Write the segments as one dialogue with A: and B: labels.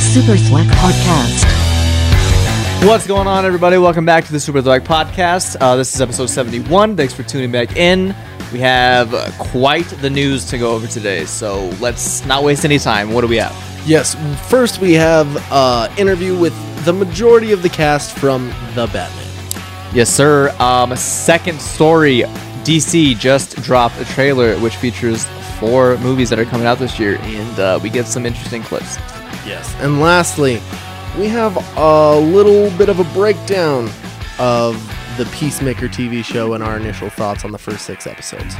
A: Super Thwack Podcast.
B: What's going on, everybody? Welcome back to the Super Thug Podcast. Uh, this is episode 71. Thanks for tuning back in. We have uh, quite the news to go over today, so let's not waste any time. What do we have?
C: Yes, first we have uh, interview with the majority of the cast from The Batman.
B: Yes, sir. Um, second story DC just dropped a trailer which features four movies that are coming out this year, and uh, we get some interesting clips.
C: Yes. And lastly, we have a little bit of a breakdown of the Peacemaker TV show and our initial thoughts on the first six episodes.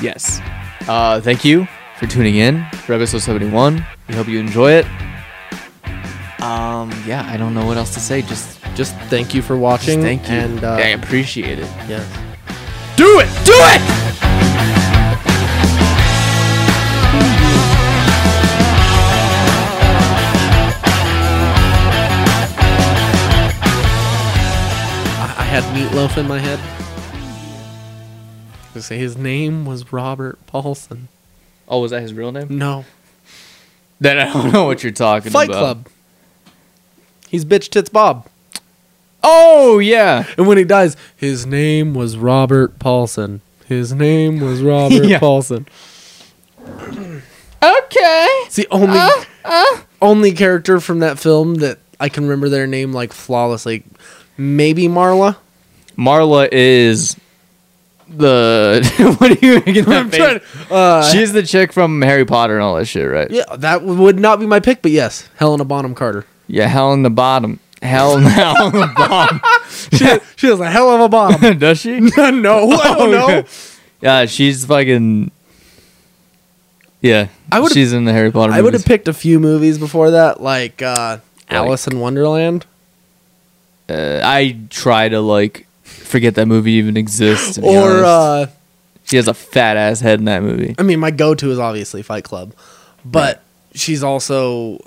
B: Yes. Uh, thank you for tuning in for episode 71. We hope you enjoy it. Um, yeah, I don't know what else to say. Just
C: Just thank you for watching.
B: Thank you.
C: And uh,
B: I appreciate it.
C: yes.
B: Do it! Do it!
C: I, I had meatloaf in my head. I say his name was Robert Paulson.
B: Oh, was that his real name?
C: No.
B: Then I don't know what you're talking
C: Fight
B: about.
C: Club. He's bitch tits Bob.
B: Oh yeah.
C: And when he dies, his name was Robert Paulson. His name was Robert
B: Yeah.
C: Paulson.
B: Okay.
C: It's the only only character from that film that I can remember their name like flawlessly. Maybe Marla.
B: Marla is the what are you making that
C: I'm trying.
B: face?
C: To, uh,
B: She's the chick from Harry Potter and all that shit, right?
C: yeah, that w- would not be my pick, but yes, Helena Bonham Carter.
B: Yeah, hell in the bottom. Hell in hell in the
C: She, she was a hell of a Oh, bomb.
B: bottom. Does she?
C: no, I don't know.
B: yeah. Yeah, she's fucking Yeah.
C: I would've-
B: she's in the Harry Potter
C: I would have
B: movies.
C: picked a few movies before that, like uh, Alice in Wonderland.
B: Uh, I try to like forget that movie even exists. to be
C: Or,
B: honest.
C: uh,
B: She has a fat ass head in that movie.
C: I mean, my go to is obviously Fight Club, but she's also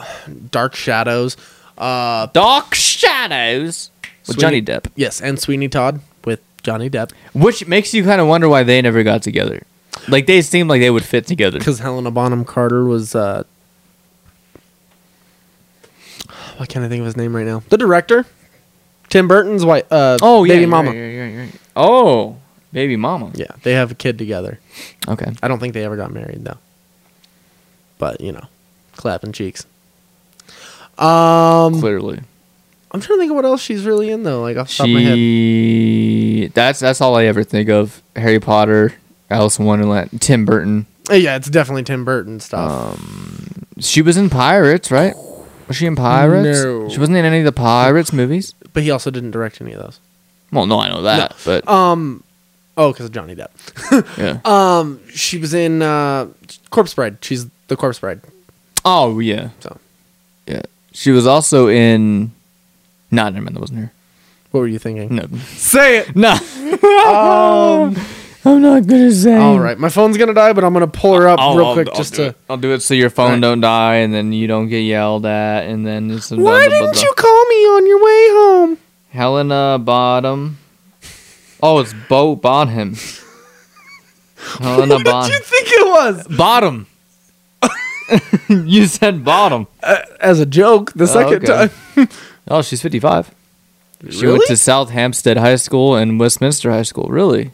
C: Dark Shadows. Uh,
B: Dark Shadows with Johnny
C: Sweeney-
B: Depp,
C: Yes, and Sweeney Todd with Johnny Depp
B: which makes you kind of wonder why they never got together. Like they seemed like they would fit together.
C: because Helena Bonham Carter was. Uh, why can't I think of his name right now? The director, Tim Burton's wife. Uh,
B: Oh yeah,
C: baby
B: you're
C: mama.
B: right, you're right, you're right. Oh, baby mama.
C: Yeah, they have a kid together.
B: Okay.
C: I don't think they ever got married though. But you know, clapping cheeks. Um,
B: Clearly,
C: I'm trying to think of what else she's really in though. Like off the top of my head.
B: she. That's that's all I ever think of. Harry Potter, Alice in Wonderland, Tim Burton.
C: Uh, Yeah, it's definitely Tim Burton
B: Oh.
C: stuff.
B: She was in Pirates, right? Was she in Pirates?
C: No.
B: She wasn't in any of the Pirates movies.
C: but he also didn't direct any of those.
B: Well, no, I know that, but
C: Um, oh, because of Johnny Depp.
B: yeah.
C: Um, she was in uh, Corpse Bride. She's the Corpse Bride.
B: oh yeah.
C: So,
B: Yeah. She was also in. Nah, never mind. That wasn't her.
C: what were you thinking?
B: No.
C: Say it.
B: No. I'm not gonna say.
C: Um, All right, my phone's gonna die, but I'm gonna pull her up
B: I'll,
C: real
B: I'll-
C: quick
B: I'll
C: just
B: do
C: to.
B: It. I'll do it so your phone
C: Alright.
B: don't die, and then you don't get yelled at, and then it's.
C: Why didn't you call me on your way home?
B: Helena Bottom. Oh, it's Bo Bonham. Helena
C: What did
B: Bonham.
C: you think it was?
B: bottom. you said bottom.
C: As a joke, the second
B: okay.
C: time.
B: Oh, she's 55. She
C: Really?
B: went to South Hampstead High School and Westminster High School. Really?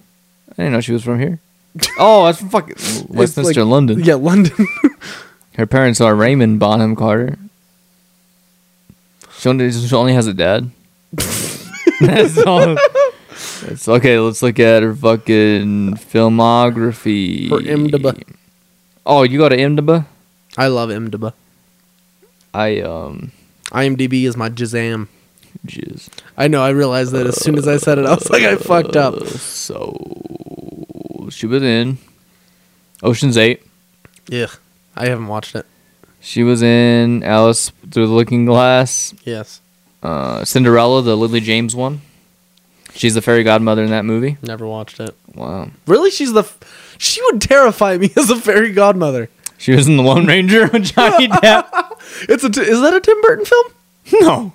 B: I didn't know she was from here. Oh, that's from fucking
C: It's like-
B: Westminster, London.
C: Yeah, London.
B: Her parents are Raymond Bonham Carter. She only, she only has a dad. that's all. That's, okay, let's look at her fucking filmography.
C: Her IMDb.
B: Oh, you go to IMDb?
C: I love IMDb.
B: I, um,
C: IMDb is my jazam.
B: jizz.
C: I know. I realized that as soon as I said it, I was like, I fucked up.
B: So she was in Ocean's Eight.
C: Yeah, I haven't watched it.
B: She was in Alice Through the Looking Glass,
C: Yes,
B: uh, Cinderella, the Lily James one. She's the fairy godmother in that movie.
C: never watched it.
B: Wow.
C: Really, she's the. F- she would terrify me as a fairy godmother.
B: She was in The Lone Ranger with Johnny Depp.
C: It's a. T- is that a Tim Burton film?
B: No.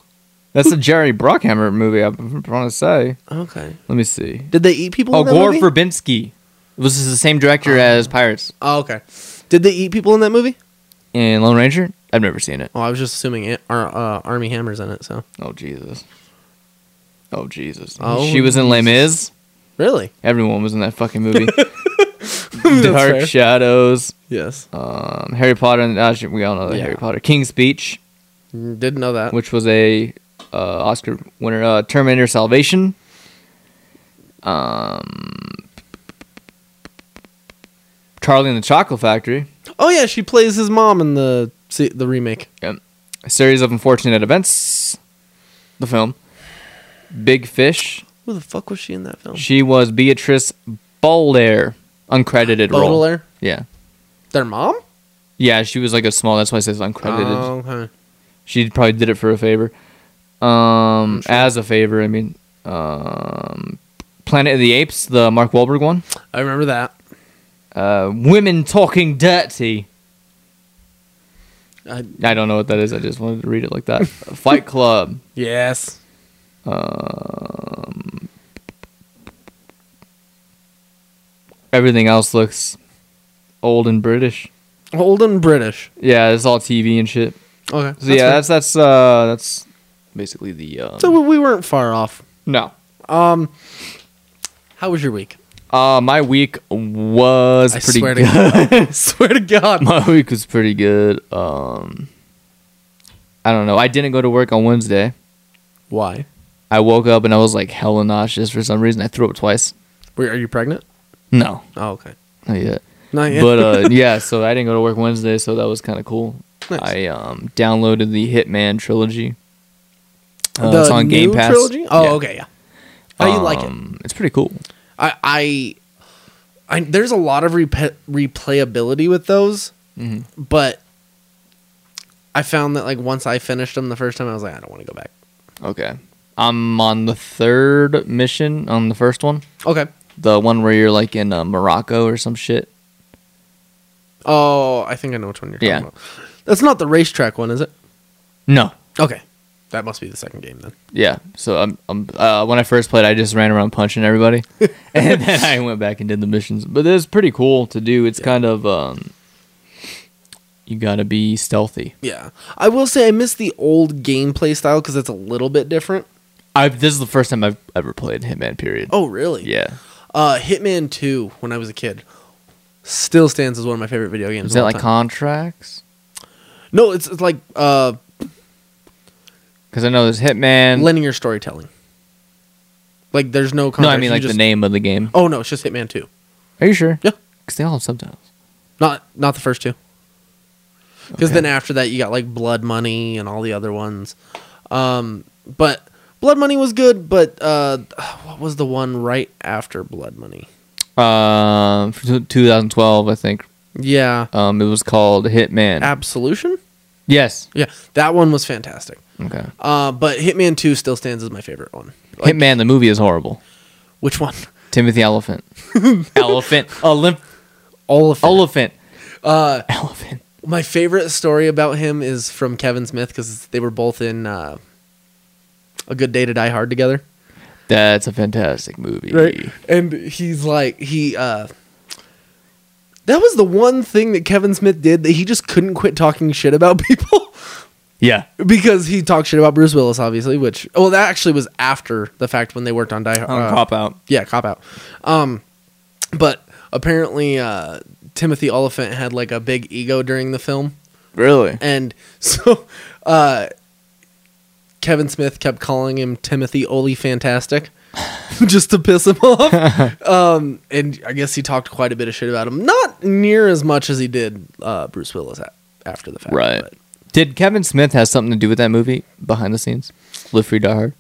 B: That's a Jerry Bruckheimer movie, I want to say.
C: Okay.
B: Let me see.
C: Did they eat people?
B: Oh,
C: in that
B: Gore
C: movie?
B: Verbinski. This is the same director as Pirates
C: Oh, okay. Did they eat people in that movie?
B: and Lone Ranger. I've never seen it.
C: Oh, I was just assuming it, Ar- uh, Army Hammer's in it. So
B: Oh Jesus. Oh Jesus.
C: Oh,
B: she was in Les Mis.
C: really,
B: Everyone was in that fucking movie. Dark
C: fair.
B: Shadows.
C: yes,
B: Um, Harry Potter. And, uh, we all know that
C: Yeah.
B: Harry Potter. King's Speech,
C: Mm, didn't know that.
B: which was a uh, Oscar winner. Uh, Terminator Salvation. Um, Charlie and the Chocolate Factory.
C: Oh yeah, she plays his mom in the se- the remake.
B: Yep. A series of unfortunate events. The film. Big Fish.
C: Who the fuck was she in that film?
B: She was Beatrice Baudelaire, uncredited role.
C: Baudelaire?
B: Yeah.
C: Their mom?
B: Yeah, she was like a small. That's why it says uncredited.
C: Oh, okay.
B: She probably did it for a favor. Um, as a favor, I mean. Um, Planet of the Apes, the Mark Wahlberg one.
C: I remember that.
B: Uh, Women Talking Dirty.
C: I,
B: I don't know what that is. I just wanted to read it like that. Fight Club.
C: yes.
B: Everything else looks old and British.
C: Old and British.
B: Yeah, it's all TV and shit.
C: Okay.
B: So yeah,
C: fair.
B: that's that's uh that's basically the um,
C: so we weren't far off.
B: no.
C: Um, how was your week?
B: Uh, my week was
C: I
B: pretty
C: swear to
B: good.
C: God. swear to God.
B: my week was pretty good. Um, I don't know. I didn't go to work on Wednesday.
C: Why?
B: I woke up and I was like hella nauseous for some reason. I threw up twice.
C: Wait, are you pregnant?
B: No,
C: Oh, okay.
B: not yet.
C: Not yet.
B: But uh, yeah, so I didn't go to work Wednesday, so that was kind of cool.
C: Nice.
B: I um, downloaded the Hitman trilogy. Uh,
C: the
B: it's on Game
C: new
B: Pass.
C: trilogy? Oh,
B: Yeah.
C: okay, yeah. How you like it?
B: Um, It's pretty cool.
C: I, I, I there's a lot of repe- replayability with those,
B: Mm-hmm.
C: but I found that like once I finished them the first time, I was like, I don't want to go back.
B: Okay. I'm on the third mission on the first one.
C: Okay.
B: The one where you're like in uh, Morocco or some shit.
C: Oh, I think I know which one you're talking
B: Yeah.
C: about. That's not the racetrack one, is it?
B: No.
C: Okay. That must be the second game then.
B: Yeah. So I'm, I'm uh, when I first played, I just ran around punching everybody, and then I went back and did the missions. But it was pretty cool to do. It's kind of um, you gotta be stealthy.
C: Yeah. I will say I miss the old gameplay style because it's a little bit different.
B: I this is the first time I've ever played Hitman. Period.
C: Oh, really?
B: yeah.
C: Uh, Hitman 2, when I was a kid, still stands as one of my favorite video games.
B: Is
C: of
B: that
C: all
B: like
C: time.
B: contracts?
C: No, it's, it's like uh,
B: Because I know there's Hitman.
C: linear storytelling. Like, there's no
B: no,
C: contract.
B: I mean
C: you
B: like
C: just-
B: the name of the game.
C: Oh, no, it's just Hitman 2.
B: Are you sure?
C: Yeah.
B: Because they all have subtitles.
C: Not not the first two. Because
B: Okay.
C: then after that, you got like Blood Money and all the other ones. Um, but Blood Money was good, but uh, what was the one right after Blood Money?
B: Um, for t- 2012, I think.
C: Yeah.
B: Um, it was called Hitman.
C: Absolution?
B: yes.
C: Yeah. That one was fantastic.
B: Okay.
C: Uh, but Hitman 2 still stands as my favorite one. Like,
B: Hitman the movie is horrible.
C: Which one?
B: Timothy Elephant. Elephant. Olymp-
C: All of
B: Elephant. Uh, Elephant.
C: My favorite story about him is from Kevin Smith because they were both in uh, A Good Day to Die Hard together.
B: That's a fantastic movie.
C: right and he's like he uh that was the one thing that kevin smith did that he just couldn't quit talking shit about people
B: Yeah.
C: because he talked shit about bruce willis obviously which well that actually was after the fact when they worked on die hard
B: On
C: uh,
B: Cop Out.
C: yeah cop out um but apparently uh timothy oliphant had like a big ego during the film
B: Really?
C: and so uh Kevin Smith kept calling him Timothy Oli Fantastic just to piss him off. Um and I guess he talked quite a bit of shit about him. Not near as much as he did uh Bruce Willis a- after the fact.
B: Right.
C: but-
B: Did Kevin Smith has something to do with that movie behind the scenes? Live Free Die Hard.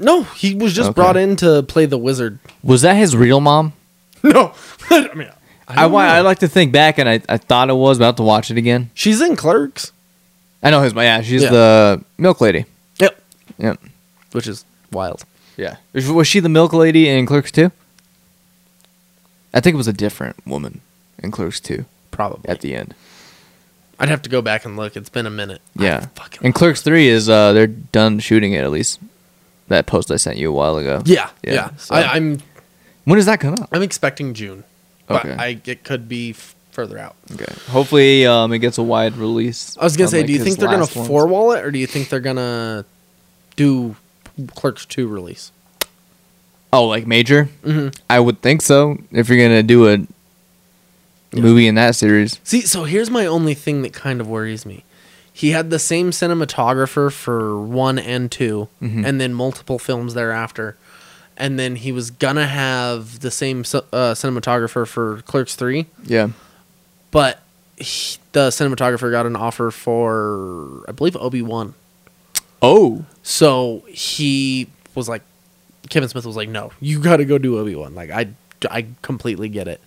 C: No, he was just
B: Okay.
C: brought in to play the wizard.
B: Was that his real mom?
C: No. I mean
B: I, wa- I like to think back, and I, I thought it was. But I have to watch it again.
C: she's in Clerks.
B: I know his. Yeah, she's
C: Yeah.
B: the milk lady.
C: Yep.
B: Yep.
C: Which is wild.
B: Yeah. Was was she the milk lady in Clerks 2? I think it was a different woman in Clerks 2
C: Probably.
B: at the end.
C: I'd have to go back and look. It's been a minute.
B: Yeah.
C: I fucking
B: And Clerks 3 is uh they're done shooting it at least. That post I sent you a while ago.
C: yeah, yeah.
B: So-
C: I, I'm
B: when does that come out?
C: I'm expecting June.
B: Okay.
C: But I it could be f- further out.
B: Okay. Hopefully, um, it gets a wide release.
C: I was gonna
B: on,
C: say,
B: like,
C: do you
B: his
C: think they're gonna
B: last ones.
C: four wall it, or do you think they're gonna do Clerks Two release?
B: Oh, like major?
C: Mm-hmm.
B: I would think so. If you're gonna do a movie in that series,
C: See, so here's my only thing that kind of worries me. He had the same cinematographer for one and 2
B: Mm-hmm.
C: and then multiple films thereafter. And then he was gonna have the same ci- uh, cinematographer for Clerks Three,
B: yeah.
C: but he, the cinematographer got an offer for, I believe, Obi Wan.
B: Oh,
C: So he was like, Kevin Smith was like, no, you got to go do Obi Wan. Like, I, I completely get it.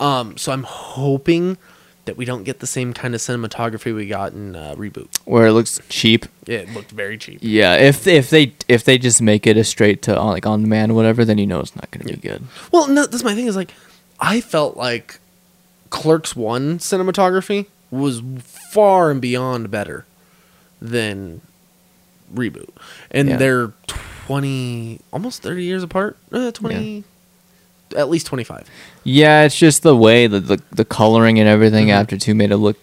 C: Um, so I'm hoping that we don't get the same kind of cinematography we got in uh, Reboot.
B: where it looks cheap.
C: It looked very cheap.
B: Yeah. If if they if they just make it a straight to on, like on demand or whatever, then you know it's not gonna be good.
C: Well, no, that's my thing is like, I felt like Clerks 1 cinematography was far and beyond better than Reboot. And
B: Yeah.
C: they're 20, almost 30 years apart. Uh, 20, at least 25.
B: Yeah, it's just the way that the the coloring and everything
C: Mm-hmm.
B: after two made it look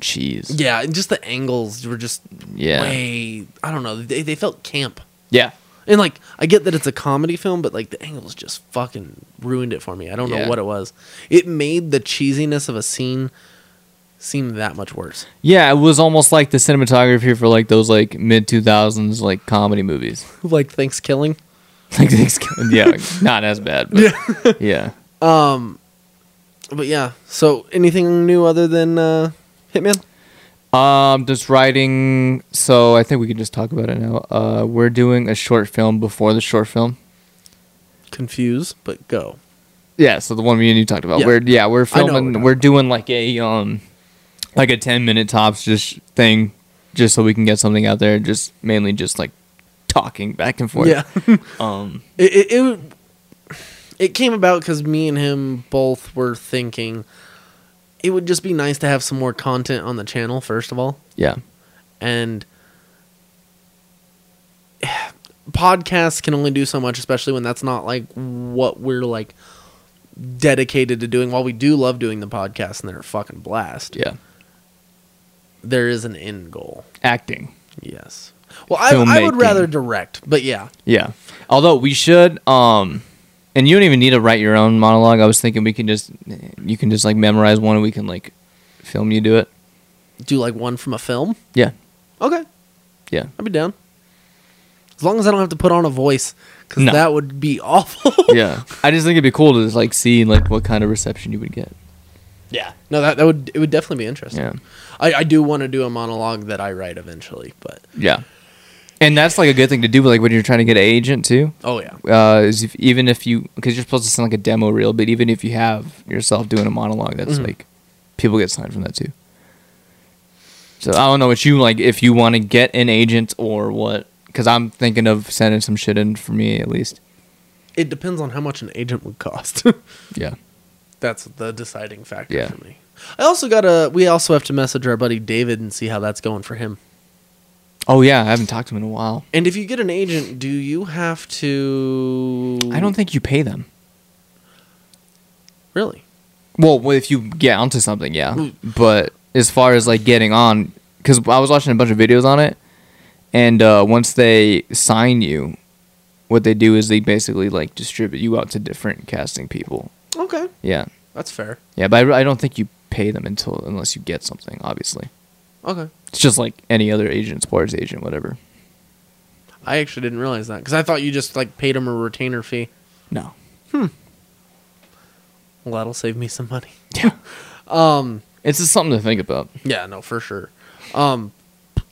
B: cheese.
C: Yeah, and just the angles were just
B: Yeah.
C: way. I don't know. They, they felt camp.
B: Yeah.
C: And like, I get that it's a comedy film, but like the angles just fucking ruined it for me. I don't
B: Yeah.
C: know what it was. It made the cheesiness of a scene seem that much worse.
B: Yeah, it was almost like the cinematography for like those like mid two thousands like comedy movies.
C: like Thanks Killing.
B: Like these- yeah, not as bad, but yeah.
C: But yeah. So anything new other than uh, Hitman?
B: Um, just writing. So I think we can just talk about it now. Uh, we're doing a short film before the short film.
C: Confuse, but go.
B: Yeah, so the one me and you talked about.
C: Yeah.
B: We're yeah, we're
C: I know what we're
B: filming. We're,
C: talking
B: doing like a um, like a ten minute tops just thing, just so we can get something out there. Just mainly just like talking back and forth.
C: Yeah.
B: Um.
C: It it, it, it came about because me and him both were thinking it would just be nice to have some more content on the channel first of all,
B: Yeah.
C: and podcasts can only do so much, especially when that's not like what we're like dedicated to doing. While we do love doing the podcast and they're a fucking blast,
B: Yeah.
C: there is an end goal.
B: Acting.
C: Yes. Well, I, I would
B: Filmmaking.
C: rather direct, but yeah,
B: Yeah. Although we should um and you don't even need to write your own monologue. I was thinking we can just you can just like memorize one and we can like film you do it.
C: do like one from a film.
B: Yeah.
C: Okay.
B: Yeah.
C: I'd be down. As long as I don't have to put on a voice, because
B: No.
C: that would be awful.
B: Yeah. I just think it'd be cool to just like see like what kind of reception you would get.
C: yeah. No, that, that would it would definitely be interesting.
B: Yeah.
C: I, I do want to do a monologue that I write eventually, but
B: Yeah. And that's like a good thing to do like when you're trying to get an agent too.
C: oh yeah,
B: Uh, is if, even if you because you're supposed to sound like a demo reel, but even if you have yourself doing a monologue, that's like people get signed from that too. So I don't know what you like if you want to get an agent or what, because I'm thinking of sending some shit in for me at least.
C: it depends on how much an agent would cost.
B: Yeah,
C: that's the deciding factor
B: Yeah.
C: for me. I also gotta. We also have to message our buddy David and see how that's going for him.
B: Oh yeah, I haven't talked to him in a while.
C: And if you get an agent, do you have to?
B: I don't think you pay them.
C: really.
B: Well, well, if you get onto something, yeah.
C: Mm.
B: But as far as like getting on, because I was watching a bunch of videos on it, and uh, once they sign you, what they do is they basically like distribute you out to different casting people.
C: Okay,
B: Yeah,
C: that's fair.
B: yeah, but I, I don't think you pay them until unless you get something. Obviously,
C: Okay.
B: it's just like any other agent, sports agent, whatever.
C: I actually didn't realize that because I thought you just like paid him a retainer fee.
B: No.
C: Well, that'll save me some money.
B: Yeah,
C: Um,
B: it's just something to think about.
C: yeah, no, for sure. Um,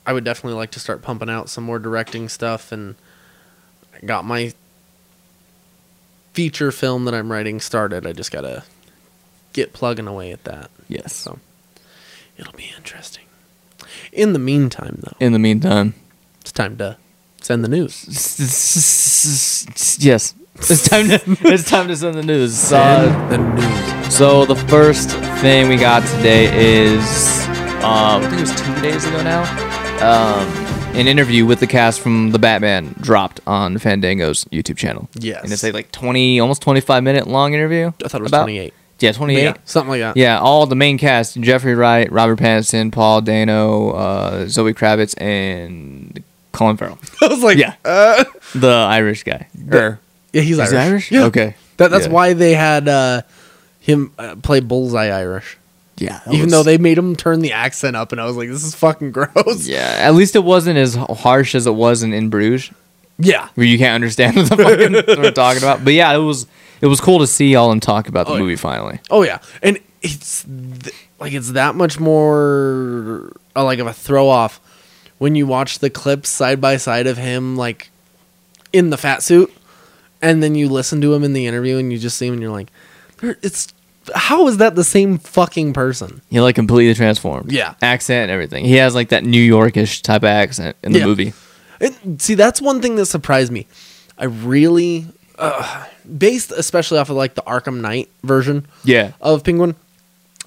C: I would definitely like to start pumping out some more directing stuff, and I got my feature film that I'm writing started. I just gotta get plugging away at that.
B: Yes.
C: So it'll be interesting. In the meantime, though,
B: In the meantime,
C: it's time to send the news.
B: yes, it's time to it's time to send the news. Uh,
C: Send the news.
B: So the first thing we got today is, um, I think it was two days ago now, um, an interview with the cast from The Batman dropped on Fandango's YouTube channel.
C: Yes.
B: and it's a like twenty, almost twenty-five minute long interview.
C: I thought it was 28.
B: yeah, 28.
C: Yeah, something like that.
B: Yeah, all the main cast: Jeffrey Wright, Robert Pattinson, Paul Dano, uh, Zoe Kravitz, and Colin Farrell,
C: I was like,
B: Yeah.
C: yeah, uh,
B: the Irish guy. Or-
C: yeah, he's
B: Is
C: Irish.
B: he Irish?
C: Yeah.
B: Okay.
C: That, that's
B: Yeah.
C: why they had uh, him uh, play Bullseye Irish,
B: yeah, that
C: even
B: was-
C: though they made him turn the accent up, and I was like, this is fucking gross.
B: yeah, at least it wasn't as harsh as it was in, in Bruges,
C: Yeah.
B: where you can't understand what the fucking what we're talking about. But yeah, it was it was cool to see all and talk about the
C: Oh, yeah.
B: movie finally.
C: Oh yeah, and it's th- like it's that much more uh, like of a throw off when you watch the clips side by side of him like in the fat suit, and then you listen to him in the interview and you just see him and you're like, "There- it's how is that the same fucking person?
B: He like completely transformed.
C: Yeah.
B: accent and everything. He has like that New Yorkish type of accent in the
C: Yeah.
B: movie.
C: It, see, that's one thing that surprised me. I really, uh, based especially off of like the Arkham Knight version,
B: Yeah,
C: of Penguin.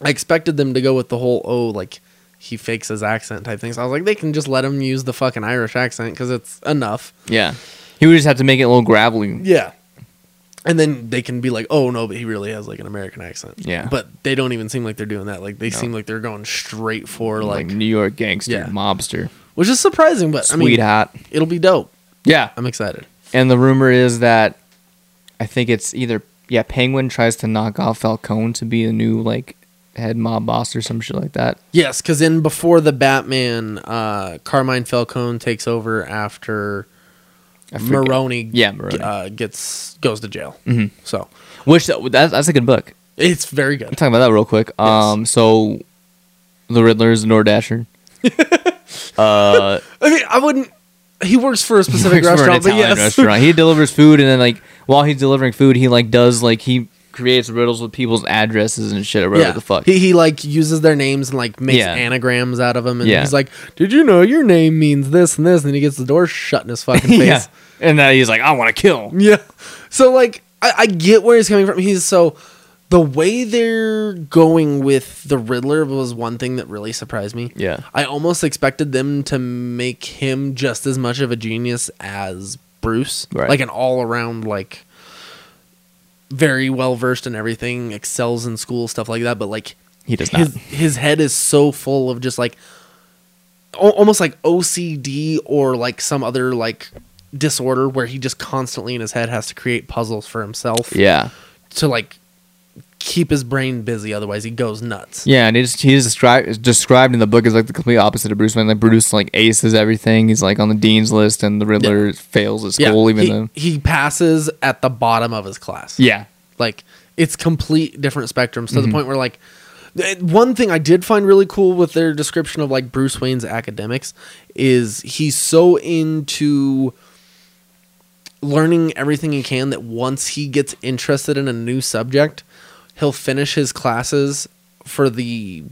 C: I expected them to go with the whole oh like he fakes his accent type thing. So I was like, they can just let him use the fucking Irish accent because it's enough.
B: yeah. He would just have to make it a little gravelly.
C: Yeah. And then they can be like, oh no, but he really has like an American accent.
B: Yeah.
C: But they don't even seem like they're doing that. Like they seem like they're going straight for
B: like,
C: like,
B: New York gangster,
C: Yeah.
B: mobster,
C: which is surprising, but I
B: sweet
C: mean,
B: hat.
C: it'll be dope.
B: Yeah,
C: I'm excited.
B: and the rumor is that I think it's either yeah, Penguin tries to knock off Falcone to be the new like head mob boss or some shit like that.
C: Yes, because in before the Batman, uh, Carmine Falcone takes over after
B: I forget.
C: Maroni,
B: Yeah, Mm-hmm. Maroni.
C: Uh, gets goes to jail. So
B: Which that's, that's a good book.
C: It's very
B: I'm
C: good.
B: talking about that real quick. Um, so the Riddler is a Nordasher. uh,
C: I mean, I wouldn't. He works for
B: he
C: a specific
B: works for an
C: restaurant, but
B: Italian
C: yes,
B: restaurant. He delivers food, and then like while he's delivering food, he like does like he creates riddles with people's addresses and shit or whatever
C: yeah.
B: the fuck.
C: He, he like uses their names and like makes
B: Yeah.
C: anagrams out of them, and
B: Yeah.
C: he's like, "Did you know your name means this and this?" And he gets the door shut in his fucking face.
B: yeah, and then he's like, I want to kill.
C: Yeah. So like I, I get where he's coming from. He's so the way they're going with the Riddler was one thing that really surprised me.
B: Yeah.
C: I almost expected them to make him just as much of a genius as Bruce.
B: Right.
C: Like an all around like very well versed in everything, excels in school, stuff like that. But like
B: He does
C: his
B: not.
C: his head is so full of just like al- almost like OCD or like some other like disorder where he just constantly in his head has to create puzzles for himself
B: Yeah,
C: to like keep his brain busy otherwise he goes nuts.
B: yeah, and he's he's described described in the book as like the complete opposite of Bruce Wayne. Like Bruce like aces everything. He's like on the dean's list, and the Riddler fails at school, even
C: he,
B: though
C: he passes at the bottom of his class.
B: yeah,
C: Like it's complete different spectrums to the point where like th- one thing I did find really cool with their description of like Bruce Wayne's academics is he's so into learning everything he can that once he gets interested in a new subject, he'll finish his classes for the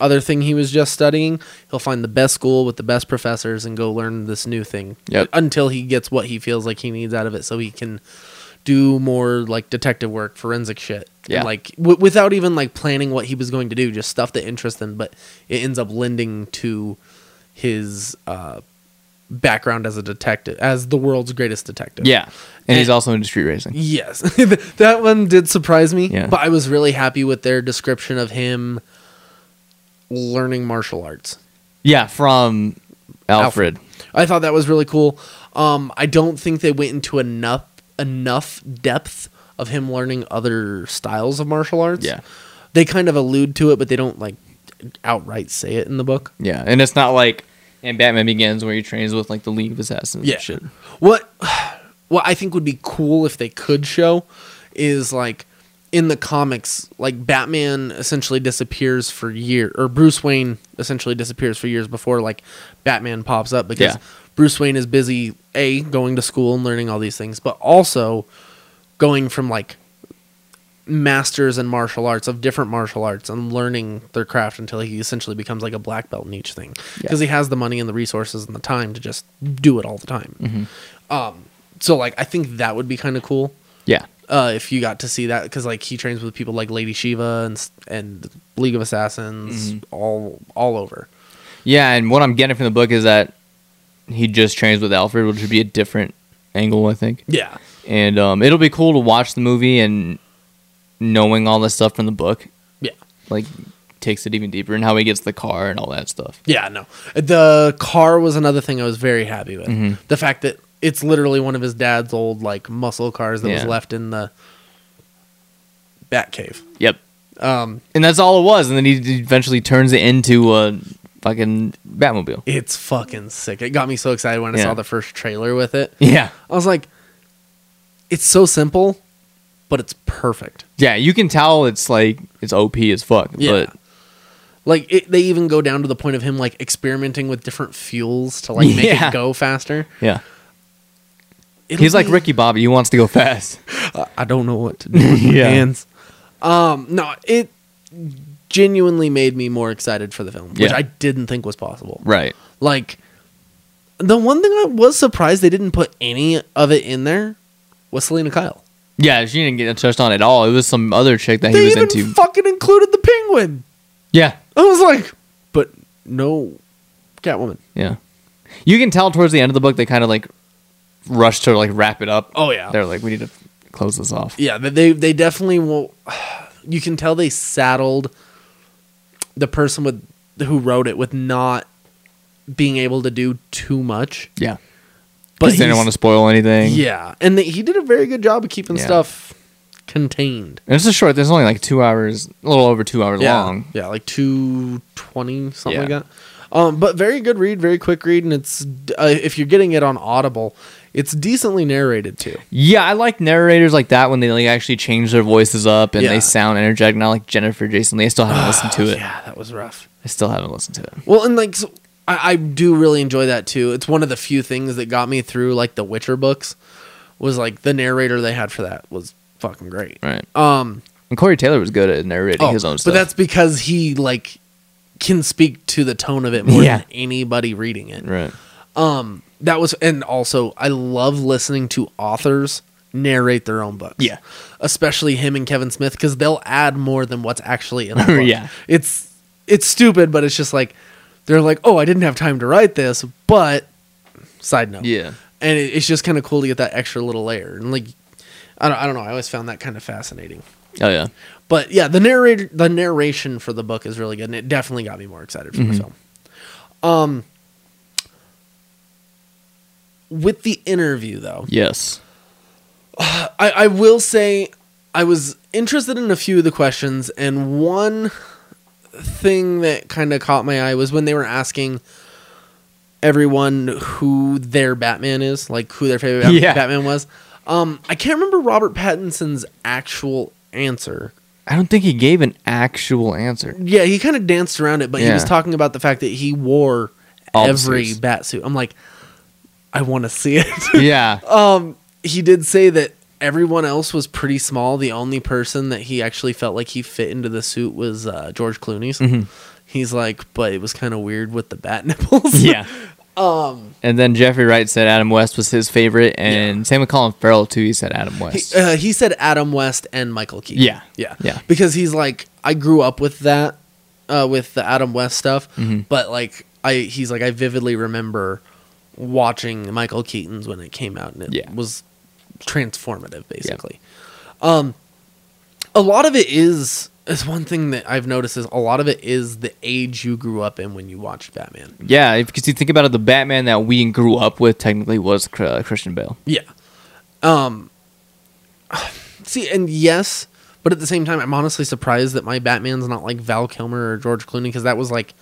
C: other thing he was just studying. He'll find the best school with the best professors and go learn this new thing
B: Yep.
C: until he gets what he feels like he needs out of it so he can do more like detective work, forensic shit. and,
B: Yeah.
C: like w- without even like planning what he was going to do, just stuff that interests him, but it ends up lending to his uh background as a detective, as the world's greatest detective.
B: yeah, and, he's
C: And-
B: also into street racing.
C: Yes. that one did surprise me,
B: Yeah.
C: but I was really happy with their description of him learning martial arts.
B: Yeah, from Alfred.
C: I thought that was really cool. Um, I don't think they went into enough enough depth of him learning other styles of martial arts.
B: Yeah.
C: They kind of allude to it, but they don't like outright say it in the book.
B: Yeah, and it's not like in Batman Begins where he trains with like the League of Assassins.
C: Yeah.
B: and shit.
C: What what I think would be cool if they could show is like in the comics, like Batman essentially disappears for years, or Bruce Wayne essentially disappears for years before like Batman pops up because
B: Yeah.
C: Bruce Wayne is busy a going to school and learning all these things, but also going from like masters in martial arts of different martial arts and learning their craft until he essentially becomes like a black belt in each thing
B: Yeah.
C: because he has the money and the resources and the time to just do it all the time. Um, so like I think that would be kind of cool
B: Yeah,
C: uh, if you got to see that because like he trains with people like Lady Shiva and s- and League of Assassins all all over.
B: yeah, and what I'm getting from the book is that he just trains with Alfred, which would be a different angle, I think.
C: Yeah,
B: And um, it'll be cool to watch the movie and knowing all this stuff from the book
C: Yeah.
B: like takes it even deeper and how he gets the car and all that stuff.
C: Yeah, no. The car was another thing I was very happy with.
B: Mm-hmm.
C: The fact that it's literally one of his dad's old like muscle cars that was
B: Yeah.
C: left in the Batcave.
B: Yep.
C: Um,
B: And that's all it was. And then he eventually turns it into a fucking Batmobile.
C: it's fucking sick. It got me so excited when I
B: Yeah.
C: saw the first trailer with it.
B: Yeah.
C: I was like, it's so simple, but it's perfect.
B: Yeah. You can tell it's like, it's OP as fuck.
C: Yeah.
B: But
C: Like it, they even go down to the point of him like experimenting with different fuels to like make
B: Yeah.
C: it go faster.
B: yeah.
C: It'll
B: He's like
C: be-
B: Ricky Bobby. He wants to go fast.
C: I don't know what to do with my
B: Yeah.
C: hands. Um, no, it genuinely made me more excited for the film, which
B: Yeah.
C: I didn't think was possible.
B: Right.
C: Like the one thing I was surprised they didn't put any of it in there was Selena Kyle.
B: Yeah. She didn't get touched on at all. It was some other chick that
C: they
B: he was
C: even
B: into.
C: fucking included the penguin.
B: yeah.
C: I was like, but no, Catwoman.
B: Yeah. You can tell towards the end of the book, they kind of like rush to like wrap it up.
C: Oh, yeah.
B: They're like, we need to close this off.
C: Yeah, but they they definitely will. You can tell they saddled the person with who wrote it with not being able to do too much.
B: Yeah.
C: But
B: But they didn't
C: he's-
B: want to spoil anything.
C: Yeah, and they, he did a very good job of keeping
B: Yeah.
C: stuff contained.
B: And it's a short. There's only like two hours, a little over two hours
C: Yeah,
B: long.
C: yeah, like two twenty something
B: Yeah.
C: like that. Um, but very good read, very quick read, and it's uh, if you're getting it on Audible, it's decently narrated too.
B: Yeah, I like narrators like that when they like actually change their voices up and
C: Yeah.
B: they sound energetic. Not like Jennifer Jason Lee. I still haven't listened to it.
C: Yeah, that was rough.
B: I still haven't listened to it.
C: Well, and like so I, I do really enjoy that too. It's one of the few things that got me through like the Witcher books was like the narrator they had for that was fucking great.
B: Right.
C: Um,
B: And Corey Taylor was good at narrating
C: oh,
B: his own
C: but
B: stuff.
C: that's because he like can speak to the tone of it more
B: Yeah.
C: than anybody reading it.
B: right.
C: Um, that was and also I love listening to authors narrate their own books.
B: Yeah.
C: Especially him and Kevin Smith because they'll add more than what's actually in the book.
B: Yeah.
C: It's it's stupid, but it's just like they're like, "Oh, I didn't have time to write this," but side note.
B: Yeah.
C: And it, it's just kind of cool to get that extra little layer. And like I don't I don't know, I always found that kind of fascinating.
B: Oh yeah.
C: But yeah, the narrator the narration for the book is really good, and it definitely got me more excited for the film. Um, with the interview though,
B: Yes.
C: I, I will say I was interested in a few of the questions, and one thing that kind of caught my eye was when they were asking everyone who their Batman is, like who their favorite Bat-
B: Yeah.
C: Batman was. Um, I can't remember Robert Pattinson's actual answer.
B: I don't think he gave an actual answer.
C: Yeah, he kind of danced around it, but he was
B: Yeah.
C: talking about the fact that he wore
B: All the
C: every
B: suits.
C: bat suit. I'm like, I want to see it.
B: yeah.
C: um, he did say that everyone else was pretty small. The only person that he actually felt like he fit into the suit was uh, George Clooney's.
B: Mm-hmm.
C: He's like, but it was kind of weird with the bat nipples.
B: yeah. Um. And then Jeffrey Wright said Adam West was his favorite, and same with Colin Farrell too. He said Adam
C: He,
B: West.
C: uh, he said Adam West and Michael Keaton.
B: Yeah.
C: yeah,
B: Yeah.
C: Because he's like, I grew up with that, uh, with the Adam West stuff.
B: Mm-hmm.
C: But like, I he's like, I vividly remember watching Michael Keaton's when it came out, and it
B: Yeah.
C: was transformative, basically. Um, a lot of it is is one thing that I've noticed is a lot of it is the age you grew up in when you watched Batman.
B: yeah, because you think about it, the Batman that we grew up with technically was Cr- uh, Christian Bale.
C: Yeah. Um see and yes, but at the same time I'm honestly surprised that my Batman's not like Val Kilmer or George Clooney cuz that was like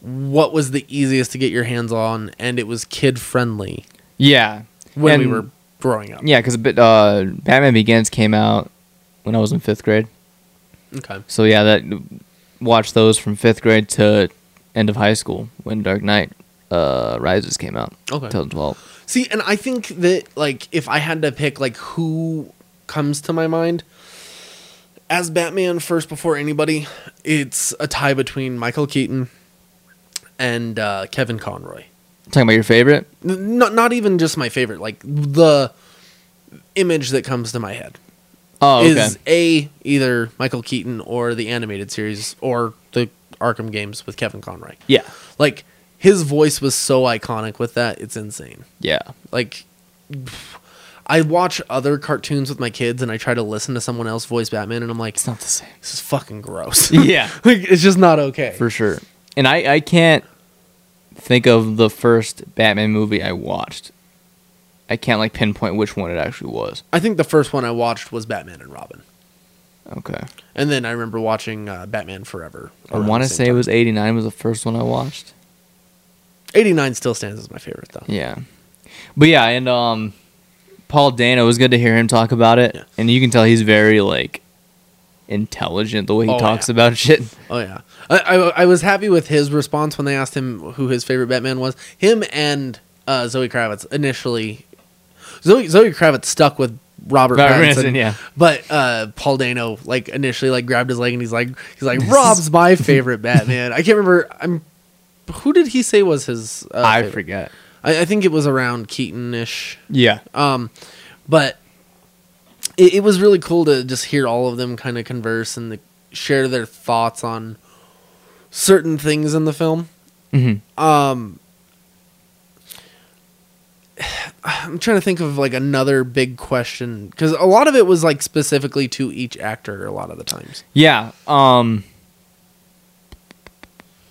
C: what was the easiest to get your hands on and it was kid friendly
B: Yeah,
C: when we
B: And-
C: were growing up.
B: Yeah, because uh, Batman Begins came out when I was in fifth grade.
C: Okay.
B: So yeah, that watched those from fifth grade to end of high school when Dark Knight uh, Rises came out.
C: Okay.
B: 2012.
C: See, and I think that like if I had to pick like who comes to my mind as Batman first before anybody, it's a tie between Michael Keaton and uh, Kevin Conroy.
B: Talking about your favorite?
C: N- not not even just my favorite, like the image that comes to my head
B: Oh, okay.
C: is a either Michael Keaton or the animated series or the Arkham games with Kevin Conroy.
B: yeah,
C: Like his voice was so iconic with that, it's insane.
B: yeah,
C: Like I watch other cartoons with my kids and I try to listen to someone else voice Batman and I'm like,
B: It's not the same.
C: this is fucking gross.
B: Yeah.
C: like it's just not okay.
B: For sure. And I, I can't think of the first Batman movie I watched. I can't like pinpoint which one it actually was.
C: I think the first one I watched was Batman and Robin.
B: Okay.
C: And then I remember watching uh, Batman Forever.
B: I
C: around
B: want
C: the
B: to say
C: same
B: it
C: time.
B: was 89 was the first one I watched.
C: 89 still stands as my favorite though.
B: Yeah. But yeah, and um Paul Dano, it was good to hear him talk about it.
C: Yeah.
B: And you can tell he's very like intelligent the way he
C: Oh,
B: talks
C: yeah.
B: about shit.
C: Oh yeah, I, I I was happy with his response when they asked him who his favorite Batman was. Him and uh, Zoe Kravitz initially. Zoe Zoe Kravitz stuck with Robert
B: Robert
C: Pattinson,
B: Pattinson, yeah.
C: But uh, Paul Dano like initially like grabbed his leg and he's like he's like Rob's my favorite Batman. I can't remember. I'm who did he say was his? Uh,
B: I
C: favorite?
B: forget.
C: I, I think it was around Keaton ish.
B: Yeah.
C: Um, but it, it was really cool to just hear all of them kind of converse and the, share their thoughts on certain things in the film.
B: hmm
C: Um, I'm trying to think of like another big question because a lot of it was like specifically to each actor a lot of the times.
B: Yeah. Um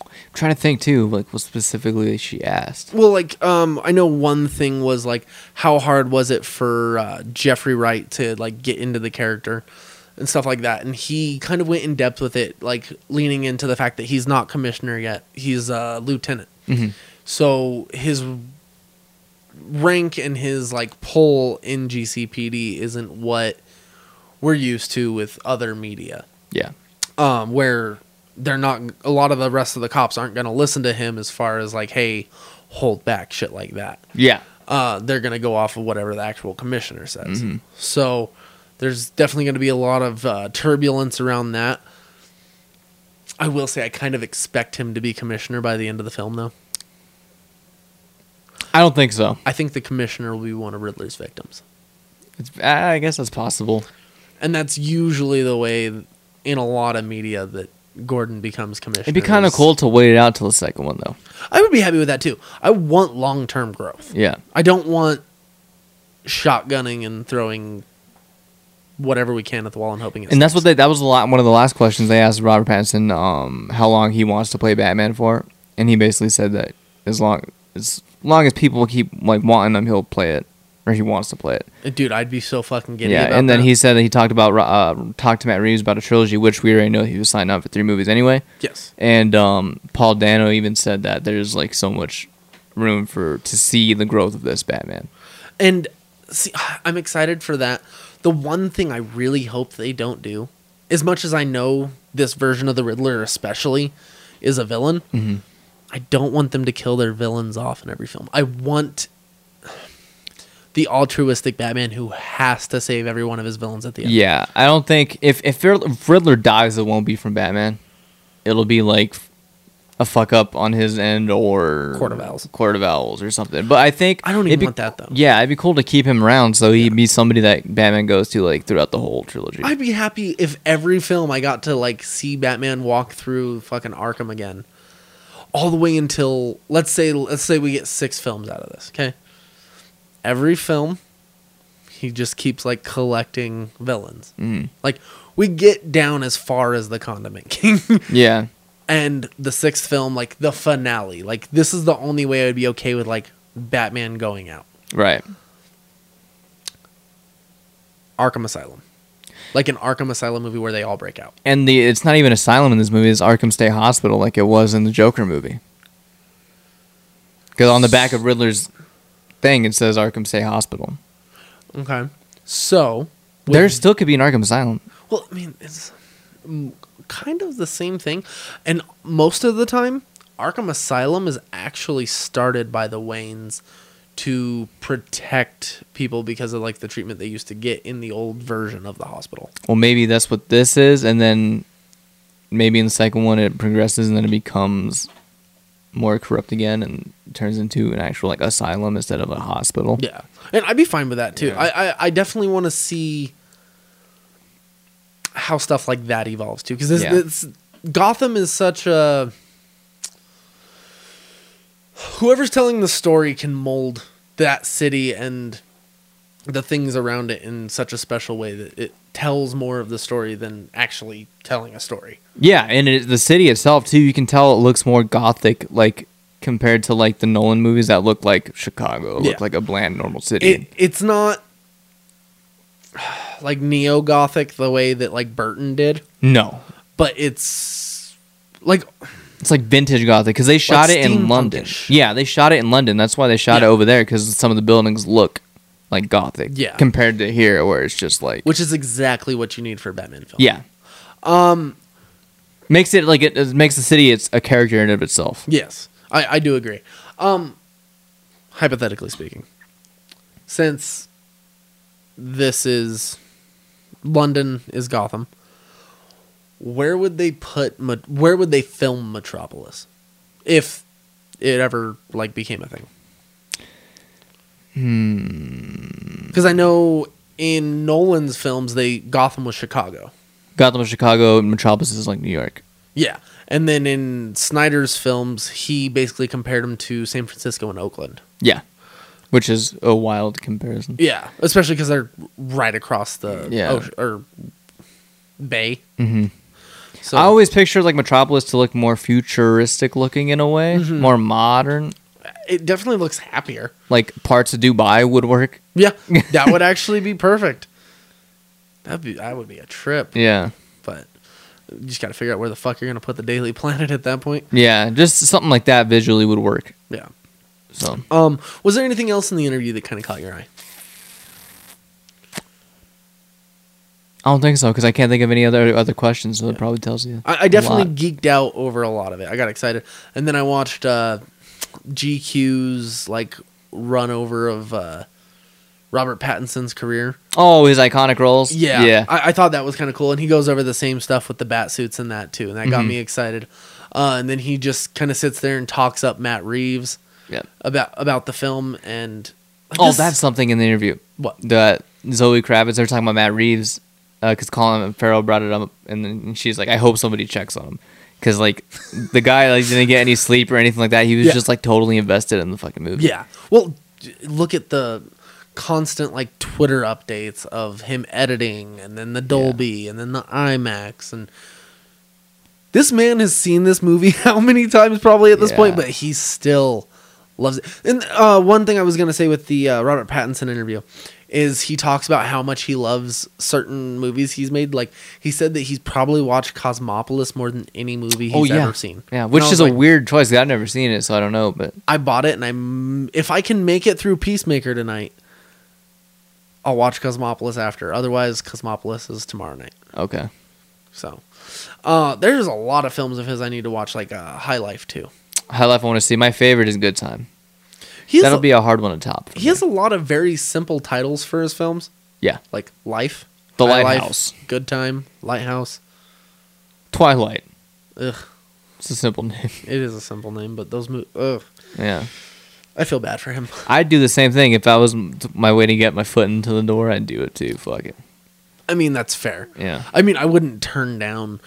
B: I'm trying to think too, like what specifically she asked.
C: Well, like um, I know one thing was like how hard was it for uh, Jeffrey Wright to like get into the character and stuff like that, and he kind of went in depth with it, like leaning into the fact that he's not commissioner yet; he's a lieutenant.
B: Mhm.
C: So his rank and his like pull in GCPD isn't what we're used to with other media
B: Yeah.
C: um, where they're not a lot of the rest of the cops aren't going to listen to him as far as like hey hold back shit like that
B: Yeah.
C: uh, they're going to go off of whatever the actual commissioner says
B: Mm-hmm.
C: so there's definitely going to be a lot of uh, turbulence around that i will say i kind of expect him to be commissioner by the end of the film though
B: I don't think so.
C: i think the commissioner will be one of riddler's victims
B: It's, I I guess that's possible.
C: and that's usually the way in a lot of media that gordon becomes commissioner
B: It'd be kind of
C: is-
B: cool to wait it out till the second one though.
C: i would be happy with that too i want long-term growth
B: Yeah.
C: I don't want shotgunning and throwing whatever we can at the wall and hoping it
B: And that's what
C: sticks.
B: they, that was a lot, one of the last questions they asked Robert Pattinson um, how long he wants to play Batman for, and he basically said that as long as long as people keep like wanting him, he'll play it, or he wants to play it.
C: dude. I'd be so fucking giddy.
B: yeah,
C: about
B: and then
C: that.
B: he said that he talked about Ro- uh, talked to Matt Reeves about a trilogy, which we already know he was signed up for three movies anyway.
C: yes,
B: And um, Paul Dano even said that there's like so much room for to see the growth of this Batman.
C: and see, I'm excited for that. The one thing I really hope they don't do, as much as I know this version of the Riddler especially is a villain,
B: Mm-hmm.
C: I don't want them to kill their villains off in every film. I want the altruistic Batman who has to save every one of his villains at the end.
B: Yeah, I don't think if if Riddler- if Riddler dies, it won't be from Batman. It'll be like a fuck up on his end or
C: Court of Owls.
B: Court of Owls or something. But I think
C: I don't even
B: it'd be-
C: want that, though.
B: Yeah, it'd be cool to keep him around so he'd be somebody that Batman goes to like throughout the whole trilogy.
C: I'd be happy if every film I got to like see Batman walk through fucking Arkham again, all the way until let's say let's say we get six films out of this. Okay, every film, he just keeps like collecting villains.
B: Mm.
C: Like we get down as far as the Condiment King,
B: yeah,
C: and the sixth film, like the finale. Like this is the only way I'd be okay with like Batman going out
B: right.
C: Arkham Asylum, like an Arkham Asylum movie where they all break out.
B: And the it's not even asylum in this movie; it's Arkham State Hospital, like it was in the Joker movie. Because on the back of Riddler's thing, it says Arkham State Hospital.
C: Okay, so. with
B: There still could be an Arkham Asylum.
C: Well, I mean, it's mm, kind of the same thing. And most of the time, Arkham Asylum is actually started by the Waynes to protect people because of like the treatment they used to get in the old version of the hospital.
B: well, maybe that's what this is, and then maybe in the second one it progresses and then it becomes more corrupt again and turns into an actual like asylum instead of a hospital.
C: Yeah. And I'd be fine with that too.
B: Yeah.
C: I, I, I definitely want to see how stuff like that evolves too. Because this,
B: Yeah.
C: this Gotham is such a whoever's telling the story can mold that city and the things around it in such a special way that it tells more of the story than actually telling a story.
B: Yeah, and it, the city itself too. You can tell it looks more gothic, like compared to like the Nolan movies that look like Chicago, look
C: Yeah.
B: like a bland normal city.
C: It it's not like neo gothic the way that like Burton did,
B: no,
C: but it's like
B: it's like vintage gothic because they shot
C: Like
B: it in
C: steampunkish.
B: London. Yeah, they shot it in London. That's why they shot it
C: Yeah.
B: over there because some of the buildings look like gothic.
C: Yeah.
B: compared to here where it's just like
C: which is exactly what you need for a Batman film.
B: yeah. Um, makes it like it, it makes the city it's a character in and of itself.
C: Yes, I, I do agree. Um, hypothetically speaking, since this is London is Gotham, where would they put Me- where would they film Metropolis if it ever like became a thing? Hmm. Because I know in Nolan's films, they Gotham was Chicago.
B: Gotham, is Chicago, and Metropolis is like New York.
C: Yeah. And then in Snyder's films, he basically compared them to San Francisco and Oakland.
B: Yeah, which is a wild comparison.
C: Yeah. Especially because they're right across the
B: Yeah.
C: ocean, or bay. Mm-hmm. So
B: I always picture like Metropolis to look more futuristic looking in a way,
C: Mm-hmm.
B: more modern.
C: it definitely looks happier.
B: Like parts of Dubai would work.
C: Yeah. That would actually be perfect. That'd be, that would be a trip.
B: Yeah.
C: But you just got to figure out where the fuck you're going to put the Daily Planet at that point.
B: Yeah, just something like that visually would work.
C: Yeah.
B: So,
C: Um, was there anything else in the interview that kind of caught your eye?
B: I don't think so cuz I can't think of any other other questions, so it probably tells you.
C: I, I definitely
B: lot.
C: geeked out over a lot of it. I got excited, and then I watched uh, GQ's like run over of uh, Robert Pattinson's career.
B: Oh, his iconic roles.
C: Yeah,
B: Yeah.
C: I, I thought that was kind of cool, and he goes over the same stuff with the bat suits and that too, and that got
B: Mm-hmm.
C: me excited. Uh, and then he just kind of sits there and talks up Matt Reeves
B: yeah.
C: about about the film and
B: Oh,
C: just-
B: that's something in the interview.
C: What?
B: That Zoe Kravitz they're talking about Matt Reeves because Colin Farrell brought it up, and then she's like, "I hope somebody checks on him." Because like the guy like didn't get any sleep or anything like that. He was
C: Yeah.
B: just like totally invested in the fucking movie.
C: Yeah. Well, d- look at the constant like Twitter updates of him editing and then the Dolby and then the IMAX and this man has seen this movie how many times probably at this point,
B: Yeah.
C: but he still loves it. And uh, one thing I was gonna say with the uh, Robert Pattinson interview is he talks about how much he loves certain movies he's made. Like he said that he's probably watched Cosmopolis more than any movie he's
B: oh yeah,
C: ever seen.
B: yeah,
C: And
B: which
C: I
B: is
C: was
B: a
C: like,
B: weird choice. 'cause I've never seen it, so I don't know. But
C: I bought it, and I'm if I can make it through Peacemaker tonight, I'll watch Cosmopolis after. Otherwise, Cosmopolis is tomorrow night.
B: okay,
C: So, uh, there's a lot of films of his I need to watch, like uh, High Life too.
B: High Life I want to see. My favorite is Good Time.
C: He has
B: That'll
C: a,
B: be a hard one to top. for
C: he
B: me.
C: has a lot of very simple titles for his films,
B: yeah,
C: like Life,
B: The
C: High
B: Lighthouse.
C: Life, Good Time, Lighthouse.
B: Twilight.
C: Ugh,
B: It's a simple name.
C: it is a simple name, but those mo- ugh,
B: yeah,
C: I feel bad for him.
B: I'd do the same thing if I was m- my way to get my foot into the door. I'd do it too. Fuck it.
C: I mean, that's fair.
B: Yeah.
C: I mean, I wouldn't turn down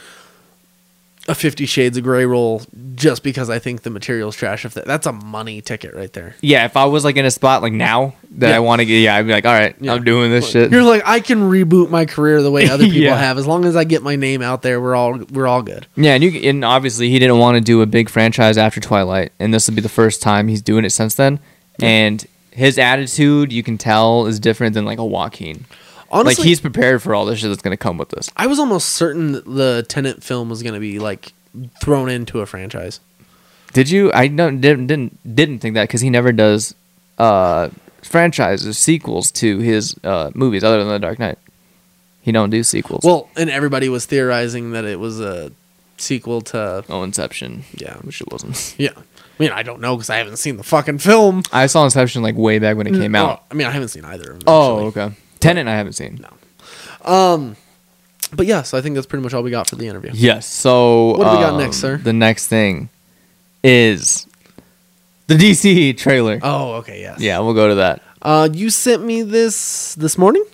C: a Fifty Shades of Grey roll just because I think the material's trash. If that, that's a money ticket right there.
B: Yeah, if I was like in a spot like now that
C: Yeah.
B: I want to get, yeah, I'd be like, all right,
C: Yeah.
B: I'm doing this shit.
C: You're like, I can reboot my career the way other people
B: Yeah.
C: have, as long as I get my name out there. We're all we're all good.
B: yeah, and you and obviously he didn't want to do a big franchise after Twilight, and this will be the first time he's doing it since then. And his attitude, you can tell, is different than like a Joaquin.
C: Honestly,
B: like he's prepared for all this shit that's gonna come with this.
C: I was almost certain that the Tenant film was going to be like thrown into a franchise.
B: Did you? I no, didn't didn't didn't think that because he never does uh franchises sequels to his uh movies other than The Dark Knight. He don't do sequels.
C: Well, and everybody was theorizing that it was a sequel to
B: oh, Inception.
C: Yeah.
B: which it wasn't.
C: yeah. I mean, I don't know because I haven't seen the fucking film.
B: I saw Inception like way back when it came out.
C: Oh, I mean, I haven't seen either of them.
B: Oh,
C: actually.
B: okay. Tenant, I haven't seen.
C: But yeah, so I think that's pretty much all we got for the interview.
B: Yes. So um,
C: What do we got next, sir?
B: The next thing is the DC trailer.
C: Oh, okay, yes.
B: Yeah, we'll go to that.
C: Uh, you sent me this this morning.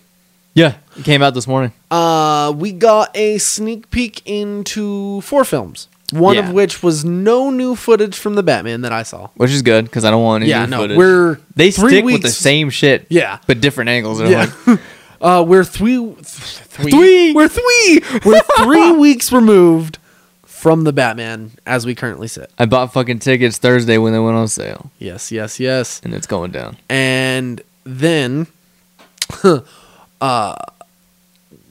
B: Yeah, it came out this morning.
C: Uh, we got a sneak peek into four films. One
B: Yeah.
C: of which was no new footage from the Batman that I saw.
B: which is good because I don't want any
C: Yeah,
B: new
C: no,
B: footage.
C: we're
B: they
C: three
B: stick with
C: weeks-
B: the same shit,
C: Yeah.
B: but different angles. And I'm
C: Yeah.
B: like,
C: Uh, we're three, three,
B: Three.
C: we're three, we're three weeks removed from the Batman as we currently sit.
B: I bought fucking tickets Thursday when they went on sale,
C: Yes, yes, yes.
B: and it's going down.
C: And then, uh,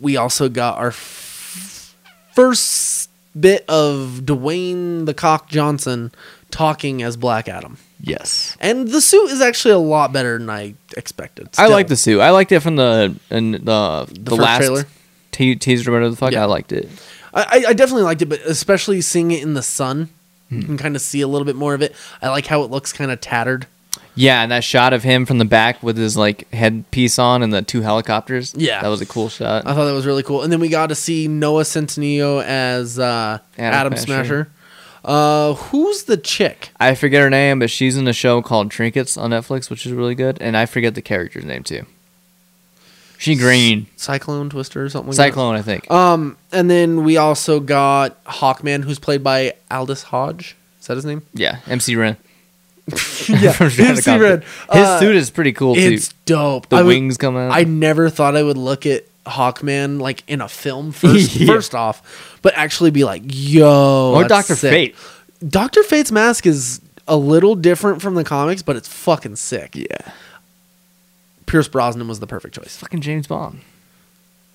C: we also got our f- first bit of Dwayne the Cock Johnson talking as Black Adam,
B: Yes,
C: and the suit is actually a lot better than I expected.
B: I
C: still.
B: like the suit. I liked it from the and the the,
C: first
B: last
C: trailer?
B: te- teaser, or whatever the fuck.
C: Yeah.
B: I liked it.
C: I, I- I definitely liked it, but especially seeing it in the sun,
B: Hmm.
C: you can kind of see a little bit more of it. I like how it looks kind of tattered.
B: Yeah, and that shot of him from the back with his like headpiece on and the two helicopters.
C: Yeah. Uh,
B: that was a cool shot.
C: I thought that was really cool. And then we got to see Noah Centineo as uh, Adam,
B: Adam
C: Smasher. Uh, who's the chick?
B: I forget her name, but she's in a show called Trinkets on Netflix, which is really good. And I forget the character's name too. She
C: Oh,
B: green
C: Cyclone Twister or something. like that?
B: cyclone, I think.
C: Um, and then we also got Hawkman, who's played by Aldous Hodge. Is that his name?
B: yeah, MC Ren.
C: yeah,
B: From
C: MC
B: Stratocaster.
C: Red.
B: His
C: Uh,
B: suit is pretty cool too.
C: It's dope.
B: The
C: I would-
B: wings come out.
C: I never thought I would look at Hawkman like in a film first,
B: Yeah.
C: first off, but actually be like, yo.
B: or
C: that's
B: Doctor
C: sick.
B: Fate.
C: Doctor Fate's mask is a little different from the comics, but it's fucking sick.
B: Yeah,
C: Pierce Brosnan was the perfect choice.
B: fucking James Bond.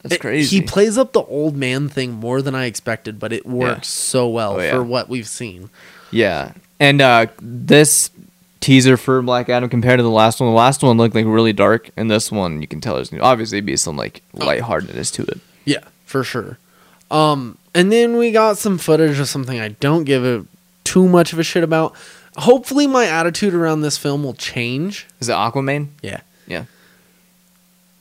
B: That's
C: It-
B: crazy.
C: He plays up the old man thing more than I expected, but it works so well
B: Oh, yeah.
C: for what we've seen.
B: yeah, and uh, this teaser for Black Adam compared to the last one, the last one looked like really dark, and this one you can tell there's gonna obviously be some like lightheartedness to it.
C: Yeah, for sure. Um, and then we got some footage of something I don't give a too much of a shit about. Hopefully, my attitude around this film will change.
B: Is it Aquaman?
C: Yeah,
B: Yeah.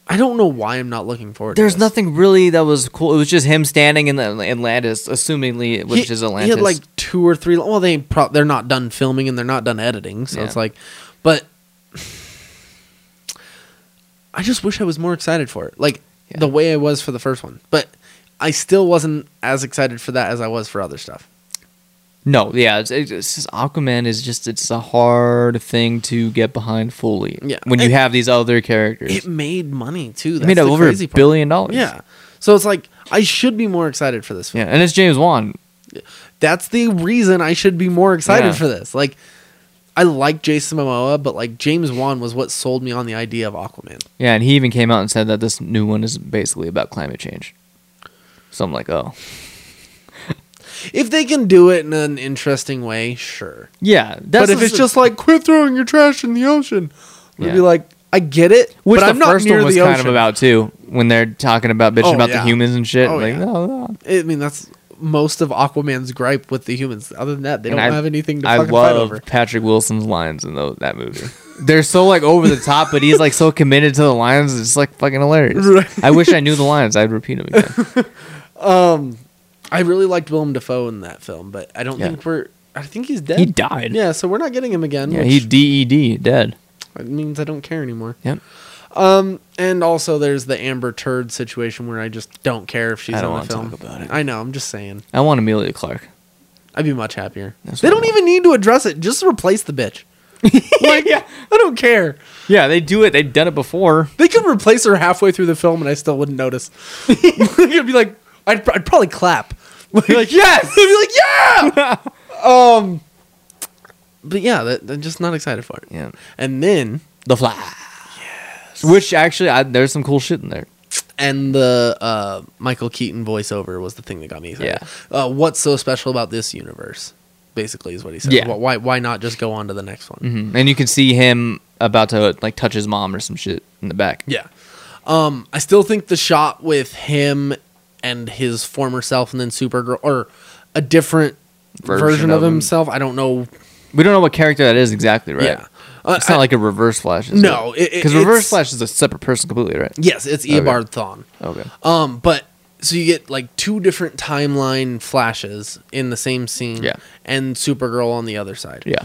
C: I don't know why I'm not looking forward.
B: There's
C: to this.
B: nothing really that was cool. It was just him standing in the Atlantis, assumingly, which
C: He-
B: is Atlantis.
C: He had like two or three. Well, they pro- they're not done filming and they're not done editing, so
B: Yeah.
C: it's like, but I just wish I was more excited for it, like
B: Yeah.
C: the way I was for the first one. But I still wasn't as excited for that as I was for other stuff.
B: no, yeah, it's, it's just Aquaman is just it's a hard thing to get behind fully.
C: Yeah.
B: when you
C: And-
B: have these other characters,
C: It made money too. That's
B: it made
C: the
B: over
C: crazy
B: a
C: part.
B: billion dollars.
C: Yeah, so it's like I should be more excited for this film.
B: yeah, and it's James Wan.
C: that's the reason I should be more excited
B: Yeah.
C: for this. Like, I like Jason Momoa, but like James Wan was what sold me on the idea of Aquaman.
B: Yeah, and he even came out and said that this new one is basically about climate change. So I'm like, oh,
C: If they can do it in an interesting way, sure.
B: yeah. That's
C: but if it's just like quit throwing your trash in the ocean, we'd
B: Yeah.
C: be like, I get it,
B: which
C: but
B: the
C: I'm not
B: first
C: near
B: one was
C: the
B: kind
C: ocean.
B: of about too, when they're talking about bitching
C: Oh,
B: about
C: yeah.
B: the humans and shit.
C: Oh,
B: like,
C: yeah.
B: no, no,
C: I mean, that's most of Aquaman's gripe with the humans. Other than that, they
B: And
C: don't
B: I-
C: have anything to
B: I
C: fucking
B: love
C: fight over.
B: Patrick Wilson's lines in tho- that movie. They're so like over the top, but he's like so committed to the lines. It's like fucking hilarious.
C: Right.
B: I wish I knew the lines. I'd repeat them again.
C: I really liked Willem Dafoe in that film, but I don't
B: Yeah.
C: think we're. I think he's dead.
B: He died.
C: Yeah, so we're not getting him again.
B: Yeah,
C: which
B: he DED dead.
C: means I don't care anymore.
B: Yep.
C: Um, and also there's the Amber Turd situation where I just don't care if she's
B: I don't
C: on
B: wanna
C: the film.
B: talk about it.
C: I know. I'm just saying.
B: I want Amelia Clark.
C: I'd be much happier.
B: That's
C: they
B: what I
C: don't
B: want.
C: even need to address it. Just replace the bitch. like,
B: Yeah.
C: I don't care.
B: Yeah, they do it. They've done it before.
C: They could replace her halfway through the film, and I still wouldn't notice. I'd be like, I'd, I'd probably clap. Like,
B: like, "Yes!"
C: I'd be like, yeah. um, but yeah, that, I'm just not excited for it.
B: Yeah.
C: And then
B: The Flash. Which actually, I, there's some cool shit in there.
C: and the uh, Michael Keaton voiceover was the thing that got me excited. Uh, what's so special about this universe? Basically, is what he said.
B: Yeah. Mm-hmm.
C: Wh- Why? Why not just go on to the next one?
B: And you can see him about to like touch his mom or some shit in the back.
C: Yeah. Um, I still think the shot with him and his former self, and then Supergirl, or a different version,
B: Version
C: of,
B: of him.
C: himself. I don't know.
B: We don't know what character that is exactly, right?
C: Yeah. Uh,
B: it's not
C: I-
B: like a reverse flash. Is
C: No, it- it-
B: because reverse
C: it's-
B: flash is a separate person completely, right?
C: Yes, it's
B: Okay.
C: Eobard Thawne.
B: Okay.
C: Um, but so you get like two different timeline flashes in the same scene.
B: Yeah.
C: And Supergirl on the other side.
B: Yeah.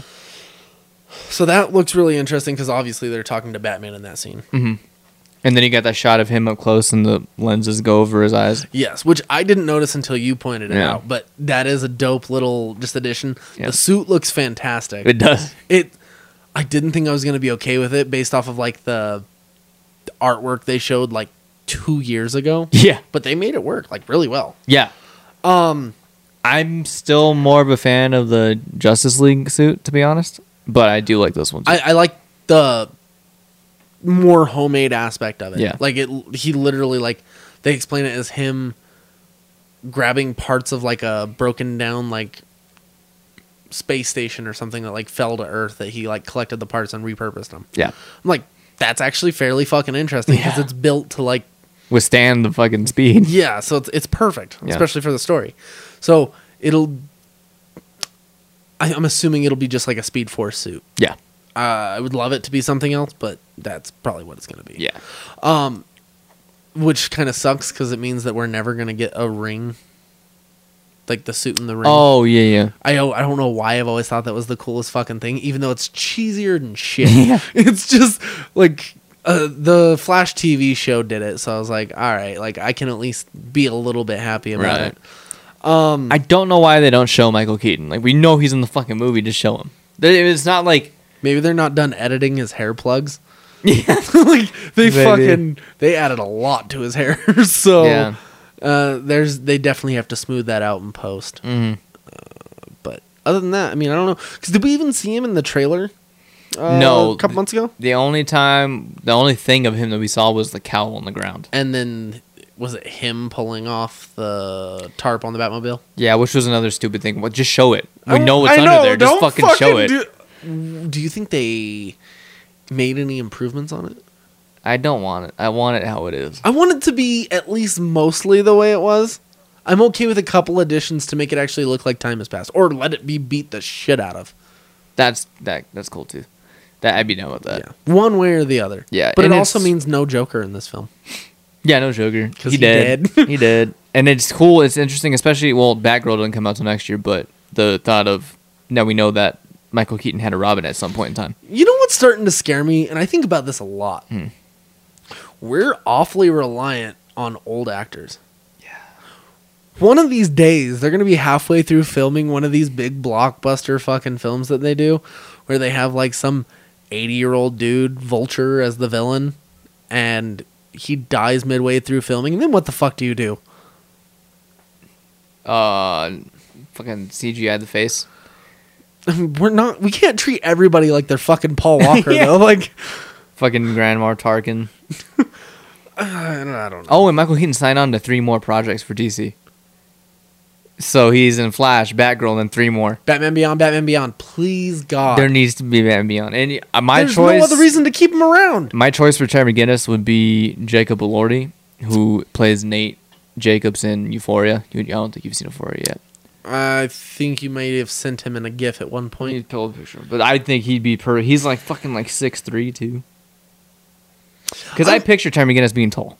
C: So that looks really interesting because obviously they're talking to Batman in that scene. Mm-hmm.
B: And then you got that shot of him up close, and the lenses go over his eyes.
C: Yes, which I didn't notice until you pointed it
B: Yeah.
C: out. But that is a dope little just addition.
B: Yeah.
C: The suit looks fantastic.
B: It does.
C: it I didn't think I was gonna be okay with it based off of like the, the artwork they showed like two years ago.
B: Yeah.
C: But they made it work like really well.
B: Yeah.
C: Um
B: I'm still more of a fan of the Justice League suit, to be honest. But I do like this one. Too.
C: I, I like the more homemade aspect of it.
B: Yeah.
C: Like it he literally like they explain it as him grabbing parts of like a broken down like space station or something that like fell to earth that he like collected the parts and repurposed them.
B: yeah.
C: I'm like that's actually fairly fucking interesting because
B: Yeah.
C: it's built to like
B: Withstand the fucking speed.
C: Yeah, so it's it's perfect,
B: Yeah.
C: especially for the story. So it'll. I, I'm assuming it'll be just like a Speed Force suit.
B: Yeah.
C: Uh, I would love it to be something else, but that's probably what it's going to be.
B: Yeah.
C: which kind of sucks because it means that we're never going to get a ring, like the suit and the ring.
B: Oh yeah yeah.
C: I o- I don't know why I've always thought that was the coolest fucking thing, even though it's cheesier than shit.
B: Yeah.
C: It's just like uh, the Flash TV show did it, so I was like, all right, like I can at least be a little bit happy about
B: Right.
C: it.
B: I don't know why they don't show Michael Keaton. Like we know he's in the fucking movie. Just show him. They- It's not like
C: Maybe they're not done editing his hair plugs. Yeah, like
B: Maybe.
C: they fucking they added a lot to his hair, so
B: Yeah.
C: uh, there's they definitely have to smooth that out in post. Uh, but other than that, I mean, I don't know. Because did we even see him in the trailer? Uh,
B: No.
C: a couple months ago,
B: the only time, the only thing of him that we saw was the cowl on the ground.
C: and then was it him pulling off the tarp on the Batmobile?
B: Yeah, which was another stupid thing. Well, just show it.
C: I
B: We
C: don't-
B: know it's
C: I
B: under
C: know,
B: there. Just
C: don't
B: fucking, show it.
C: Do, do you think they made any improvements on it?
B: I don't want it. I want it how it is.
C: I want it to be at least mostly the way it was. I'm okay with a couple additions to make it actually look like time has passed, or let it be beat the shit out of.
B: That's that. That's cool too. That I'd be down with that.
C: Yeah, one way or the other.
B: Yeah,
C: but it
B: and
C: also
B: it's-
C: means no Joker in this film.
B: Yeah, no sugar.
C: 'Cause
B: he
C: he
B: did.
C: dead.
B: he did. And it's cool. It's interesting, especially well, Batgirl doesn't come out till next year, but the thought of now we know that Michael Keaton had a Robin at some point in time.
C: You know what's starting to scare me, and I think about this a lot. We're awfully reliant on old actors. Yeah. One of these days, they're going to be halfway through filming one of these big blockbuster fucking films that they do, where they have like some 80 year old dude, Vulture, as the villain, and he dies midway through filming. And then what the fuck do you do?
B: Uh, fucking CGI the face.
C: We're not, we can't treat everybody like they're fucking Paul Walker,
B: Yeah.
C: though. Like,
B: Fucking Grandma Tarkin.
C: I don't, I don't know.
B: Oh, and Michael Keaton signed on to three more projects for DC. So he's in Flash, Batgirl, and then three more.
C: Batman Beyond, Batman Beyond, please God.
B: There needs to be Batman Beyond. And uh, my
C: There's
B: choice.
C: no other reason to keep him around.
B: My choice for Terry McGinnis would be Jacob Elordi, who plays Nate Jacobs in Euphoria. You, I don't think you've seen Euphoria yet.
C: I think you might have sent him in a GIF at one
B: I need
C: point.
B: to pull a picture, but I think he'd be per. He's like fucking like six three too. Because I
C: I'm-
B: picture Terry McGinnis being tall.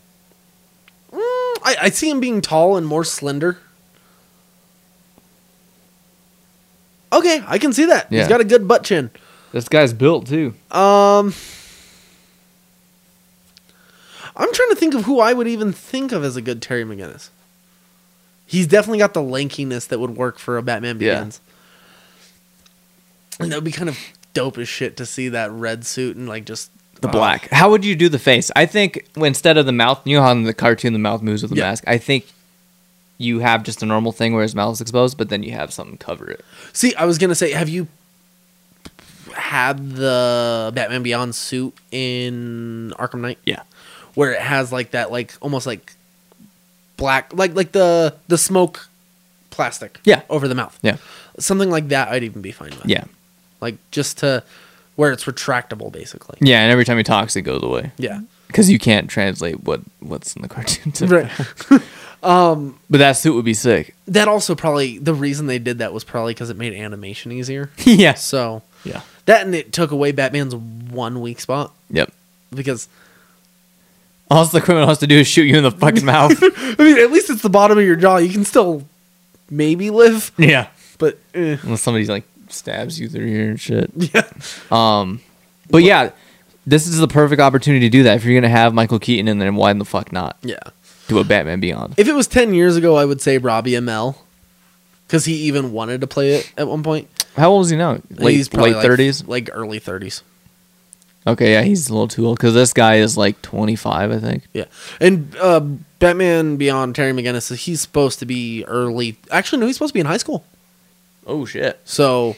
C: Mm, I, I see him being tall and more slender. Okay, I can see that.
B: Yeah.
C: He's got a good butt chin.
B: This guy's built too.
C: Um, I'm trying to think of who I would even think of as a good Terry McGinnis. He's definitely got the lankiness that would work for a Batman
B: Yeah.
C: Begins. And that would be kind of dope as shit to see that red suit and like just
B: The
C: uh,
B: black. How would you do the face? I think instead of the mouth, you know how in the cartoon the mouth moves with the
C: Yeah.
B: mask. I think you have just a normal thing where his mouth's exposed, but then you have something cover it.
C: See, I was gonna say, have you had the Batman Beyond suit in Arkham Knight?
B: Yeah.
C: Where it has like that, like almost like black, like like the the smoke plastic.
B: Yeah.
C: Over the mouth.
B: Yeah.
C: Something like that, I'd even be fine with.
B: Yeah.
C: Like just to where it's retractable, basically.
B: Yeah. And every time he talks, it goes away.
C: Yeah.
B: because you can't translate what what's in the cartoon. To
C: Right.
B: But that suit would be sick.
C: that also probably the reason they did that was probably because it made animation easier.
B: yes.
C: So
B: Yeah.
C: that and it took away Batman's one weak spot
B: Yep.
C: because
B: All the criminal has to do is shoot you in the fucking mouth.
C: I mean, at least it's the bottom of your jaw. You can still maybe live,
B: yeah.
C: but eh.
B: Unless somebody like stabs you through here and shit.
C: yeah.
B: Um, but yeah, This is the perfect opportunity to do that. If you're gonna have Michael Keaton in there, why in the fuck not
C: Yeah.
B: do a Batman Beyond?
C: If it was 10 years ago, I would say Robbie Amell because he even wanted to play it at one point.
B: How old is he now?
C: He's
B: Late
C: probably
B: late thirties.
C: Like, like early 30s.
B: Okay, yeah, he's a little too old because this guy is like 25, I think.
C: Yeah. And uh, Batman Beyond Terry McGinnis, he's supposed to be early. Actually, no, he's supposed to be in high school.
B: Oh shit!
C: So,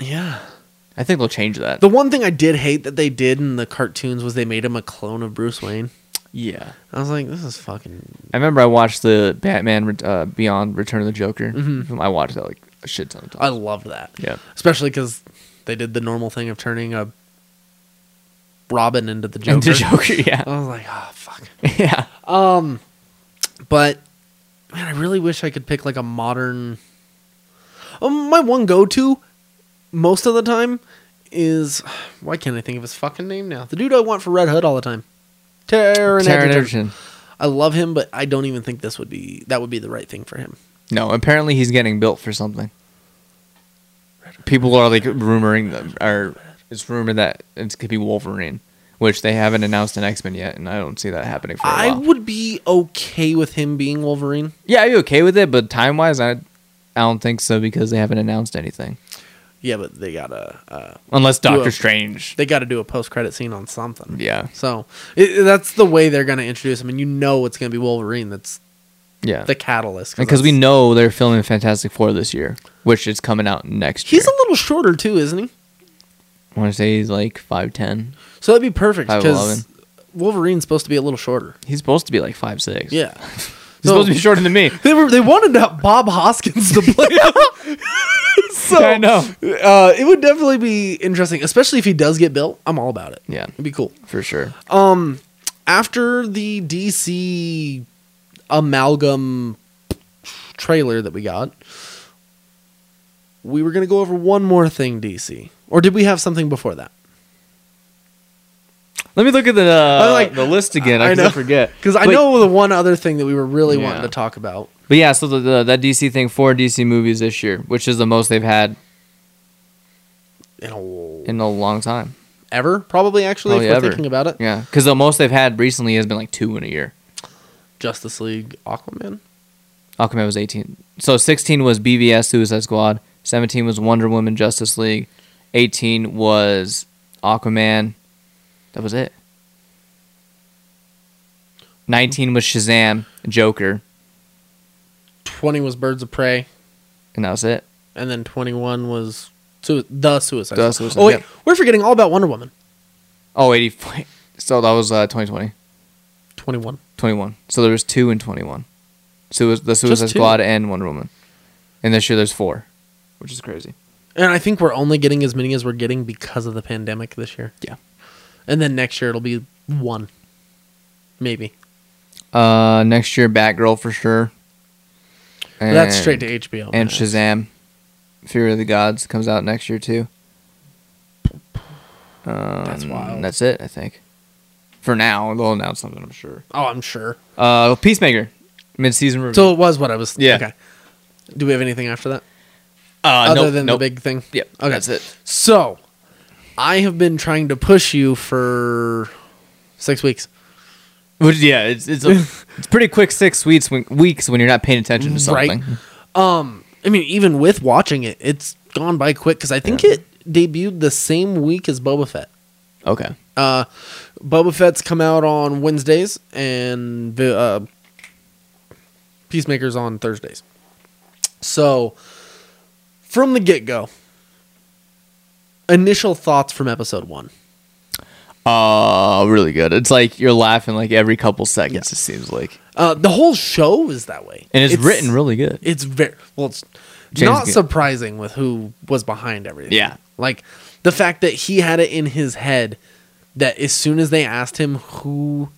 C: yeah.
B: I think they'll change that.
C: The one thing I did hate that they did in the cartoons was they made him a clone of Bruce Wayne.
B: yeah,
C: I was like, this is fucking.
B: I remember I watched the Batman Re- uh, Beyond Return of the Joker. I watched that like a shit ton of times.
C: Mm-hmm. I loved that.
B: Yeah.
C: Especially because they did the normal thing of turning a Robin into the Joker.
B: Into Joker, yeah,
C: I was like, oh, fuck.
B: yeah.
C: Um, But man, I really wish I could pick like a modern. Um, my one go-to, most of the time, is why can't I think of his fucking name now? The dude I want for Red Hood all the time, Taron
B: Taron
C: Egerton.
B: Egerton.
C: I love him, but I don't even think this would be that would be the right thing for him.
B: No, apparently he's getting built for something. People are like rumoring that, or it's rumored that it could be Wolverine, which they haven't announced an X Men yet, and I don't see that happening for a
C: I
B: while.
C: would be okay with him being Wolverine.
B: yeah, I'd be okay with it, but time wise, I, I don't think so because they haven't announced anything.
C: Yeah, but they gotta uh,
B: Unless
C: a-
B: Doctor Strange.
C: they gotta do a post-credit scene on something.
B: Yeah,
C: So it, that's the way they're gonna introduce him, and you know it's gonna be Wolverine. That's
B: yeah.
C: the catalyst
B: Because we
C: that's-
B: know they're filming Fantastic Four this year, which is coming out next year.
C: He's a little shorter too, isn't he?
B: I want to say he's like five ten.
C: So that'd be perfect
B: I
C: because Wolverine's supposed to be a little shorter.
B: He's supposed to be like five six.
C: Yeah,
B: he's supposed to be shorter than me.
C: They were they wanted to have Bob Hoskins to play him. so
B: I know.
C: Uh, it would definitely be interesting, especially if he does get built. I'm all about it.
B: Yeah,
C: it'd be cool.
B: for sure.
C: Um, After the DC amalgam trailer that we got, we were gonna go over one more thing DC, or did we have something before that?
B: Let me look at the uh,
C: I'm like-
B: the list again. I,
C: I
B: I,
C: know.
B: forget
C: Because I
B: But-
C: know the one other thing that we were really
B: Yeah.
C: wanting to talk about.
B: But yeah, so the, the that DC thing, four DC movies this year, which is the most they've had
C: in a
B: in a long time.
C: ever probably actually
B: Probably
C: if we're
B: ever.
C: thinking about it.
B: Yeah, because the most they've had recently has been like two in a year.
C: Justice League, Aquaman.
B: Aquaman was eighteen. So sixteen was BVS Suicide Squad. Seventeen was Wonder Woman Justice League. Eighteen was Aquaman. That was it. Nineteen was Shazam, Joker,
C: Twenty was Birds of Prey,
B: and that was it.
C: and then twenty-one was sui- the Suicide.
B: The
C: Squad.
B: Suicide,
C: oh wait,
B: yeah.
C: we're forgetting all about Wonder Woman.
B: Oh, 84. So that was uh, 2020.
C: Twenty-one.
B: 21. So there was two in 21. So the Suicide
C: Just two?
B: Squad and Wonder Woman. And this year there's four, which is crazy.
C: And I think we're only getting as many as we're getting because of the pandemic this year.
B: Yeah.
C: And then next year it'll be one, maybe.
B: Uh, next year Batgirl for sure.
C: But
B: And,
C: That's straight to HBO.
B: And
C: man.
B: Shazam, Fury of the Gods comes out next year too. Um, that's
C: wild.
B: That's it, I think. For now, they'll announce something, I'm sure.
C: Oh, I'm sure.
B: Uh, Peacemaker, mid-season review.
C: So it was what I was.
B: Yeah.
C: Okay. Do we have anything after that
B: uh,
C: other
B: nope,
C: than
B: nope.
C: the big thing?
B: Yep.
C: Okay.
B: That's it.
C: So, I have been trying to push you for six weeks.
B: Which yeah, it's it's, a, it's pretty quick six weeks when, weeks when you're not paying attention to
C: Right.
B: something.
C: Um, I mean, even with watching it, it's gone by quick because I think it debuted the same week as Boba Fett.
B: Okay.
C: Uh, Boba Fett's come out on Wednesdays and the, uh, Peacemaker's on Thursdays. So, from the get go, initial thoughts from episode one.
B: Uh really good. It's like you're laughing like every couple seconds. It seems like,
C: Uh, the whole show is that way,
B: and it's, written really good.
C: it's very well it's
B: James
C: not
B: Gunn.
C: surprising with who was behind everything
B: Yeah.
C: like the fact that he had it in his head that as soon as they asked him who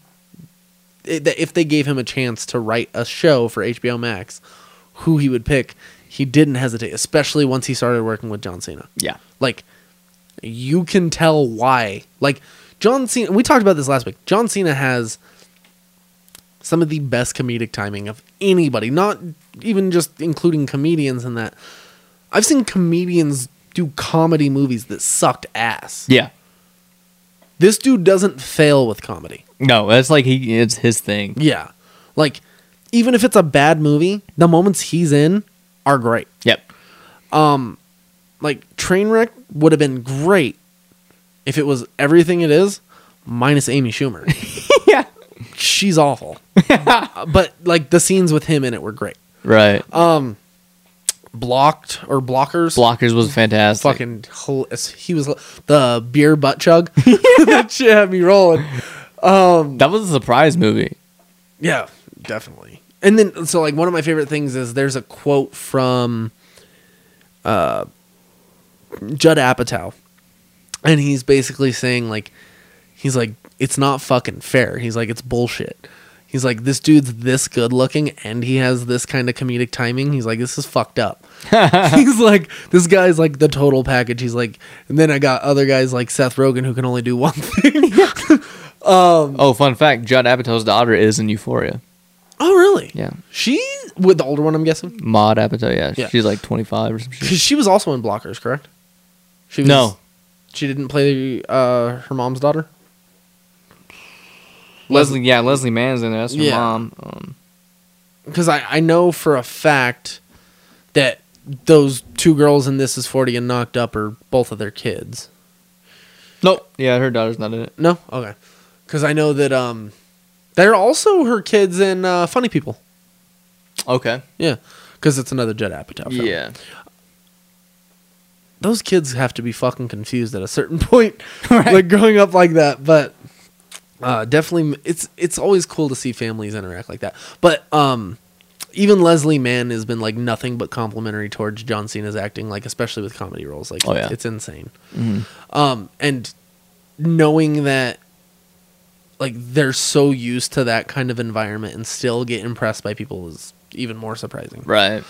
C: i- that if they gave him a chance to write a show for hbo max who he would pick he didn't hesitate especially once he started working with john cena
B: yeah.
C: like you can tell why like john cena we talked about this last week john cena has some of the best comedic timing of anybody not even just including comedians in that i've seen comedians do comedy movies that sucked ass
B: Yeah.
C: This dude doesn't fail with comedy.
B: No, that's like he it's his thing.
C: Yeah. Like, even if it's a bad movie, the moments he's in are great.
B: Yep.
C: Like, Trainwreck would have been great if it was everything it is, minus Amy Schumer.
B: Yeah.
C: She's awful. but, like, the scenes with him in it were great.
B: Right.
C: Blocked or blockers.
B: Blockers was fantastic.
C: fucking hol- he was the beer butt chug that shit had me rolling
B: that was a surprise movie.
C: yeah definitely and then so like one of my favorite things is there's a quote from uh judd apatow and he's basically saying like he's like it's not fucking fair he's like it's bullshit he's like this dude's this good looking and he has this kind of comedic timing he's like this is fucked up he's like this guy's like the total package he's like and then i got other guys like seth rogen who can only do one thing Um,
B: Oh, fun fact: Judd Apatow's daughter is in Euphoria.
C: oh really
B: Yeah.
C: she with the older one i'm guessing
B: Maud Apatow. Yeah,
C: Yeah.
B: she's like 25 or some shit.
C: Because she was also in Blockers, correct? She was,
B: No.
C: she didn't play uh, her mom's daughter.
B: Leslie, yeah, Leslie Mann's in there. That's her
C: Yeah.
B: mom. Um,
C: Because I, I know for a fact that those two girls in This Is Forty and Knocked Up are both of their kids.
B: nope. Yeah, her daughter's not in it.
C: No, okay. Because I know that um, they're also her kids in uh, Funny People.
B: Okay.
C: Yeah, because it's another Judd Apatow. Film.
B: Yeah.
C: those kids have to be fucking confused at a certain point, like growing up like that. But uh, definitely, it's it's always cool to see families interact like that. But um, even Leslie Mann has been like nothing but complimentary towards John Cena's acting, like especially with comedy roles. Like,
B: Oh, yeah. Mm-hmm.
C: it's insane. Um, and knowing that. Like they're so used to that kind of environment and still get impressed by people is even more surprising.
B: Right.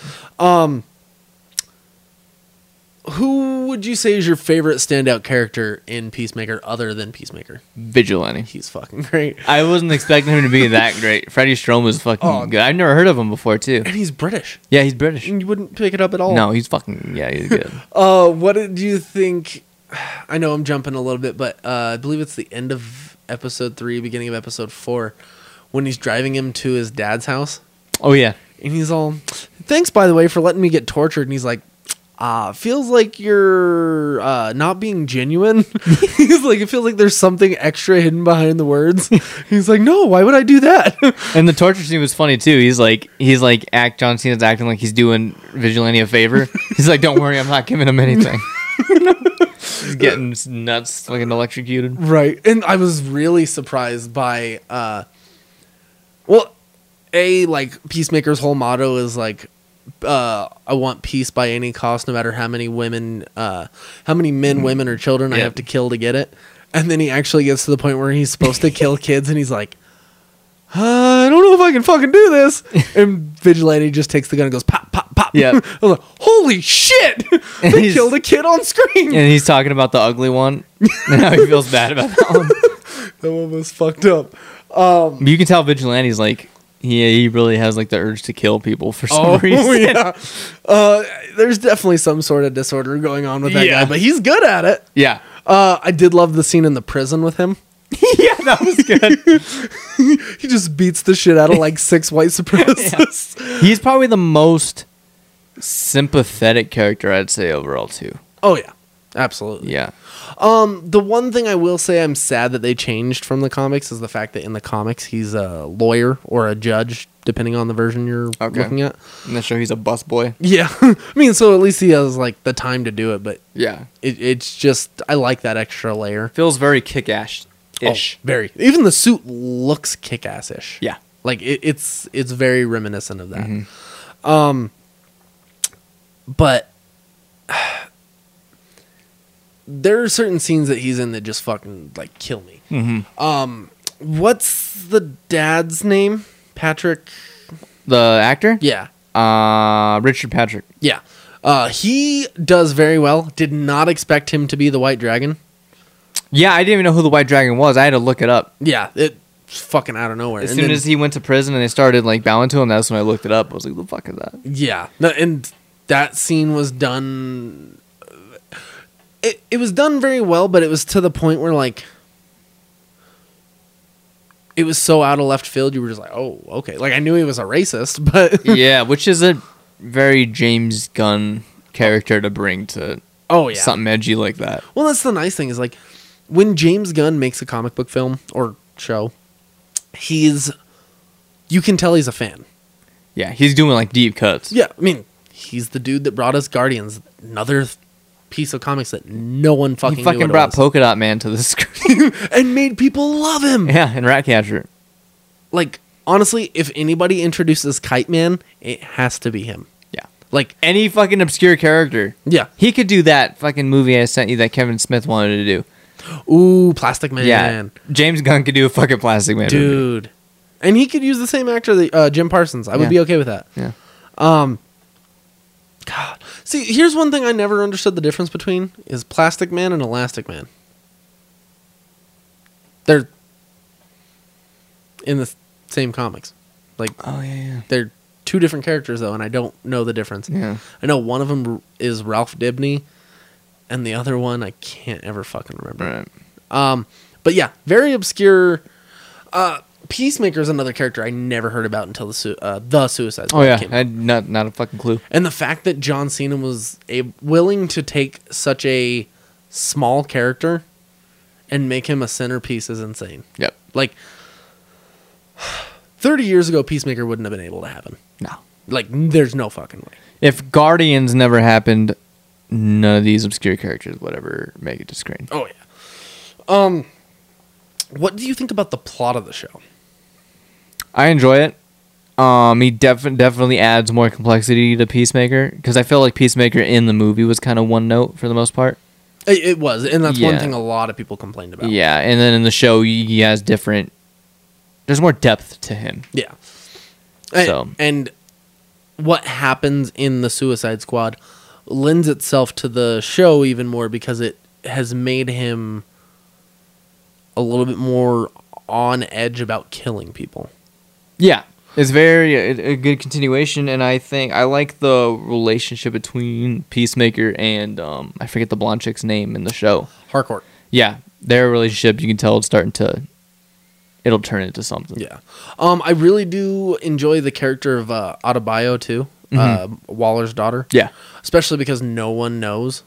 C: Who would you say is your favorite standout character in Peacemaker other than Peacemaker?
B: Vigilante.
C: He's fucking great.
B: I wasn't expecting him to be that great. Freddie Strom was fucking
C: Oh.
B: good. I've never heard of him before, too.
C: And he's British.
B: Yeah, he's British.
C: You wouldn't pick it up at all.
B: No, he's fucking. Yeah, he's good.
C: Uh, what did you think? I know I'm jumping a little bit, but uh, I believe it's the end of episode three, beginning of episode four, when he's driving him to his dad's house.
B: oh yeah.
C: And he's all, thanks, by the way, for letting me get tortured. And he's like, ah, feels like you're uh, not being genuine. he's like, it feels like there's something extra hidden behind the words. he's like, no, why would I do that?
B: And the torture scene was funny too. He's like, he's like, act John Cena's acting like he's doing Vigilante a favor. He's like, don't worry, I'm not giving him anything. he's getting nuts, fucking electrocuted.
C: Right. And I was really surprised by uh well a like Peacemaker's whole motto is like uh I want peace by any cost no matter how many women uh how many men, women or children I
B: Mm-hmm. Yeah.
C: have to kill to get it. And then he actually gets to the point where he's supposed to kill kids and he's like uh, I don't know if I can fucking do this. And Vigilante just takes the gun and goes pop, pop, pop.
B: Yeah.
C: I was like, holy shit!
B: And
C: they
B: he's-
C: killed a kid on screen.
B: And he's talking about the ugly one and how he feels bad about that one.
C: That one was fucked up.
B: You can tell Vigilante's like, yeah, he really has like the urge to kill people for some reason.
C: yeah. Uh, there's definitely some sort of disorder going on with that
B: Yeah.
C: guy, but he's good at it.
B: Yeah.
C: Uh, I did love the scene in the prison with him.
B: yeah, that was good.
C: He just beats the shit out of like six white supremacists.
B: He's probably the most sympathetic character I'd say overall too.
C: Oh yeah, absolutely.
B: Yeah.
C: The one thing I will say I'm sad that they changed from the comics is the fact that in the comics he's a lawyer or a judge, depending on the version you're
B: Okay.
C: looking at.
B: I'm not sure he's a bus boy.
C: Yeah, I mean, so at least he has like the time to do it, but
B: Yeah.
C: it, it's just I like that extra layer.
B: Feels very kick ass
C: Oh,
B: ish.
C: very. Even the suit looks kick ass ish.
B: Yeah.
C: Like it, it's it's very reminiscent of that.
B: Mm-hmm.
C: Um but there are certain scenes that he's in that just fucking like kill me.
B: Mm-hmm.
C: Um what's the dad's name? Patrick?
B: The actor?
C: Yeah.
B: Uh Richard Patrick.
C: Yeah. Uh he does very well. Did not expect him to be the white dragon.
B: Yeah, I didn't even know who the White Dragon was. I had to look it up.
C: Yeah, it fucking out of nowhere.
B: As
C: And
B: soon
C: then-
B: as he went to prison and they started like bowing to him, that's when I looked it up. I was like, the fuck is that?
C: Yeah, no, and that scene was done. It it was done very well, but it was to the point where like it was so out of left field. You were just like, oh, okay. Like I knew he was a racist, but
B: yeah, which is a very James Gunn character to bring to
C: oh yeah.
B: something edgy like that.
C: Well, that's the nice thing is like when James Gunn makes a comic book film or show, he's you can tell he's a fan.
B: Yeah, he's doing like deep cuts.
C: Yeah, I mean, he's the dude that brought us Guardians, another th- piece of comics that no one fucking
B: he
C: knew
B: fucking
C: what it
B: brought
C: was.
B: Polka Dot Man to the screen.
C: and made people love him.
B: yeah, and Ratcatcher.
C: Like honestly, if anybody introduces Kite Man, it has to be him.
B: Yeah,
C: Like
B: any fucking obscure character.
C: yeah,
B: He could do that fucking movie I sent you that Kevin Smith wanted to do.
C: ooh, Plastic Man.
B: Yeah, James Gunn could do a fucking Plastic Man. movie.
C: dude. And he could use the same actor that uh, Jim Parsons. I would
B: Yeah.
C: be okay with that.
B: Yeah.
C: Um, God, see, here's one thing I never understood the difference between is Plastic Man and Elastic Man. They're in the s- same comics, like
B: Oh yeah, yeah.
C: they're two different characters though, and I don't know the difference.
B: Yeah.
C: I know one of them is Ralph Dibny, and the other one I can't ever fucking remember.
B: Right.
C: Um, but yeah, very obscure. Uh, Peacemaker is another character I never heard about until the su- uh, the Suicide Squad
B: Oh yeah,
C: came.
B: I had not not a fucking clue.
C: and the fact that John Cena was a- willing to take such a small character and make him a centerpiece is insane.
B: Yep.
C: Like 30 years ago, Peacemaker wouldn't have been able to happen.
B: No.
C: Like, there's no fucking way.
B: If Guardians never happened, none of these obscure characters would ever make it to screen.
C: Oh yeah. Um, what do you think about the plot of the show?
B: I enjoy it. Um, he def- definitely adds more complexity to Peacemaker because I feel like Peacemaker in the movie was kind of one note for the most part.
C: It, it was, and that's one
B: Yeah.
C: thing a lot of people complained about.
B: Yeah, and then in the show he he has different. There's more depth to him.
C: Yeah. And,
B: So-
C: and what happens in the Suicide Squad lends itself to the show even more because it has made him a little bit more on edge about killing people.
B: Yeah, it's very uh, a, a good continuation, and I think I like the relationship between Peacemaker and um, I forget the blonde chick's name in the show.
C: Harcourt.
B: Yeah, their relationship you can tell it's starting to. It'll turn into something.
C: Yeah. Um, I really do enjoy the character of uh, Autobio too,
B: Mm-hmm.
C: uh, Waller's daughter.
B: Yeah.
C: Especially because no one knows.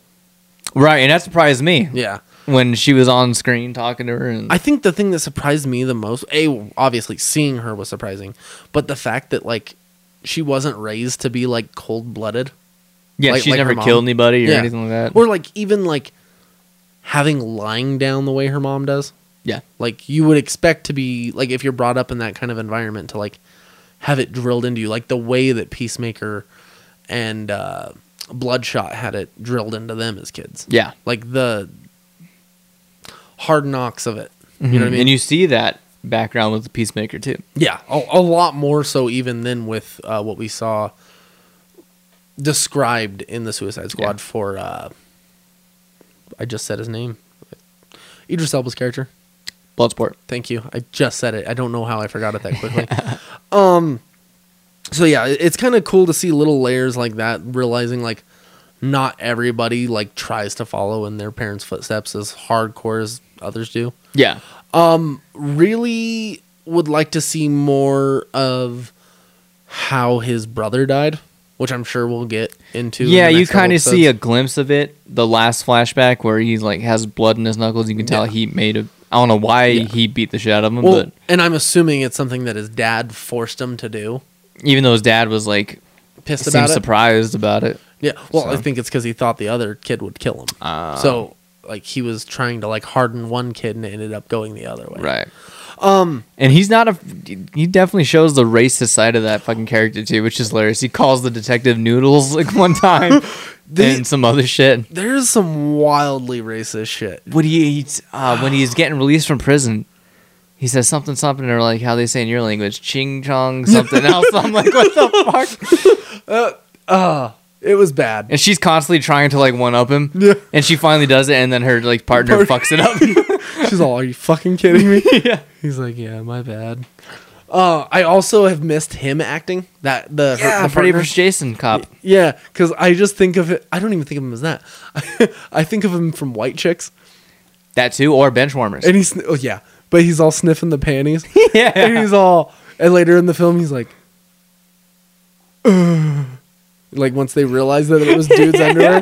B: Right, and that surprised me.
C: Yeah.
B: When she was on screen talking to her, and
C: I think the thing that surprised me the most, a obviously seeing her was surprising, but the fact that like she wasn't raised to be like cold blooded
B: yeah,
C: like-
B: she's
C: like her
B: never
C: mom.
B: killed anybody or anything like that.
C: or like even like having lying down the way her mom does.
B: yeah,
C: Like you would expect to be like if you're brought up in that kind of environment to like have it drilled into you, like the way that Peacemaker and uh, Bloodshot had it drilled into them as kids.
B: yeah.
C: Like the hard knocks of it. You know what I mean?
B: Mm-hmm. And you see that background with the Peacemaker too.
C: Yeah, a, a lot more so even than with uh, what we saw described in the Suicide
B: Yeah.
C: Squad for. Uh, I just said his name. Idris Elba's character.
B: Bloodsport.
C: Thank you. I just said it. I don't know how I forgot it that quickly. um, so yeah, it- it's kind of cool to see little layers like that, realizing like not everybody like tries to follow in their parents' footsteps as hardcore as others do
B: Yeah,
C: really would like to see more of how his brother died, which I'm sure we'll get into. in the
B: yeah. You
C: next couple
B: kind of see a
C: episodes.
B: glimpse of it. The last flashback where he like has blood in his knuckles. You can tell
C: Yeah.
B: he made a. I don't know why he beat the shit out of him,
C: Well,
B: but
C: and I'm assuming it's something that his dad forced him to do.
B: even though his dad was like
C: Pissed
B: seemed
C: about it.
B: surprised about it.
C: Yeah. Well, I
B: So. Ah.
C: think it's because he thought the other kid would kill him. so like he was trying to like harden one kid and it ended up going the other way.
B: Right. Um, and he's not a. He definitely shows the racist side of that fucking character too, which is hilarious. He calls the detective noodles like one time,
C: The-
B: and some other shit.
C: There's some wildly racist shit.
B: When he he's, uh, when he's getting released from prison, he says something something or like how they say in your language, ching chong something else. I'm like, what the fuck?
C: It was bad.
B: And she's constantly trying to like one up him,
C: Yeah.
B: and she finally does it, and then her like partner
C: Part-
B: fucks it up.
C: She's all, "Are you fucking kidding me?"
B: yeah.
C: He's like, yeah, my bad. Uh, I also have missed him acting. That the her-
B: Yeah,
C: the
B: the pretty
C: partner.
B: much Jason cop.
C: yeah, because I just think of it. I don't even think of him as that. I think of him from White Chicks,
B: That too, or benchwarmers.
C: and he's oh yeah, but he's all sniffing the panties.
B: Yeah.
C: And he's all, and later in the film, he's like, "Ugh." like once they realized that it was dude's underwear.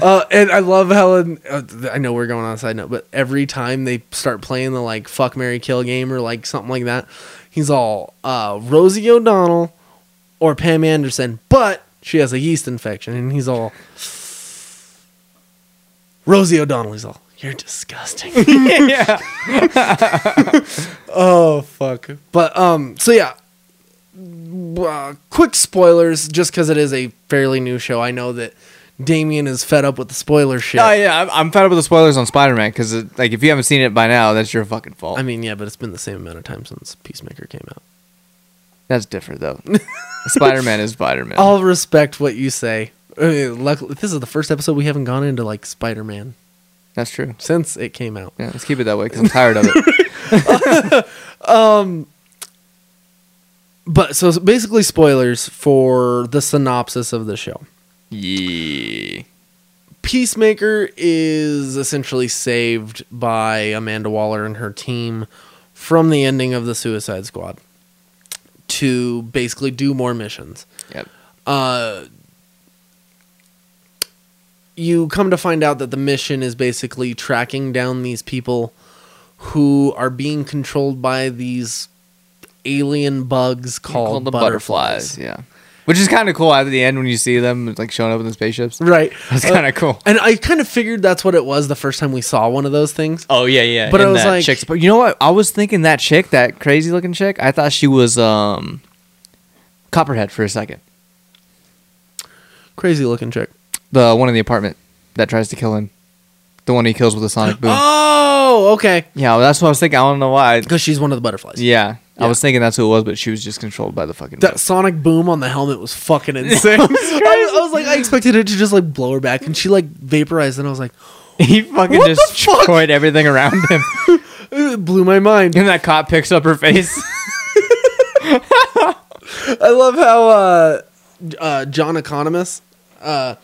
C: Uh, and I love Helen. Uh, th- I know we're going on a side note, but every time they start playing the like fuck Mary kill game or like something like that, he's all uh, Rosie O'Donnell or Pam Anderson, but she has a yeast infection, and he's all Rosie O'Donnell. He's all, you're disgusting.
B: yeah.
C: Oh fuck! But um, so yeah, uh, quick spoilers, just because it is a fairly new show. I know that Damien is fed up with the spoiler shit.
B: No, yeah, I'm, I'm fed up with the spoilers on Spider-Man because, like, if you haven't seen it by now, that's your fucking fault.
C: I mean, yeah, but it's been the same amount of time since Peacemaker came out.
B: that's different though. Spider-Man is Spider-Man.
C: I'll respect what you say. I mean, luckily, this is the first episode we haven't gone into like Spider-Man
B: That's true.
C: since it came out.
B: Yeah, let's keep it that way because I'm tired of it.
C: But so basically, spoilers for the synopsis of the show.
B: yeah.
C: Peacemaker is essentially saved by Amanda Waller and her team from the ending of the Suicide Squad to basically do more missions. Uh,
B: Yep.
C: You come to find out that the mission is basically tracking down these people who are being controlled by these alien bugs called,
B: Called the
C: butterflies.
B: butterflies. Yeah. Which is kind of cool at the end when you see them like showing up in the spaceships.
C: Right. Uh,
B: That's kind of cool.
C: And I kind of figured that's what it was the first time we saw one of those things.
B: Oh yeah, yeah.
C: But
B: in
C: I was
B: that
C: like-
B: chick's- but you know what? I was thinking that chick, that crazy looking chick. I thought she was um, Copperhead for a second.
C: Crazy looking chick.
B: The one in the apartment that tries to kill him. The one he kills with a sonic boom.
C: Oh, okay.
B: Yeah, well, that's what I was thinking. I don't know why.
C: Because she's one of the butterflies.
B: Yeah,
C: Yeah.
B: I was thinking that's who it was, but she was just controlled by the fucking.
C: That sonic boom on the helmet was fucking insane. I, I was like, I expected it to just like blow her back, and she like vaporized, and I was like,
B: he fucking
C: What the
B: destroyed
C: fuck?
B: everything around him,
C: it blew my mind.
B: and that cop picks up her face.
C: I love how uh, uh, John Economist, uh,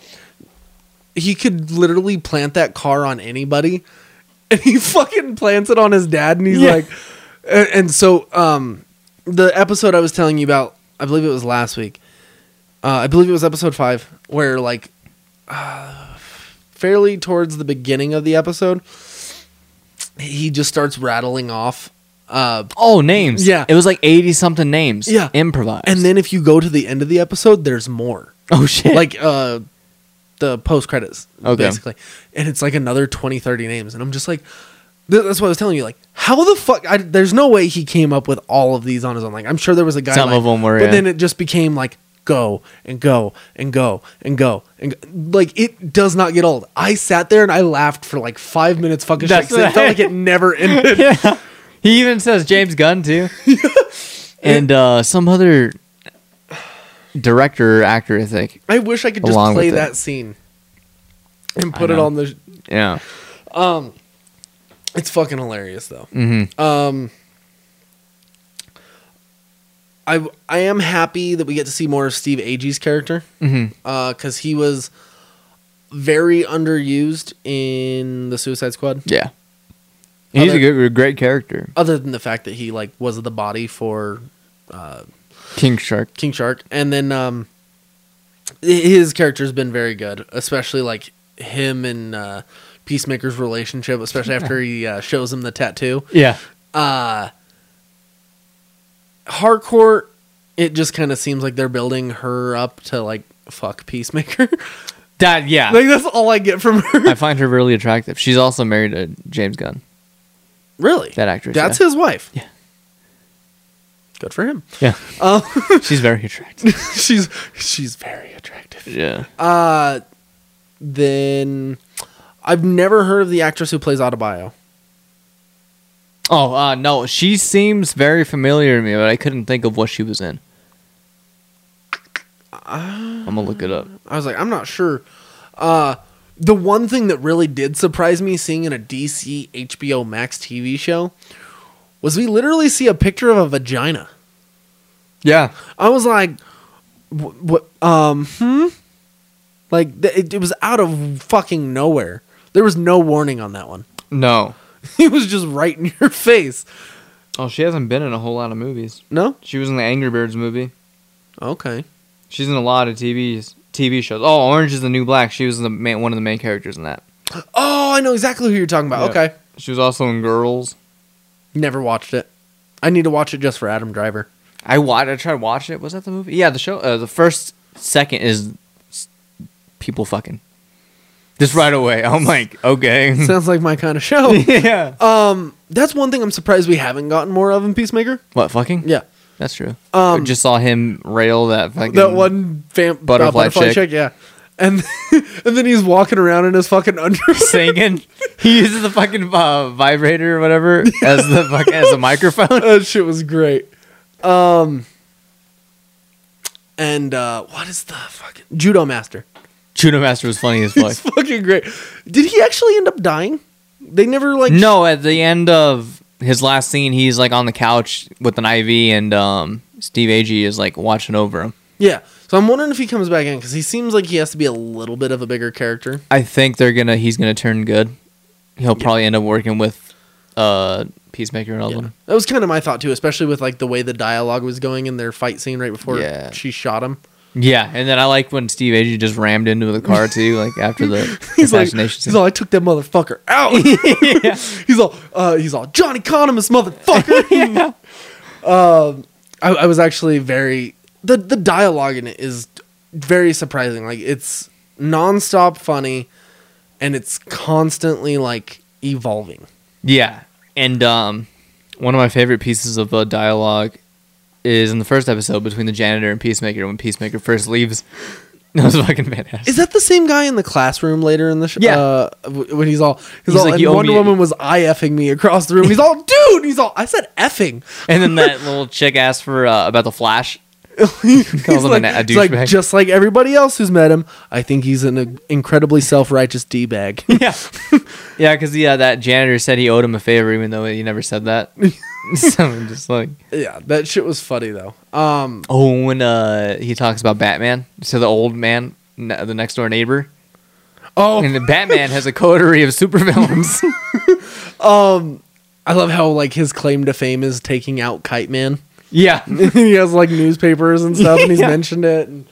C: he could literally plant that car on anybody, and he fucking plants it on his dad, and he's
B: Yeah.
C: like, and, and so um, the episode I was telling you about, I believe it was last week. Uh, I believe it was episode five, where like uh, fairly towards the beginning of the episode, he just starts rattling off. Uh,
B: Oh, names.
C: Yeah.
B: it was like eighty something names.
C: Yeah.
B: improvised.
C: and then if you go to the end of the episode, there's more.
B: oh shit,
C: like uh the post credits
B: Okay.
C: basically and it's like another 20 30 names and i'm just like th- that's what i was telling you like how the fuck I, there's no way he came up with all of these on his own like i'm sure there was a guy
B: Some of 'em were,
C: but
B: yeah.
C: then it just became like go and go and go and go and go. like it does not get old i sat there and i laughed for like five minutes fucking
B: That's
C: straight 'cause it
B: what
C: felt
B: I-
C: like it never ended
B: yeah. He even says James Gunn too, and uh, some other director or actor, I think.
C: i wish i could just
B: Along
C: play
B: with it.
C: that scene and put it
B: know.
C: on the
B: Yeah,
C: It's fucking hilarious though.
B: Mhm.
C: Um, I I am happy that we get to see more of Steve Agee's character because he was very underused in the Suicide Squad.
B: yeah. He's
C: Other-
B: a good, a great character,
C: Other than the fact that he like was the body for
B: King Shark.
C: King Shark, and then um, hi- his character's been very good, especially like him and uh, Peacemaker's relationship, especially after he uh, shows him the tattoo.
B: Yeah,
C: uh hardcore it just kind of seems like they're building her up to like fuck peacemaker
B: that yeah.
C: like that's all i get from her
B: I find her really attractive. She's also married to James Gunn.
C: really
B: That actress,
C: that's
B: yeah.
C: his wife
B: Yeah.
C: good for him
B: Yeah,
C: um
B: she's very attractive.
C: she's she's very attractive
B: yeah.
C: uh then i've never heard of the actress who plays autobio
B: Oh uh, no, she seems very familiar to me, but I couldn't think of what she was in. I'm gonna look it up.
C: I was like, I'm not sure. Uh, the one thing that really did surprise me seeing in a DC HBO Max TV show was we literally see a picture of a vagina.
B: Yeah,
C: I was like, wh- what? Um, hmm? Like, th- it, it was out of fucking nowhere. There was no warning on that one.
B: no,
C: he was just right in your face.
B: Oh, she hasn't been in a whole lot of movies.
C: No?
B: She was in the Angry Birds movie.
C: Okay.
B: She's in a lot of TVs, TV shows. Oh, Orange is the New Black. She was the main, one of the main characters in that.
C: Oh, I know exactly who you're talking about.
B: Yeah.
C: Okay.
B: She was also in Girls.
C: Never watched it. I need to watch it just for Adam Driver.
B: I watched. I tried to watch it. Was that the movie? Yeah, the show. Uh, the first second is s- people fucking. Just right away, I'm like, okay.
C: Sounds like my kind of show.
B: yeah.
C: Um, that's one thing I'm surprised we haven't gotten more of in Peacemaker.
B: What fucking?
C: Yeah.
B: that's true.
C: Um,
B: I just saw him rail that fucking.
C: That one fam-
B: Butterfly chick.
C: yeah. And and then he's walking around in his fucking underwear.
B: singing. he uses the fucking uh, vibrator or whatever as the fuck as a microphone.
C: that shit was great. Um, and uh, what is the fucking judo master?
B: Judo Master was funny as fuck.
C: It's fucking great. Did he actually end up dying? They never like
B: No, at the end of his last scene, he's like on the couch with an IV, and um, Steve Agee is like watching over him.
C: Yeah. So I'm wondering if he comes back in because he seems like he has to be a little bit of a bigger character.
B: I think they're gonna. He's gonna turn good. He'll probably end up working with uh, Peacemaker and all
C: Yeah.
B: them.
C: That was kind of my thought too, especially with like the way the dialogue was going in their fight scene right before
B: Yeah.
C: she shot him.
B: Yeah, and then I like when Steve Agee just rammed into the car too, like after the
C: He's like,
B: assassination. scene.
C: he's all, I took that motherfucker out. He's all, uh, he's all, Johnny Conimus, motherfucker. Um, I, I was actually very the the dialogue in it is very surprising. Like it's nonstop funny, and it's constantly like evolving.
B: Yeah, and um, one of my favorite pieces of uh, dialogue is in the first episode between the janitor and Peacemaker when Peacemaker first leaves. That was fucking fantastic.
C: Is that the same guy in the classroom later in the show?
B: Yeah.
C: Uh, w- when he's all, he's,
B: He's
C: all,
B: like,
C: and
B: "You owe
C: Wonder
B: me a-"
C: Woman was I effing me across the room. He's all, dude. He's all, I said effing.
B: and then that little chick asked for uh, about the Flash.
C: He's
B: him
C: like,
B: an- a
C: he's like,
B: douchebag.
C: just like everybody else who's met him, I think he's an uh, incredibly self righteous d bag.
B: Yeah, yeah, because yeah, that janitor said he owed him a favor, even though he never said that. so I'm just like,
C: yeah, that shit was funny though. Um,
B: oh, when uh, he talks about Batman to the old man, ne- the next door neighbor,
C: oh,
B: and the Batman has a coterie of supervillains.
C: I love how like his claim to fame is taking out Kite Man.
B: yeah,
C: he has like newspapers and stuff, and he's mentioned it. And,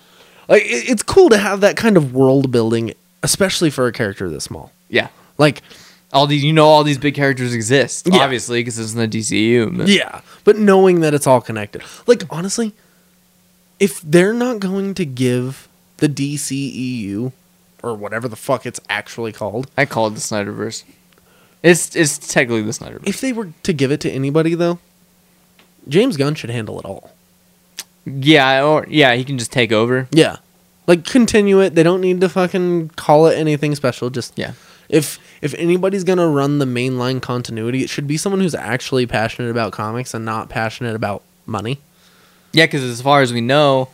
C: like, it, it's cool to have that kind of world building, especially for a character this small.
B: yeah.
C: Like,
B: all these you know all these big characters exist
C: Yeah.
B: obviously because it's in the DCU. but-
C: Yeah, but knowing that it's all connected. Like honestly, if they're not going to give the DCEU or whatever the fuck it's actually called,
B: I call it the Snyderverse. It's it's technically the Snyderverse.
C: if they were to give it to anybody though, James Gunn should handle it all.
B: yeah, or yeah, he can just take over.
C: Yeah. Like continue it. They don't need to fucking call it anything special. Just
B: Yeah.
C: If if anybody's gonna run the mainline continuity, it should be someone who's actually passionate about comics and not passionate about money.
B: Yeah, because as far as we know,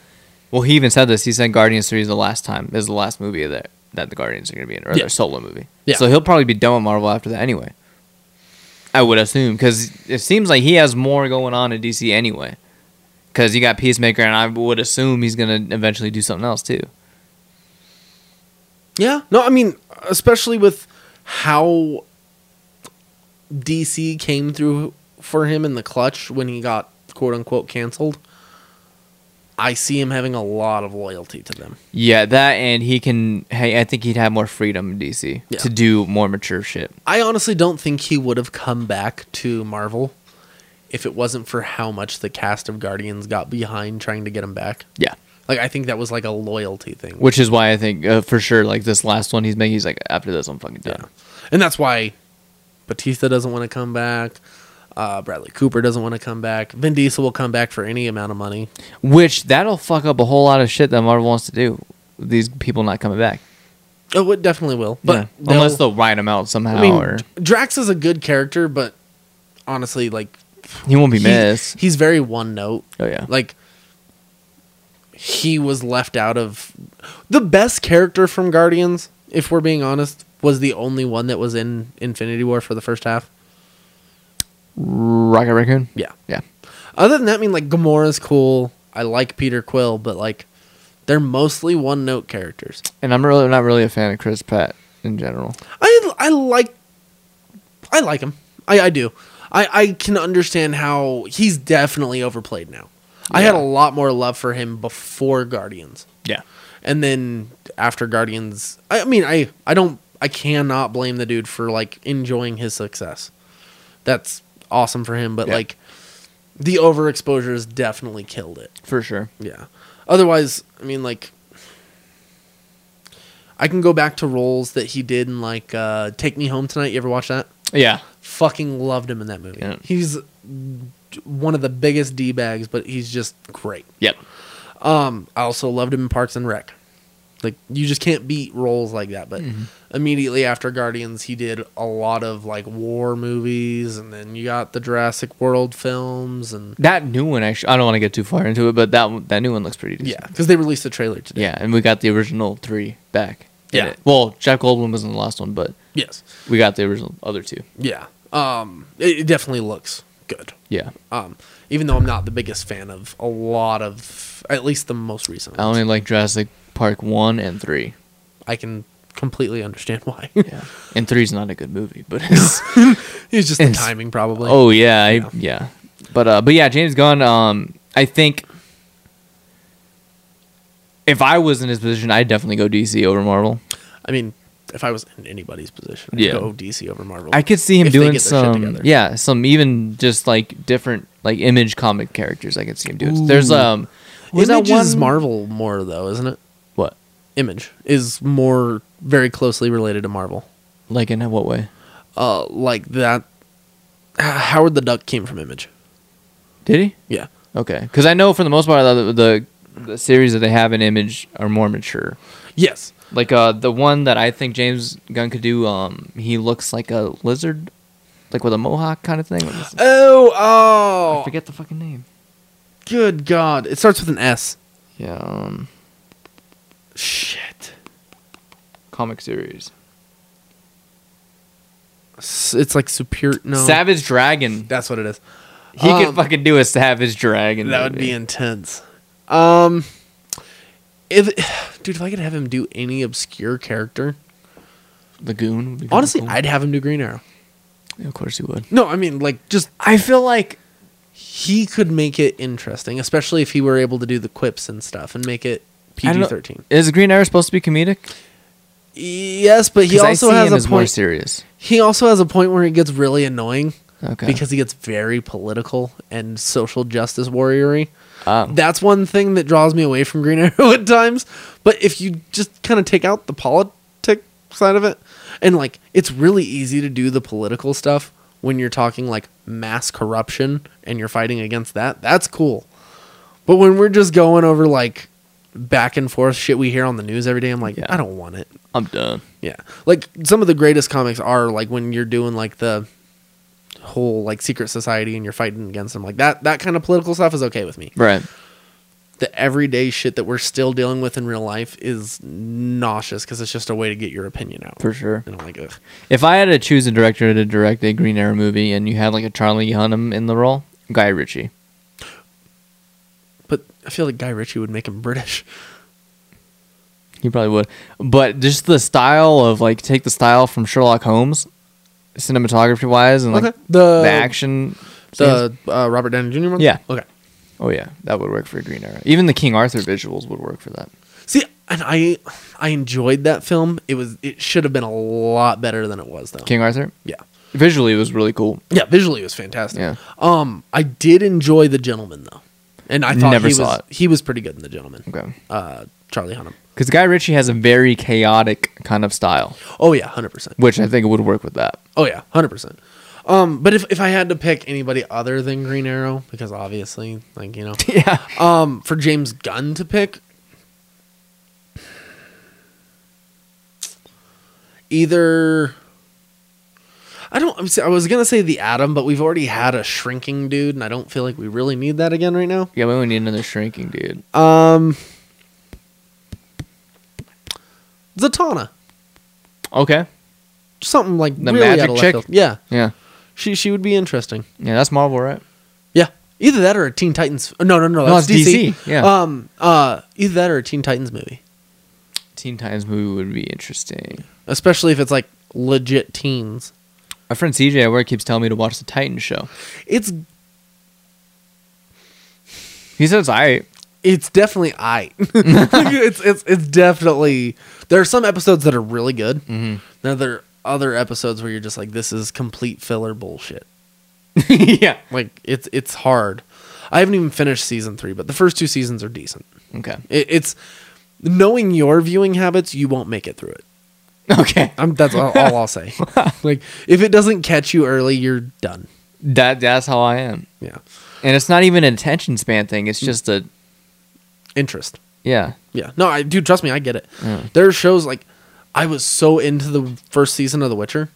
B: well, he even said this. He said Guardians three is the last time is the last movie that that the Guardians are going to be in, or
C: Yeah.
B: their solo movie.
C: Yeah.
B: So he'll probably be done with Marvel after that anyway. I would assume because it seems like he has more going on in DC anyway. Because you got Peacemaker, and I would assume he's going to eventually do something else too.
C: Yeah. No, I mean, especially with how DC came through for him in the clutch when he got quote unquote canceled. I see him having a lot of loyalty to them.
B: Yeah, that and he can. Hey, I think he'd have more freedom in DC
C: Yeah.
B: to do more mature shit.
C: I honestly don't think he would have come back to Marvel if it wasn't for how much the cast of Guardians got behind trying to get him back.
B: Yeah,
C: Like I think that was like a loyalty thing.
B: which is why I think uh, for sure, like this last one he's making, he's like, after this, I'm fucking done.
C: Yeah. And that's why Batista doesn't want to come back. Uh, Bradley Cooper doesn't want to come back. Vin Diesel will come back for any amount of money.
B: Which that'll fuck up a whole lot of shit that Marvel wants to do. These people not coming back,
C: Oh, it definitely will.
B: but
C: But
B: unless
C: they'll-
B: they'll write him out somehow,
C: I mean,
B: or
C: Drax is a good character, but honestly, like
B: he won't be
C: he-
B: missed.
C: he's very one note.
B: Oh yeah,
C: Like he was left out of the best character from Guardians. If we're being honest, was the only one that was in Infinity War for the first half.
B: Rocket Raccoon.
C: Yeah.
B: Yeah,
C: Other than that, I mean, like Gamora's cool. I like Peter Quill, but like they're mostly one note characters.
B: and I'm really not really a fan of Chris Pratt in general.
C: I I like I like him. I, I do. I, I can understand how he's definitely overplayed now. I had a lot more love for him before Guardians.
B: Yeah.
C: And then after Guardians, I mean, I I don't I cannot blame the dude for like enjoying his success. That's awesome for him, but
B: Yeah.
C: like the overexposure has definitely killed it.
B: For sure.
C: Yeah. Otherwise, I mean like I can go back to roles that he did in like uh Take Me Home Tonight. You ever watch that?
B: Yeah.
C: Fucking loved him in that movie.
B: Yeah.
C: He's one of the biggest D-bags, but he's just great.
B: Yep.
C: Um, I also loved him in Parks and Rec. Like you just can't beat roles like that. But
B: Mm-hmm.
C: immediately after Guardians, he did a lot of like war movies, and then you got the Jurassic World films, and
B: That new one, actually, I don't want to get too far into it, but that one- that new one looks pretty decent.
C: yeah, because they released a trailer today.
B: Yeah, and we got the original three back. in
C: Yeah.
B: it. Well, Jeff Goldblum was in the last one, but
C: Yes.
B: we got the original other two.
C: Yeah. Um, it, it definitely looks good.
B: Yeah.
C: Um, even though I'm not the biggest fan of a lot of, at least the most recent.
B: I
C: ones.
B: only like Jurassic Park 1 and 3.
C: I can completely understand why.
B: Yeah. and 3's not a good movie, but it's.
C: it's just the
B: It's-
C: timing, probably.
B: oh, yeah. I, yeah. But, uh, but yeah, James Gunn, um, I think. If I was in his position, I'd definitely go DC over Marvel.
C: I mean, if I was in anybody's position, I'd
B: Yeah.
C: go DC over Marvel.
B: I could see him
C: If they
B: doing
C: get their shit
B: some,
C: together.
B: yeah, some even just like different like image comic characters. I could see him doing. There's
C: Ooh.
B: um,
C: Image
B: was that
C: is
B: one
C: Marvel more though, isn't it?
B: What
C: Image is more very closely related to Marvel.
B: like in what way?
C: Uh, like that. H- Howard the Duck came from Image.
B: Did he?
C: Yeah,
B: Okay, because I know for the most part the, the the series that they have in Image are more mature.
C: yes,
B: Like uh, the one that I think James Gunn could do, um, he looks like a lizard, like with a mohawk kind of thing. What is-
C: Oh, oh,
B: I forget the fucking name.
C: good God! It starts with an S.
B: Yeah, um,
C: Shit,
B: comic series.
C: S- it's like superior. No,
B: Savage Dragon.
C: That's what it is.
B: He could
C: Um,
B: fucking do a Savage Dragon.
C: That would
B: movie.
C: be intense. Um, if dude, if I could have him do any obscure character,
B: The Goon. Would be kinda
C: honestly,
B: cool.
C: I'd have him do Green Arrow.
B: Yeah, of course he would.
C: No, I mean like just
B: I feel like
C: he could make it interesting, especially if he were able to do the quips and stuff and make it
B: I don't
C: PG
B: know-
C: thirteen.
B: Is Green Arrow supposed to be comedic?
C: Yes, but he
B: 'Cause I
C: also
B: see him
C: has
B: as
C: a
B: more
C: point.
B: serious.
C: He also has a point where it gets really annoying
B: Okay.
C: because he gets very political and social justice warriory.
B: um,
C: That's one thing that draws me away from Green Arrow at times. But if you just kind of take out the politic side of it, and like it's really easy to do the political stuff when you're talking like mass corruption and you're fighting against that, that's cool. But when we're just going over like back and forth shit we hear on the news every day, I'm like,
B: Yeah.
C: I don't want it.
B: I'm done.
C: Yeah. Like some of the greatest comics are like when you're doing like the whole like secret society and you're fighting against them like that that kind of political stuff is okay with me
B: Right.
C: the everyday shit that we're still dealing with in real life is nauseous because it's just a way to get your opinion out.
B: For sure.
C: And I'm like, ugh.
B: If I had to choose a director to direct a Green Arrow movie and you had like a Charlie Hunnam in the role, Guy Ritchie.
C: But I feel like Guy Ritchie would make him British.
B: He probably would. But just the style of like take the style from Sherlock Holmes, cinematography wise, and like
C: Okay.
B: the,
C: The-
B: action. scenes.
C: The uh, Robert Downey Jr. one?
B: Yeah.
C: Okay.
B: oh yeah, that would work for a Green Arrow. Even the King Arthur visuals would work for that.
C: See, and I I enjoyed that film. It was it should have been a lot better than it was though.
B: King Arthur
C: Yeah.
B: visually it was really cool.
C: Yeah, visually it was fantastic.
B: Yeah.
C: Um I did enjoy The Gentleman though. And I thought
B: Never
C: he
B: saw
C: was
B: it.
C: he was pretty good in The Gentleman.
B: Okay.
C: Uh Charlie Hunnam.
B: Because Guy Ritchie has a very chaotic kind of style,
C: Oh yeah, 100%.
B: which I think would work with that.
C: Oh yeah, hundred percent. Um, but if, if I had to pick anybody other than Green Arrow, because obviously, like you know,
B: Yeah.
C: um, for James Gunn to pick, either I don't. I'm, s- I was gonna say the Atom, but we've already had a shrinking dude, and I don't feel like we really need that again right now.
B: Yeah, we only need another shrinking dude.
C: Um, Zatanna,
B: Okay.
C: something like
B: The
C: really
B: magic
C: out of left
B: chick?
C: field. Yeah,
B: Yeah.
C: she she would be interesting.
B: Yeah, that's Marvel, right?
C: Yeah. Either that or a Teen Titans. oh, No, no, no.
B: No,
C: That's
B: it's
C: DC.
B: DC, yeah.
C: Um. Uh. Either that or a Teen Titans movie,
B: Teen Titans movie would be interesting.
C: especially if it's like legit teens.
B: My friend CJ at work keeps telling me to watch the Titans show.
C: It's
B: He says it's alright.
C: it's definitely I. it's it's it's definitely there are some episodes that are really good. Mm-hmm. Then there are other episodes where you're just like, this is complete filler bullshit.
B: yeah.
C: Like it's it's hard. I haven't even finished season three, but the first two seasons are decent.
B: Okay.
C: It, it's knowing your viewing habits, you won't make it through it.
B: Okay.
C: I'm, that's all, all I'll say. like if it doesn't catch you early, you're done.
B: That that's how I am.
C: Yeah,
B: And it's not even an attention span thing. It's just a
C: interest.
B: yeah.
C: Yeah, no, I do trust me. I get it. There are shows like I was so into the first season of The Witcher.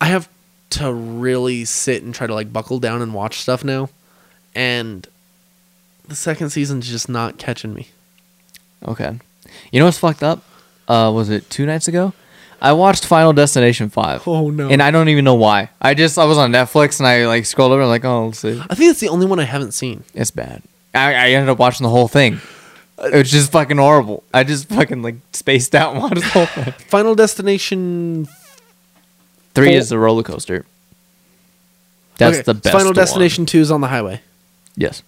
C: I have to really sit and try to like buckle down and watch stuff now, and the second season's just not catching me.
B: Okay. You know what's fucked up? Uh, was it two nights ago? I watched Final Destination Five.
C: Oh, no.
B: And I don't even know why. I just I was on Netflix and I like scrolled over and like oh let's see.
C: I think it's the only one I haven't seen.
B: It's bad. I, I ended up watching the whole thing. It was just fucking horrible. I just fucking like spaced out and watched the whole thing.
C: Final Destination.
B: Three
C: Full-
B: is the roller coaster. That's
C: Okay,
B: the best.
C: Final
B: one.
C: Destination Two is on the highway.
B: Yes.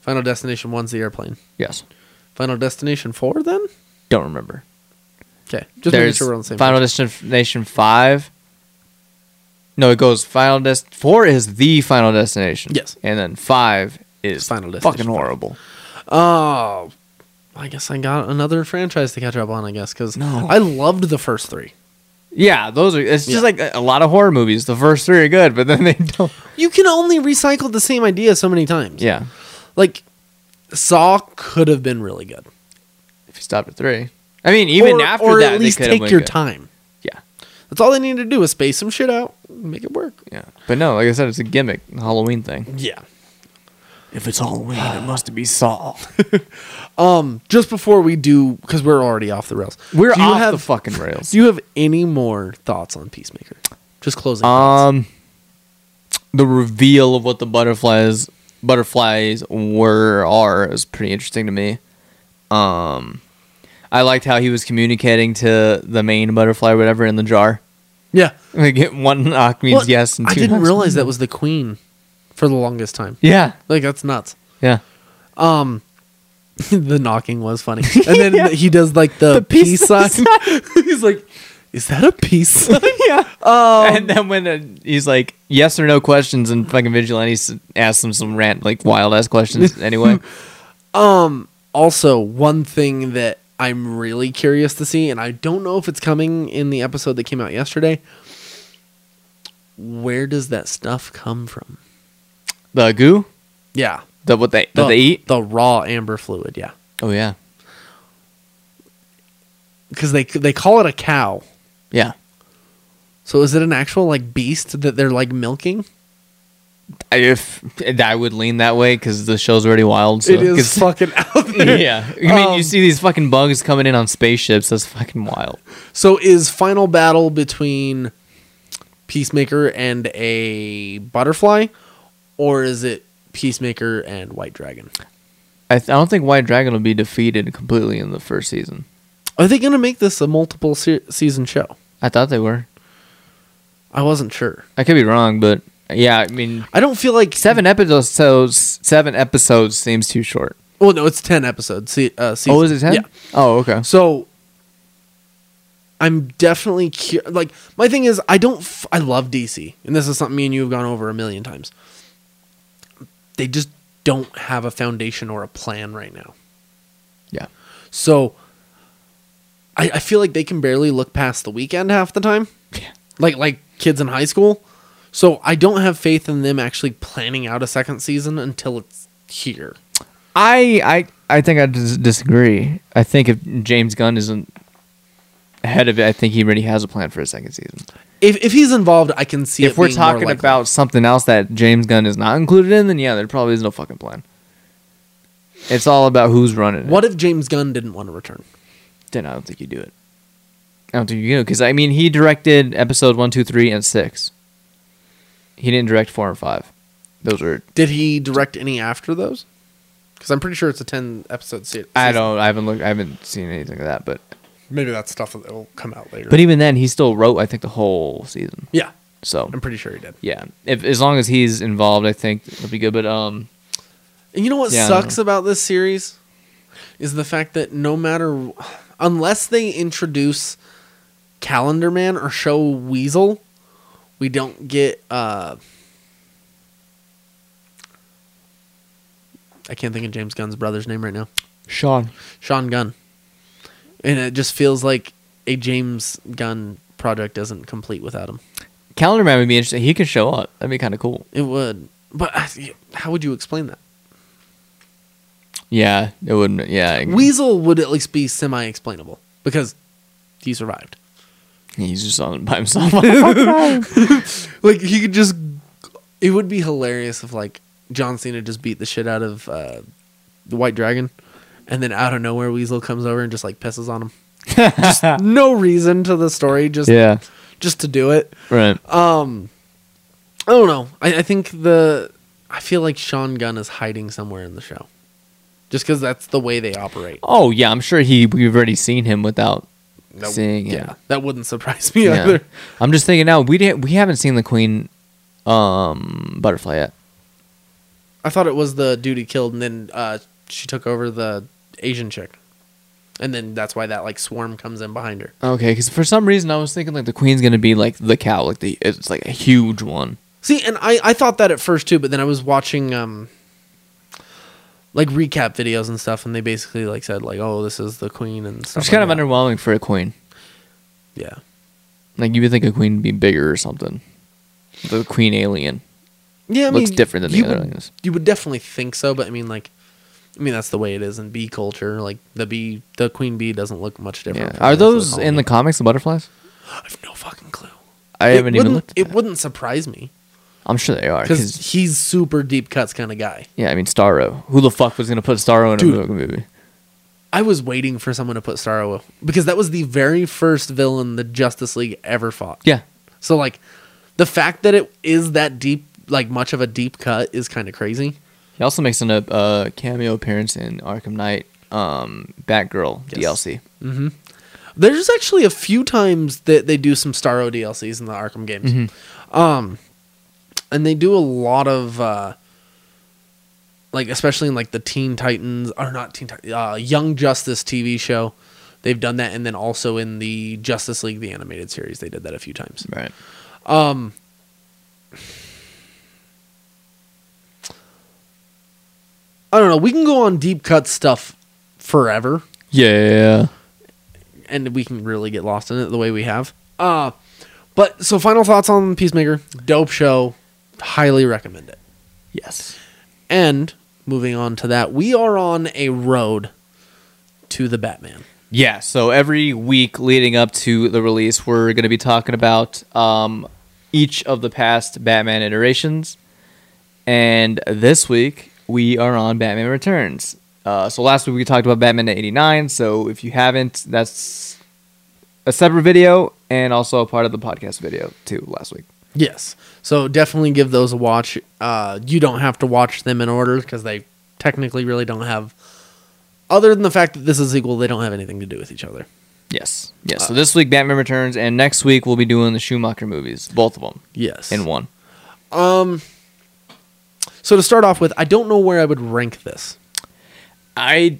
C: Final Destination One's the airplane.
B: Yes.
C: Final Destination Four then.
B: Don't remember.
C: Okay, just making
B: There's
C: sure we're on the same.
B: Final
C: page.
B: Destination Five. No, it goes Final Dest. Four is the Final Destination.
C: Yes.
B: and then five is
C: Final
B: Final
C: Destination
B: Destination. Fucking horrible.
C: Oh, I guess I got another franchise to catch up on. I guess because
B: No.
C: I loved the first three.
B: Yeah, those are. It's
C: Yeah.
B: just like a, a lot of horror movies. The first three are good, but then they don't.
C: You can only recycle the same idea so many times.
B: Yeah,
C: like Saw could have been really good.
B: if you stop at three, I mean, even
C: Or-
B: after
C: or
B: that,
C: at least
B: they could've
C: take
B: been
C: your
B: good.
C: time.
B: Yeah,
C: That's all they need to do is space some shit out, and make it work.
B: yeah, but no, like I said, it's a gimmick, a Halloween thing.
C: Yeah.
B: If it's Halloween, it must be Saw.
C: Um, just before we do, because we're already off the rails.
B: We're
C: do you
B: off
C: have,
B: the fucking rails.
C: Do you have any more thoughts on Peacemaker? Just closing. thoughts.
B: Um, the reveal of what the butterflies butterflies were are is pretty interesting to me. Um, I liked how he was communicating to the main butterfly, or whatever, in the jar.
C: yeah.
B: Like it- one knock means
C: Well,
B: yes, and two
C: I didn't
B: knocks-
C: realize that was the Queen for the longest time.
B: Yeah,
C: Like that's nuts.
B: yeah.
C: Um, the knocking was funny, and then he does like the,
B: The
C: peace,
B: peace
C: sign. He's like, "Is that a peace?" sign?"
B: yeah. and then when uh, he's like, yes or no questions, and fucking vigilante s- asks him some rant, like wild ass questions anyway.
C: Um, also, one thing that I'm really curious to see, and I don't know if it's coming in the episode that came out yesterday. Where does that stuff come from?
B: The goo,
C: Yeah,
B: the what they that they eat.
C: the raw amber fluid. Yeah,
B: Oh yeah,
C: because they they call it a cow.
B: yeah.
C: So is it an actual like beast that they're like milking?
B: I- if I would lean that way because the show's already wild. So.
C: it is
B: 'cause-
C: fucking out there.
B: yeah, I mean,
C: Um,
B: you see these fucking bugs coming in on spaceships. That's fucking wild.
C: So is final battle between Peacemaker and a butterfly, or is it Peacemaker and White Dragon?
B: I, th- I don't think White Dragon will be defeated completely in the first season.
C: Are they going to make this a multiple se- season show?
B: I thought they were.
C: I wasn't sure.
B: I could be wrong, but yeah, I mean,
C: I don't feel like
B: seven episodes. Seven episodes seems too short.
C: Well, Oh, no, it's ten episodes. Se- uh, season.
B: Oh, is it ten?
C: Yeah.
B: Oh, okay.
C: So I'm definitely cu- like my thing is I don't f- I love DC and this is something me and you have gone over a million times. They just don't have a foundation or a plan right now.
B: Yeah.
C: So I, I feel like they can barely look past the weekend half the time.
B: Yeah.
C: Like like kids in high school. So I don't have faith in them actually planning out a second season until it's here.
B: I I I think I dis- disagree. I think if James Gunn isn't ahead of it, I think he already has a plan for a second season.
C: If if he's involved, I can see
B: if
C: it
B: we're
C: being more
B: talking
C: likely.
B: about something else that James Gunn is not included in, then yeah, there probably is no fucking plan. It's all about who's running.
C: What
B: It.
C: if James Gunn didn't want to return?
B: Then I don't think you do it. I don't think you do because I mean he directed episode one, two, three, and six. He didn't direct four and five. Those are
C: Did he direct any after those? Because I'm pretty sure it's a ten episode se- series.
B: I don't I haven't looked I haven't seen anything of that, but
C: Maybe that's stuff that will come out later.
B: But even then, he still wrote, I think, the whole season.
C: yeah,
B: So
C: I'm pretty sure he did.
B: yeah, if as long as he's involved, I think it'll be good. But um,
C: And you know what
B: Yeah, I don't
C: sucks about this series is the fact that no matter unless they introduce Calendar Man or show Weasel, we don't get uh I can't think of James Gunn's brother's name right now.
B: Sean,
C: Sean Gunn. And it just feels like a James Gunn project isn't complete without him.
B: Calendar Man would be interesting. He could show up. That'd be kind of cool.
C: It would. But how would you explain that?
B: Yeah, it wouldn't. Yeah, I-
C: Weasel would at least be semi-explainable because he survived.
B: he's just on by himself. on the fucking island.
C: Like he could just. It would be hilarious if like John Cena just beat the shit out of uh, the White Dragon, and then out of nowhere Weasel comes over and just like pisses on him. just no reason to the story, just
B: yeah,
C: just to do it.
B: right.
C: Um, I don't know. I, I think the I feel like Sean Gunn is hiding somewhere in the show, just because that's the way they operate.
B: Oh yeah, I'm sure he. We've already seen him without seeing. Yeah.
C: that wouldn't surprise me
B: Yeah.
C: either.
B: I'm just thinking now. We didn't. We haven't seen the Queen, um, butterfly yet.
C: I thought it was the dude he killed, and then uh, she took over the Asian chick, and then that's why that like swarm comes in behind her.
B: Okay, because for some reason I was thinking like the Queen's gonna be like the cow, like the it's like a huge one.
C: See, and I I thought that at first too, but then I was watching um like recap videos and stuff, and they basically like said like, oh, this is the queen and stuff.
B: It's kind of
C: like that.
B: underwhelming for a Queen.
C: Yeah,
B: Like you would think a Queen would be bigger or something. The Queen alien.
C: yeah, I
B: Looks
C: mean,
B: different than the
C: you
B: other
C: would-
B: ones.
C: You would definitely think so, but I mean like. I mean that's the way it is in bee culture. Like the bee, the queen bee doesn't look much different.
B: Yeah.
C: from
B: Are
C: the rest of
B: those in the
C: colony.
B: comics the butterflies?
C: I have no fucking clue.
B: I
C: It
B: haven't even
C: wouldn't-
B: looked. At
C: It
B: that.
C: wouldn't surprise me.
B: I'm sure they are.
C: because
B: Cause,
C: he's super deep cuts kind of guy.
B: yeah, I mean Starro. Who the fuck was gonna put Starro in
C: Dude.
B: a movie?
C: I was waiting for someone to put Starro because that was the very first villain the Justice League ever fought.
B: Yeah.
C: So like, the fact that it is that deep, like much of a deep cut, is kind of crazy.
B: He also makes an uh, cameo appearance in Arkham Knight, um, Batgirl
C: Yes.
B: DLC.
C: There's actually a few times that they do some Starro DLCs in the Arkham games, um, and they do a lot of. Uh, like especially in like the Teen Titans or not Teen Titans, uh, Young Justice TV show, they've done that, and then also in the Justice League the animated series, they did that a few times.
B: Right.
C: Um, I don't know. We can go on deep cut stuff forever,
B: Yeah.
C: and we can really get lost in it the way we have. Uh, but so final thoughts on Peacemaker? Dope show. Highly recommend it.
B: Yes.
C: And moving on to that, we are on a road to the Batman.
B: Yeah, so every week leading up to the release, we're going to be talking about um, each of the past Batman iterations. And this week, we are on Batman Returns. Uh, so last week, we talked about Batman 89. So if you haven't, that's a separate video and also a part of the podcast video, too, last week.
C: Yes. So definitely give those a watch. Uh, you don't have to watch them in order because they technically really don't have, other than the fact that this is equal, they don't have anything to do with each other.
B: Yes. Yes. so this week, Batman Returns. And next week, we'll be doing the Schumacher movies, both of them
C: Yes. Um,
B: in one.
C: so to start off with, I don't know where I would rank this.
B: I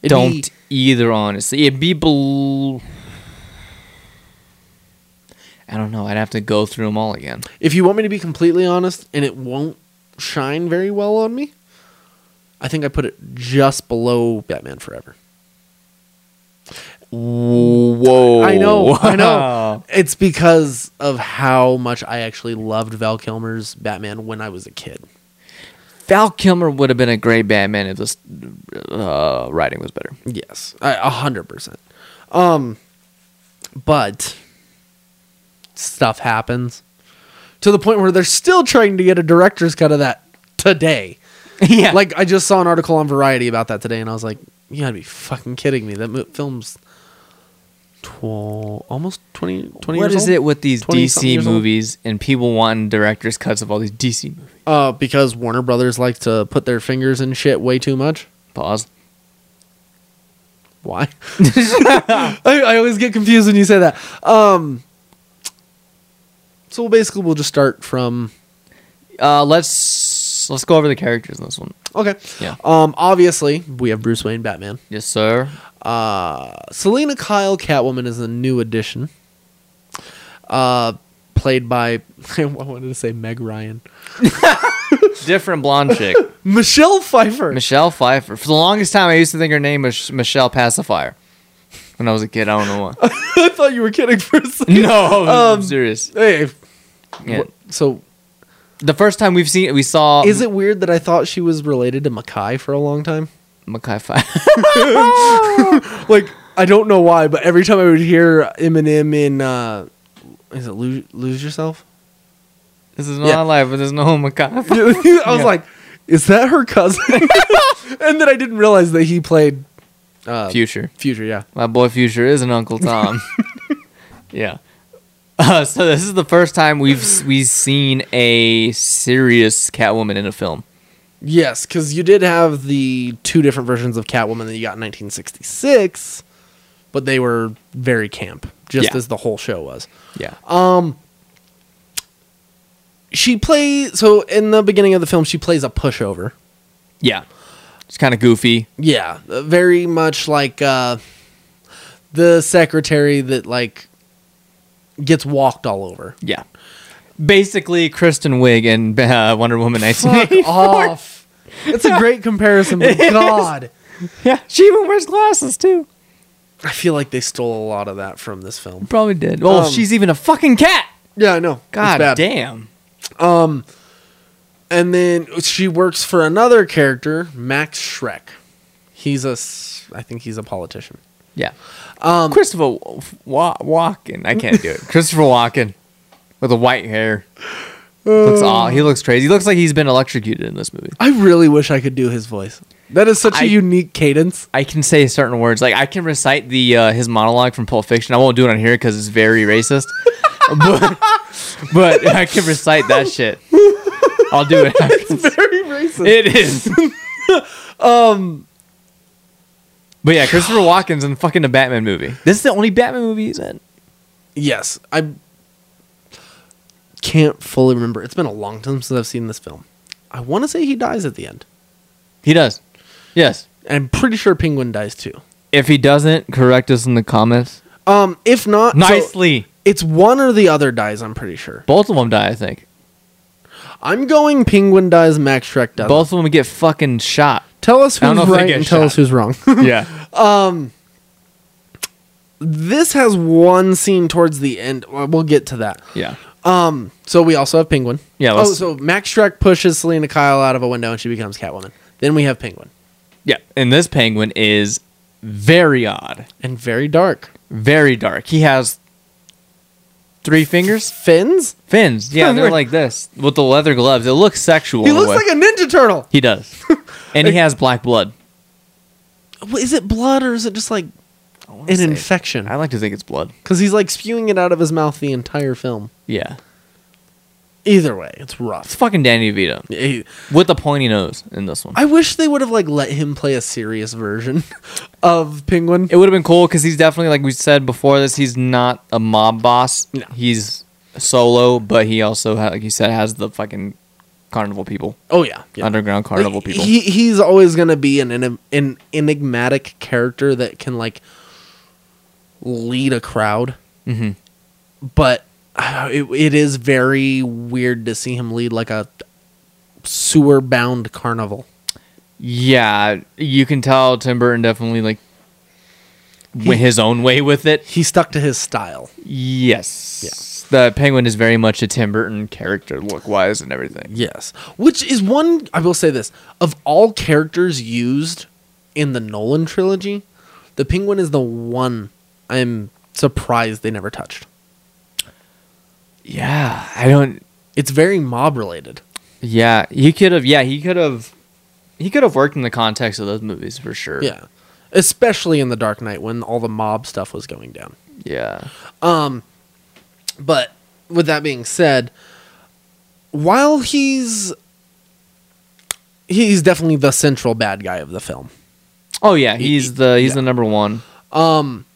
C: It'd
B: don't
C: be-
B: either. Honestly, it'd be bel- I don't know. I'd have to go through them all again.
C: if you want me to be completely honest, and it won't shine very well on me, I think I put it just below Batman Forever.
B: Whoa!
C: I know, I know. It's because of how much I actually loved Val Kilmer's Batman when I was a kid.
B: Val Kilmer would have been a great Batman if this uh, writing was better.
C: Yes, I- a hundred percent. Um, but stuff happens to the point where they're still trying to get a director's cut of that today.
B: yeah, like
C: Like I just saw an article on Variety about that today, and I was like, "You gotta be fucking kidding me!" That mo- film's twelve, almost 20, 20
B: what
C: years
B: is
C: old?
B: it with these
C: 20-something
B: DC
C: years old?
B: movies and people wanting directors cuts of all these DC movies?
C: Uh, because Warner Brothers likes to put their fingers in shit way too much.
B: Pause.
C: Why? I, I always get confused when you say that. Um, so we'll basically we'll just start from
B: Uh, let's let's go over the characters in this one.
C: okay.
B: Yeah.
C: Um, obviously we have Bruce Wayne, Batman.
B: Yes, sir.
C: Uh, Selena Kyle, Catwoman is a new addition. Uh, played by I wanted to say Meg Ryan,
B: Different blonde chick.
C: Michelle Pfeiffer.
B: Michelle Pfeiffer. For the longest time, I used to think her name was Michelle Pacifier. When I was a kid, I don't know why.
C: I thought you were kidding for a second.
B: no, I'm
C: Um,
B: serious.
C: Hey,
B: Yeah. Um,
C: wh- so
B: The first time we've seen, we saw
C: is it weird that I thought she was related to Mackay for a long time?
B: Mackay Pfeiffer.
C: Like I don't know why, but every time I would hear Eminem in uh, is it lose, lose yourself?
B: This is not
C: Yeah.
B: life, but there's no Mackay.
C: I was
B: Yeah.
C: like, is that her cousin? and then I didn't realize that he played uh,
B: Future.
C: Future. Yeah.
B: My boy Future is an Uncle Tom. yeah. Uh, so this is the first time we've s- we've seen a serious Catwoman in a film.
C: Yes, because you did have the two different versions of Catwoman that you got in 1966, but they were very camp, just
B: Yeah.
C: as the whole show was.
B: Yeah.
C: She plays so in the beginning of the film, she plays a pushover.
B: yeah. It's kind of goofy.
C: Yeah, uh, very much like uh, the secretary that like gets walked all over.
B: Yeah. Basically, Kristen Wiig and uh, Wonder Woman 1984.
C: Fuck off! It's a great comparison, but God,
B: Yeah, she even wears glasses too.
C: I feel like they stole a lot of that from this film.
B: Probably did. Oh,
C: Um,
B: she's even a fucking cat.
C: Yeah, I know. It's
B: God
C: bad.
B: damn.
C: And then she works for another character, Max Shrek. He's a, s- I think he's a politician.
B: Yeah. Um, Christopher Wa- Walken. I can't do it. Christopher Walken with the white hair. Looks aw- he looks crazy. He looks like he's been electrocuted in this movie.
C: I really wish I could do his voice. That is such a
B: I-
C: unique cadence.
B: I can say certain words. Like I can recite the uh, his monologue from Pulp Fiction. I won't do it on here because it's very racist. but, but I can recite that shit. I'll do it.
C: Very racist. Um,
B: It is. um. But yeah, Christopher Walken's in fucking the Batman movie. This is the only Batman movie he's in.
C: yes, I can't fully remember. It's been a long time since I've seen this film. I want to say he dies at the end.
B: He does. Yes.
C: I'm pretty sure Penguin dies too.
B: If he doesn't, correct us in the comments.
C: Um, if not, so
B: Nicely.
C: it's one or the other dies. I'm pretty sure.
B: Both of them die, I think.
C: I'm going. Penguin dies. Max Shrek does.
B: Both of them get fucking shot.
C: Tell us
B: I don't
C: who's
B: know if they
C: right
B: get
C: and tell
B: shot.
C: us who's wrong.
B: Yeah.
C: this has one scene towards the end. Well, We'll get to that.
B: yeah.
C: Um, so we also have Penguin.
B: Yeah,
C: Oh,
B: let's-
C: so Max Shrek pushes Selena Kyle out of a window and she becomes Catwoman. Then we have Penguin
B: Yeah. And this penguin is very odd,
C: and very dark
B: very dark. He has three fingers,
C: fins.
B: fins. Yeah, they're like this with the leather gloves. It looks sexual.
C: He
B: in a
C: looks
B: way.
C: like a Ninja Turtle.
B: He does. and he has black blood.
C: Well, Is it blood or is it just like an infection?
B: I like to think it's blood.
C: Because he's like spewing it out of his mouth the entire film.
B: Yeah.
C: Either way, it's
B: It's
C: rough.
B: fucking Danny DeVito
C: Eh,
B: with a pointy nose in this one.
C: I wish they would have like let him play a serious version of Penguin.
B: it would have been cool because he's definitely, like we said before this, he's not a mob boss.
C: No.
B: He's solo, but he also, ha- like you said, has the fucking carnival people,
C: Oh yeah, yeah.
B: underground
C: Like,
B: carnival people.
C: He he's always gonna be an, an an enigmatic character that can like lead a crowd,
B: Mhm.
C: but uh, it, it is very weird to see him lead like a sewer bound carnival.
B: Yeah, you can tell Tim Burton definitely, like, went his own way with it.
C: He stuck to his style.
B: Yes. The penguin is very much a Tim Burton character, look wise and everything.
C: Yes, which is one I will say this of all characters used in the Nolan trilogy, the Penguin is the one I'm surprised they never touched.
B: Yeah, I don't.
C: It's very mob related.
B: Yeah, he could have. Yeah, he could have. He could have worked in the context of those movies for sure.
C: Yeah. Especially in the Dark Knight when all the mob stuff was going down.
B: yeah,
C: Um but with that being said, while he's he's definitely the central bad guy of the film.
B: Oh yeah, he's the he's the number one.
C: Um,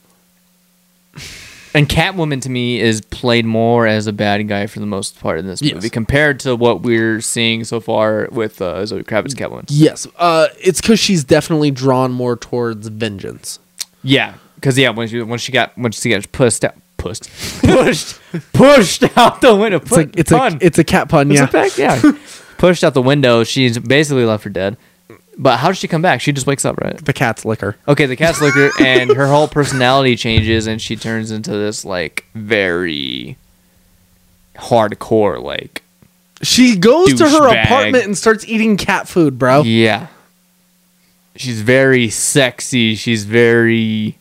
B: And Catwoman to me is played more as a bad guy for the most part in this
C: Yes.
B: movie compared to what we're seeing so far with uh, Zoe Kravitz Catwoman.
C: yes, uh, it's because she's definitely drawn more towards vengeance.
B: Yeah, because yeah, when she when she got when she got pushed out, pushed, pushed, pushed out the window.
C: It's like it's
B: pun.
C: a it's a cat pun.
B: It's
C: Yeah,
B: a fact, yeah. pushed out the window. She's basically left for dead. But how does she come back? She just wakes up, right?
C: the cat's liquor.
B: Okay, the cat's liquor, and her whole personality changes, and she turns into this like very hardcore, like
C: She goes to her
B: Douchebag.
C: apartment and starts eating cat food, bro.
B: yeah. She's very sexy. She's very,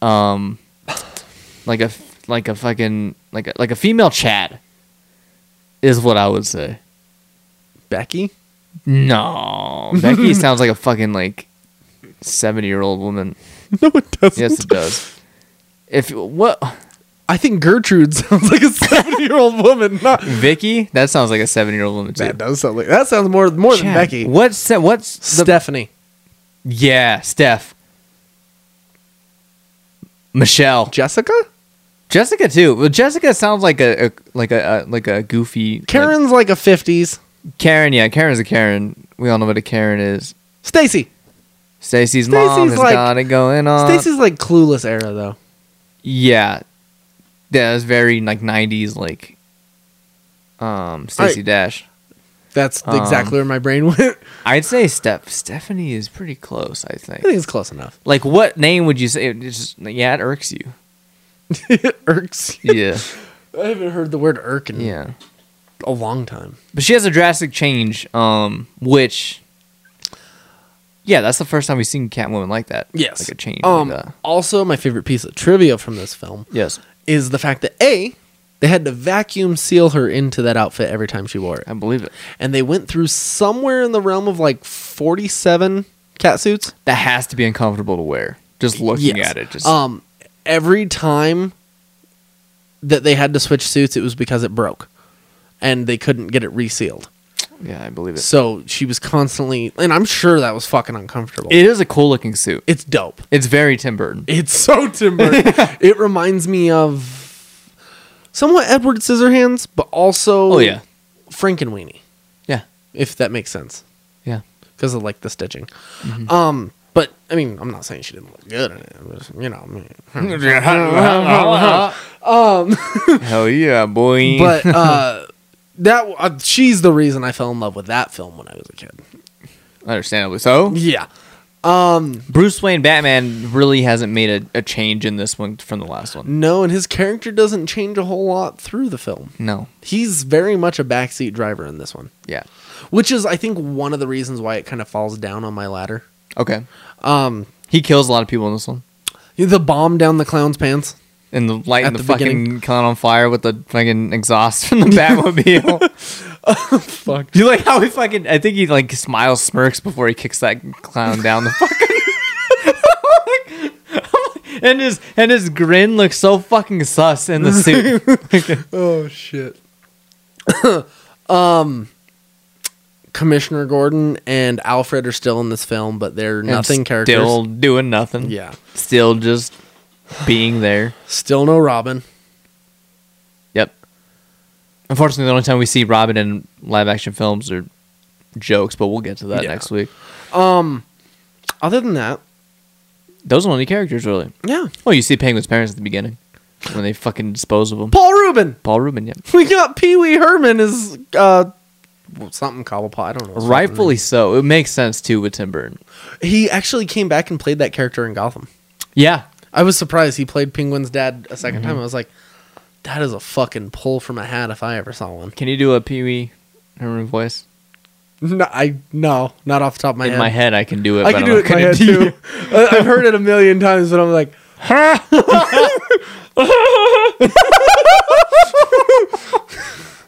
B: um, like a like a fucking like a like a female Chad, is what I would say.
C: Becky,
B: No, Becky sounds like a fucking like seventy-year-old woman.
C: no, it doesn't.
B: Yes, it does. If what
C: I think Gertrude sounds like a seven-year-old woman. Not,
B: Vicky? That sounds like a seventy-year-old woman too.
C: that does sound like that sounds more more than
B: Chad,
C: Becky.
B: What's se- what's the
C: Stephanie,
B: yeah Steph? Michelle,
C: Jessica,
B: Jessica too. Well, Jessica sounds like a, a like a, a like a goofy like-
C: Karen's like a fifties.
B: Karen, yeah, Karen's a Karen. We all know what a Karen is.
C: Stacy,
B: Stacy's mom
C: Stacy's
B: has
C: like-
B: got it going on.
C: Stacy's like clueless era though.
B: Yeah. Yeah, it's very like nineties like um Stacey
C: I-
B: Dash.
C: That's
B: Um,
C: exactly where my brain went. I
B: I'd say Steph Stephanie is pretty close, I
C: think
B: think.
C: it's close enough.
B: Like what name would you say it's just yeah, it irks you.
C: it irks. you.
B: Yeah.
C: I haven't heard the word irk in
B: yeah.
C: a long time.
B: But she has a drastic change, um, which Yeah, that's the first time we've seen Catwoman like that.
C: Yes,
B: Like a change
C: Um,
B: like that.
C: also, my favorite piece of trivia from this film
B: Yes.
C: is the fact that a they had to vacuum seal her into that outfit every time she wore it.
B: I believe it.
C: and they went through somewhere in the realm of like 47 cat suits
B: That has to be uncomfortable to wear. Just looking
C: Yes.
B: at it. Just
C: um every time that they had to switch suits it was because it broke and they couldn't get it resealed
B: Yeah, I believe it.
C: so she was constantly and i'm sure that was fucking uncomfortable
B: it is a cool looking suit.
C: it's dope
B: It's very Tim Burton.
C: it's so timber it reminds me of somewhat edward scissorhands but also
B: Oh, yeah.
C: frankenweenie
B: Yeah.
C: if that makes sense
B: Yeah.
C: because of like the stitching.
B: Mm-hmm.
C: Um, but I mean, I'm not saying she didn't look good in it. It was, you know, I mean,
B: Hell yeah, boy.
C: Um, but uh, that uh, she's the reason I fell in love with that film when I was a kid.
B: understandably so.
C: Yeah,
B: Bruce Wayne Batman really hasn't made a, a change in this one from the last one.
C: no, and his character doesn't change a whole lot through the film.
B: No.
C: He's very much a backseat driver in this one,
B: Yeah.
C: which is I think one of the reasons why it kind of falls down on my ladder.
B: Okay.
C: Um,
B: He kills a lot of people in this one.
C: the bomb down the clown's pants.
B: And the
C: At
B: lighting the,
C: the
B: fucking
C: beginning.
B: con on fire with the fucking exhaust from the Batmobile.
C: Fuck.
B: you like how he fucking? I think he like smiles, smirks before he kicks that clown down the fucking. and his and his grin looks so fucking sus in the suit.
C: Oh shit. um Commissioner Gordon and Alfred are still in this film, but they're
B: And
C: nothing characters.
B: Still doing nothing.
C: Yeah.
B: Still just being there.
C: Still no Robin.
B: Yep. Unfortunately, the only time we see Robin in live action films are jokes, but we'll get to that
C: Yeah.
B: next week.
C: Other than that,
B: Those are the only characters, really.
C: yeah.
B: Oh, you see Penguin's parents at the beginning when they fucking dispose of him.
C: Paul Rubin.
B: Paul Rubin, yeah.
C: We got Pee Wee Herman is uh well, something Cobblepot. I don't know.
B: Rightfully so. It makes sense, too, with Tim Burton.
C: he actually came back and played that character in Gotham.
B: Yeah.
C: I was surprised he played Penguin's dad a 2nd time. I was like, that is a fucking pull from a hat if I ever saw one.
B: Can you do a Pee Wee Herman voice?
C: No, I no, not off the top of my
B: In
C: head.
B: my head, I can do it.
C: I
B: but
C: can
B: I'm
C: do
B: not
C: it in my
B: gonna
C: head
B: do
C: too. I- I've heard it a million times, but I'm like,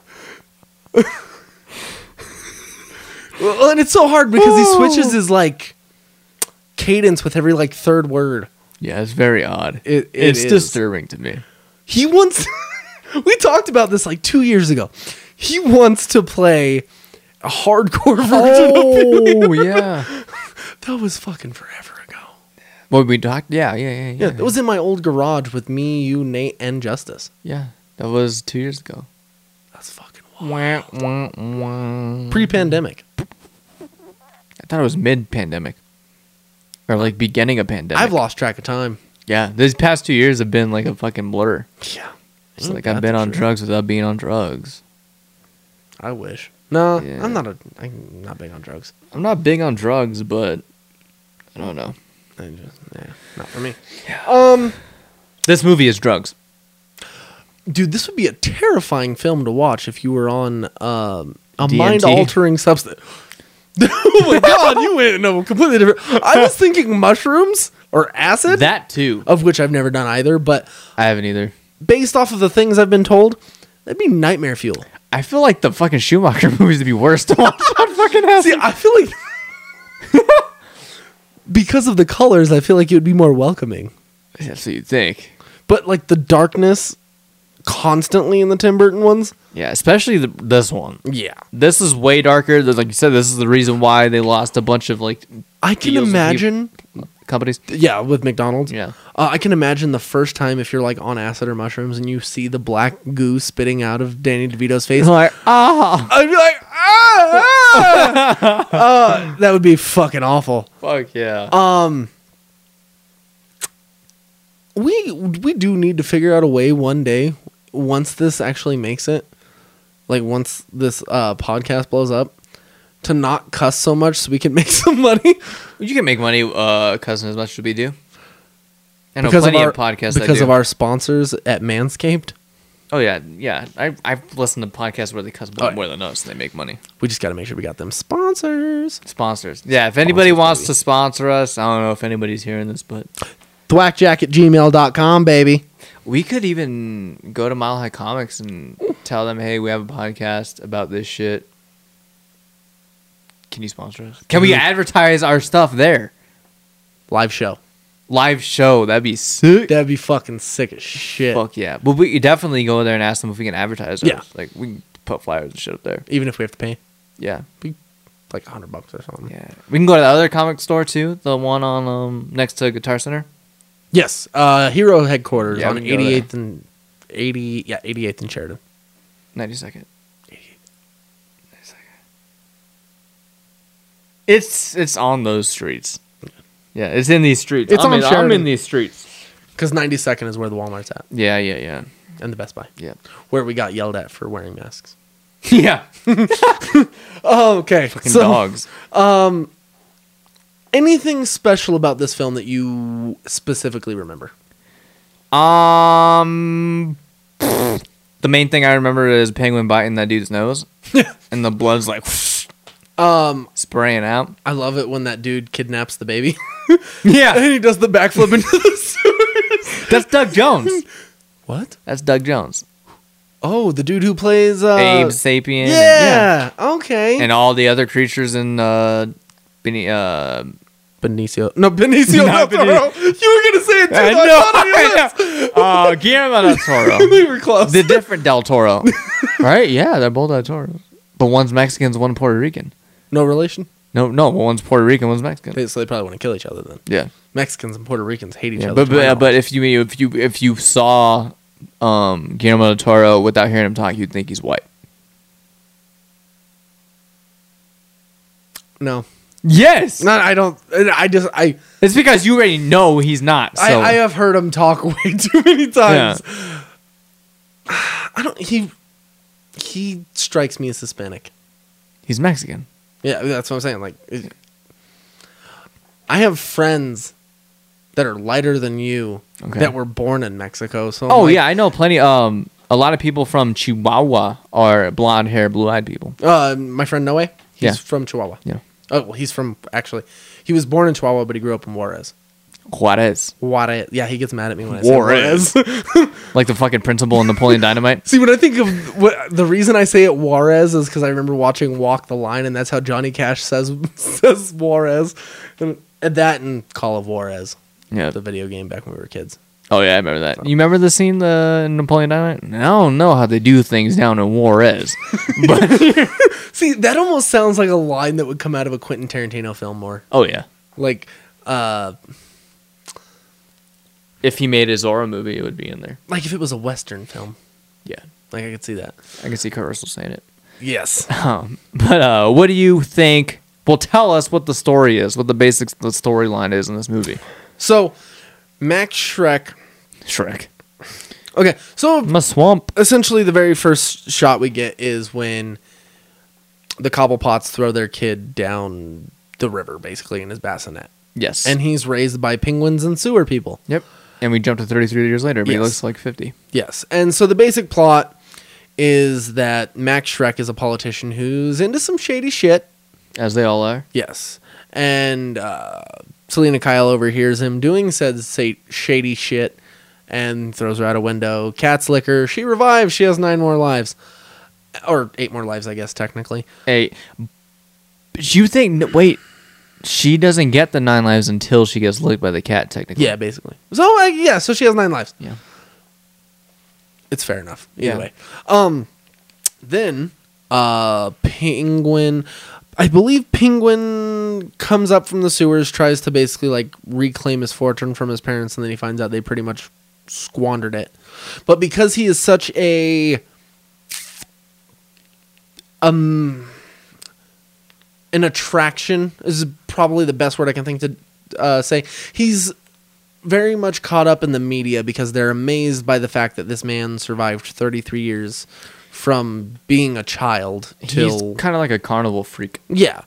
C: well, and it's so hard because he switches his like cadence with every like third word.
B: Yeah, it's very odd.
C: It- it
B: it's
C: is.
B: disturbing to me.
C: He wants. we talked about this like two years ago. He wants to play a hardcore version of it.
B: Oh, yeah.
C: That ago was fucking forever ago.
B: Well, we talked. Yeah, yeah, yeah, yeah.
C: Yeah, it was in my old garage with me, you, Nate, and Justice.
B: Yeah, that was two years ago.
C: That's fucking wild.
B: Wah, wah, wah.
C: Pre-pandemic.
B: I thought it was mid-pandemic, or like beginning of pandemic.
C: I've lost track of time.
B: yeah, these past two years have been like a fucking blur.
C: Yeah.
B: It's
C: Mm,
B: like I've
C: that's
B: been
C: for
B: on
C: sure.
B: drugs without being on drugs.
C: I wish. No,
B: Yeah.
C: I'm not a. I'm not big on drugs.
B: I'm not big on drugs, but I don't know.
C: I just, yeah, not for me.
B: This movie is drugs.
C: Dude, this would be a terrifying film to watch if you were on um, a
B: DMT?
C: mind-altering substance. oh my god, you went in a completely different. I was thinking mushrooms or acid,
B: That too.
C: of which I've never done either. But
B: I haven't either.
C: based off of the things I've been told, that'd be nightmare fuel.
B: I feel like the fucking Schumacher movies would be worse to watch on fucking
C: See,
B: acid.
C: I feel like because of the colors, I feel like it would be more welcoming.
B: That's what you'd think.
C: But like the darkness constantly in the Tim Burton ones.
B: Yeah, especially the, this one.
C: Yeah.
B: This is way darker. There's- Like you said, this is the reason why they lost a bunch of like
C: I can
B: Deals with
C: imagine
B: companies.
C: yeah, with McDonald's.
B: Yeah.
C: Uh, I can imagine the first time if you're like on acid or mushrooms and you see the black goo spitting out of Danny DeVito's face.
B: Like, ah,
C: I'd be like, ah! ah!" Uh, that would be fucking awful.
B: fuck yeah.
C: we we do need to figure out a way one day once this actually makes it like once this uh, podcast blows up to not cuss so much so we can make some money
B: you can make money, uh, cousin, as much as we do. And
C: because of
B: plenty
C: our
B: of podcasts. that
C: because
B: do.
C: of our sponsors at manscaped
B: Oh yeah, yeah. I I've listened to podcasts where they cuss more,
C: Oh, yeah.
B: more than us. and They make money.
C: we just got to make sure we got them sponsors
B: Sponsors. Yeah, if anybody
C: Sponsors,
B: wants
C: baby.
B: to sponsor us, I don't know if anybody's hearing this, but
C: thwackjack at gmail.com baby
B: we could even go to Mile High Comics and tell them, hey, we have a podcast about this shit. Can you sponsor us? Can we
C: Mhm.
B: advertise our stuff there?
C: live show
B: Live show. That'd be sick.
C: that'd be fucking sick as shit
B: Fuck yeah. But we could definitely go there and ask them if we can advertise.
C: Yeah.
B: Yeah. Like we can put flyers and shit up there.
C: even if we have to pay
B: Yeah.
C: be like 100 bucks or something
B: Yeah. We can go to the other comic store too, the one on um next to Guitar Center.
C: yes uh hero headquarters
B: Yeah,
C: on
B: we can go
C: 88th and 80 yeah 88th and sheridan
B: Ninety second. It's it's on those streets. Yeah, it's in these streets.
C: It's
B: I'm
C: on
B: in, I'm
C: Sheridan.
B: in these streets.
C: Because 92nd is where the Walmart's at
B: Yeah, yeah, yeah,
C: and the Best Buy,
B: yeah.
C: where we got yelled at for wearing masks.
B: yeah.
C: Oh, okay.
B: Fucking dogs.
C: anything special about this film that you specifically remember?
B: Um, the main thing I remember is penguin biting that dude's nose, and the blood's like
C: Um,
B: spraying out.
C: I love it when that dude kidnaps the baby and
B: Yeah,
C: he does the backflip into the sewers.
B: that's Doug Jones.
C: What?
B: That's Doug Jones.
C: Oh, the dude who plays uh,
B: Abe Sapien. and-
C: Yeah, Okay.
B: and all the other creatures in uh, Bene- uh
C: Benicio. No, Benicio.
B: Not
C: del
B: Benicio.
C: Toro. You were gonna say it too. I, thought it was. Oh,
B: uh, Guillermo del Toro,
C: We were close.
B: the different del Toro, right? Yeah, they're both del Toro, but one's Mexican's one Puerto Rican.
C: no relation.
B: No, no, one's Puerto Rican, one's Mexican.
C: They- So they probably want to kill each other then.
B: Yeah,
C: Mexicans and Puerto Ricans hate each
B: yeah.
C: other.
B: But but, but if you if you if you saw um, Guillermo del Toro without hearing him talk, you'd think he's white.
C: no,
B: Yes,
C: No, I don't. I just I
B: it's because you already know he's not. So
C: I, uh, I have heard him talk way too many times. I don't. He he strikes me as Hispanic.
B: he's Mexican.
C: Yeah, that's what I'm saying. Like, it- I have friends that are lighter than you
B: Okay.
C: that were born in Mexico. So I'm
B: Oh
C: like,
B: yeah, I know plenty. Um, a lot of people from Chihuahua are blonde hair, blue eyed people.
C: Uh, my friend Noe, he's
B: Yeah.
C: from Chihuahua.
B: Yeah,
C: Oh, well, he's from actually. He was born in Chihuahua, but he grew up in Juarez.
B: Juarez,
C: Juarez. Yeah, he gets mad at me when I
B: Juarez.
C: say Juarez.
B: like the fucking principal in Napoleon Dynamite.
C: See, when I think of what the reason I say it Juarez is because I remember watching Walk the Line, and that's how Johnny Cash says says Juarez, and, and that and Call of Juarez,
B: Yeah.
C: the video game back when we were kids.
B: Oh yeah, I remember that. You remember the scene the in Napoleon Dynamite? I don't know how they do things down in Juarez, but
C: See, that almost sounds like a line that would come out of a Quentin Tarantino film more.
B: oh yeah,
C: Like, uh,
B: If he made a Zorro movie, it would be in there.
C: like if it was a Western film,
B: Yeah,
C: like I could see that.
B: I can see Kurt Russell saying it.
C: Yes.
B: Um, but uh, what do you think? Well, tell us what the story is, what the basics, of the storyline is in this movie.
C: So, Max Shrek.
B: Shrek.
C: Okay, so
B: I'm a swamp.
C: essentially the very first shot we get is when the Cobblepots throw their kid down the river, basically in his bassinet,
B: Yes.
C: and he's raised by penguins and sewer people.
B: yep. And we jumped to 33 years later, but he
C: Yes.
B: looks like 50.
C: Yes. And so the basic plot is that Max Shrek is a politician who's into some shady shit.
B: As they all are.
C: Yes. And uh, Selena Kyle overhears him doing said sa- shady shit and throws her out a window. Cat's liquor. She revives. She has nine more lives. Or eight more lives, I guess, technically.
B: Hey, but you think? no, Wait, she doesn't get the nine lives until she gets licked by the cat. Technically,
C: Yeah, basically. So, uh, yeah, so she has nine lives.
B: yeah.
C: It's fair enough.
B: Yeah.
C: Anyway. Um, then uh, Penguin. I believe Penguin comes up from the sewers, tries to basically like reclaim his fortune from his parents, and then he finds out they pretty much squandered it. But because he is such a um um, an attraction is probably the best word I can think to uh, say. He's very much caught up in the media because they're amazed by the fact that this man survived 33 years from being a child till
B: He's kind of like a carnival freak.
C: yeah,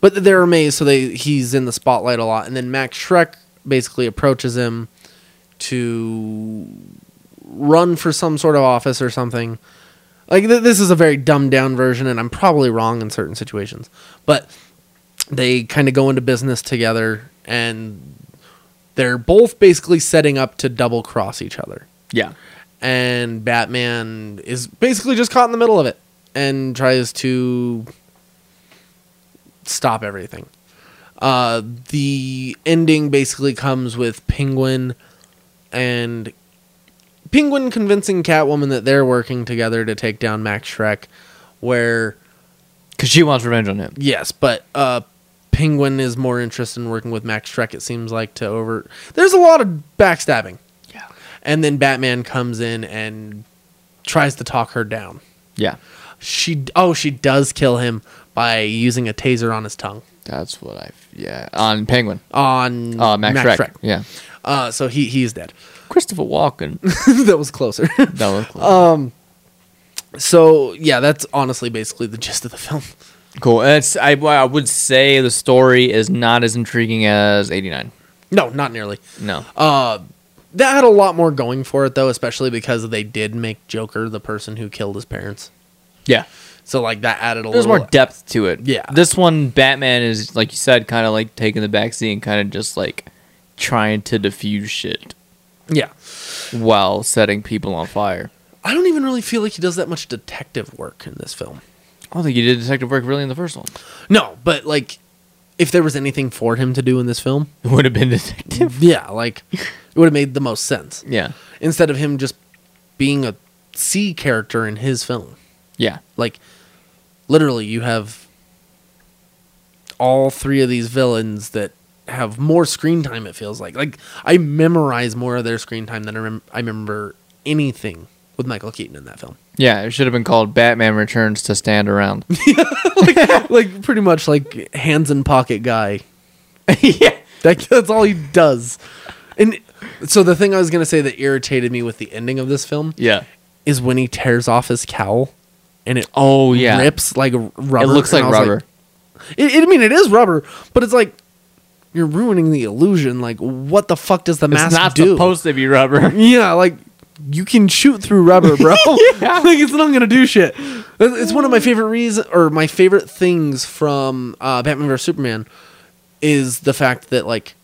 C: but they're amazed, so they he's in the spotlight a lot, and then Max Shrek basically approaches him to run for some sort of office or something. Like th- this is a very dumbed down version, and I'm probably wrong in certain situations, but they kind of go into business together, and they're both basically setting up to double cross each other
B: Yeah.
C: and Batman is basically just caught in the middle of it and tries to stop everything. Uh, the ending basically comes with Penguin and Penguin convincing Catwoman that they're working together to take down Max Shrek, where
B: Because she wants revenge on him.
C: Yes, but uh, Penguin is more interested in working with Max Shrek. It seems like to over. There's a lot of backstabbing.
B: Yeah.
C: and then Batman comes in and tries to talk her down.
B: Yeah.
C: She oh she does kill him by using a taser on his tongue
B: That's what I. Yeah. On Penguin.
C: on
B: Uh, Max, Shrek.
C: Shrek.
B: Yeah.
C: Uh, so he he's dead.
B: Christopher Walken.
C: that was closer.
B: that was cool.
C: so yeah, that's honestly basically the gist of the film.
B: cool. It's, I, I would say the story is not as intriguing as 89.
C: No, not nearly.
B: No.
C: Uh, That had a lot more going for it though, especially because they did make Joker the person who killed his parents.
B: yeah.
C: So like that added a
B: There's
C: little
B: more depth to it.
C: Yeah.
B: This one, Batman is, like you said, kind of like taking the backseat and kind of just like trying to defuse shit
C: Yeah.
B: while setting people on fire.
C: I don't even really feel like he does that much detective work in this film.
B: I don't think you did detective work really in the first one.
C: No, but like if there was anything for him to do in this film,
B: It would have been detective.
C: yeah, like it would have made the most sense.
B: Yeah.
C: Instead of him just being a C character in his film.
B: Yeah.
C: Like literally you have all three of these villains that have more screen time it feels like. Like I memorize more of their screen time than I, rem- I remember anything with Michael Keaton in that film.
B: Yeah. It should have been called Batman Returns to Stand Around.
C: like pretty much like hands in pocket guy.
B: yeah.
C: That, that's all he does. And so the thing I was gonna say that irritated me with the ending of this film
B: Yeah.
C: is when he tears off his cowl, and it
B: Oh, yeah.
C: rips like r-
B: It
C: rubber.
B: looks
C: And
B: like
C: I was
B: rubber.
C: it, it- I mean, it is rubber, but it's like you're ruining the illusion. Like, what the fuck does the mask
B: it's not
C: do?
B: supposed to be rubber.
C: yeah, like you can shoot through rubber, bro. like it's not gonna do shit. It's it's one of my favorite reasons, or my favorite things from uh, Batman vs Superman, is the fact that like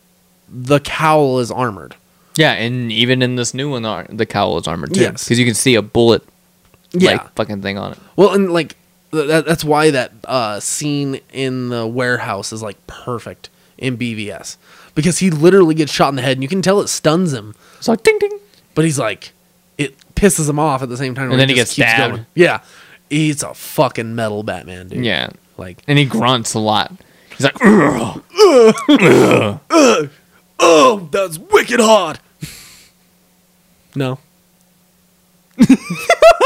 C: the cowl is armored.
B: Yeah, and even in this new one, the, ar- the cowl is armored too.
C: Yes.
B: Because you can see a bullet,
C: Yeah.
B: like, fucking thing on it.
C: Well, and like th- that, that's why that uh, scene in the warehouse is like perfect in BVS because he literally gets shot in the head, and you can tell it stuns him,
B: It's like ding ding.
C: but he's like it pisses him off at the same time. where
B: then he
C: just
B: gets
C: keeps
B: stabbed.
C: going. Yeah, he's a fucking metal Batman, dude.
B: Yeah.
C: like
B: And he grunts a lot. He's like, "Ugh."
C: Oh, that's wicked hard. no.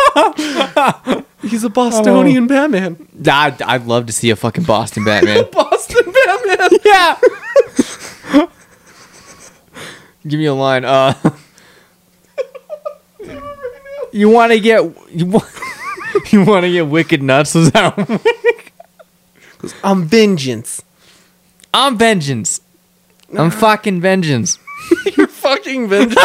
C: He's a Bostonian Batman.
B: I'd, I'd love to see a fucking Boston Batman.
C: Boston Batman.
B: yeah. Give me a line. Uh, you want to get you want you want to get wicked nuts? Is that one?
C: I'm vengeance.
B: I'm vengeance. I'm fucking vengeance.
C: You're fucking vengeance.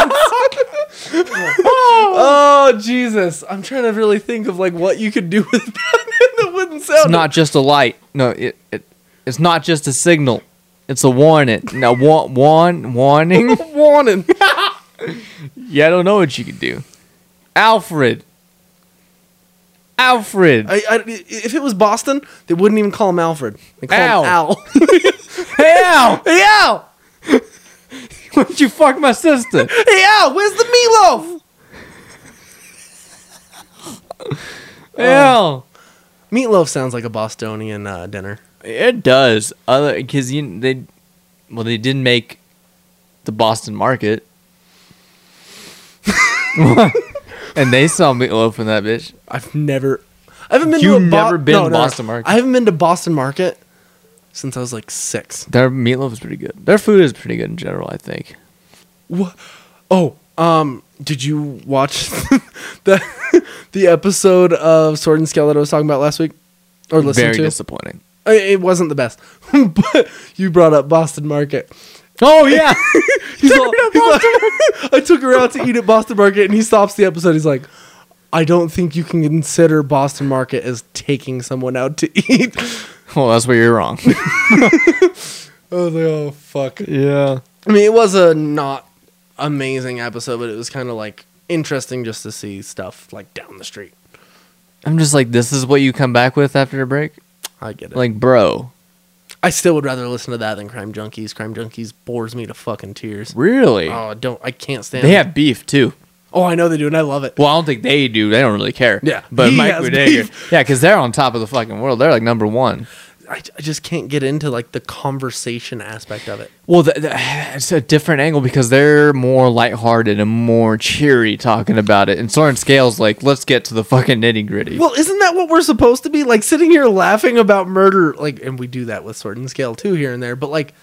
C: oh Jesus! I'm trying to really think of like what you could do with Batman that wouldn't sound.
B: It's not just a light. No, it, it it's not just a signal. It's a warning. Now, warn, warn, warning.
C: warning.
B: Yeah, I don't know what you could do. Alfred. Alfred.
C: I, I, if it was Boston, they wouldn't even call him Alfred. They call
B: Al.
C: him Al.
B: hey, Al.
C: hey Al!
B: Why'd you fuck my sister?
C: Hey Al! Where's the meatloaf?
B: Oh. Al.
C: Meatloaf sounds like a Bostonian uh, dinner.
B: It does. Other because you they, well, they didn't make the Boston market, and they sell meatloaf in that bitch.
C: I've never, I haven't been
B: You've
C: to a Bo-
B: never been
C: no, no, no.
B: Boston Market?
C: I haven't been to Boston Market since I was like six.
B: Their meatloaf is pretty good. Their food is pretty good in general. I think.
C: What? Oh, um, did you watch the the episode of Sword and Skeleton I was talking about last week, or listen
B: Very
C: to?
B: disappointing.
C: I- it wasn't the best, but you brought up Boston Market.
B: Oh yeah.
C: He's all- he's like, I took her out to eat at Boston Market, and he stops the episode. He's like, I don't think you can consider Boston Market as taking someone out to eat.
B: well, that's where you're wrong.
C: I was like, oh, fuck.
B: yeah.
C: I mean, it was a not amazing episode, but it was kind of like interesting just to see stuff like down the street.
B: I'm just like, this is what you come back with after a break.
C: I get it. Like,
B: Like, bro,
C: I still would rather listen to that than Crime Junkies. Crime Junkies bores me to fucking tears.
B: really?
C: Oh, I don't. I can't stand
B: they
C: it.
B: have beef too.
C: Oh, I know they do, and I love it.
B: Well, I don't think they do. They don't really care.
C: Yeah.
B: But
C: He
B: Mike
C: has
B: Whittaker.
C: beef.
B: Yeah, because they're on top of the fucking world. They're like number one.
C: I, I just can't get into like the conversation aspect of it.
B: Well, th th it's a different angle because they're more lighthearted and more cheery talking about it. And Soren Scale's like, let's get to the fucking nitty gritty.
C: Well, isn't that what we're supposed to be like sitting here laughing about murder? Like, and we do that with Sword and Scale too here and there, but like,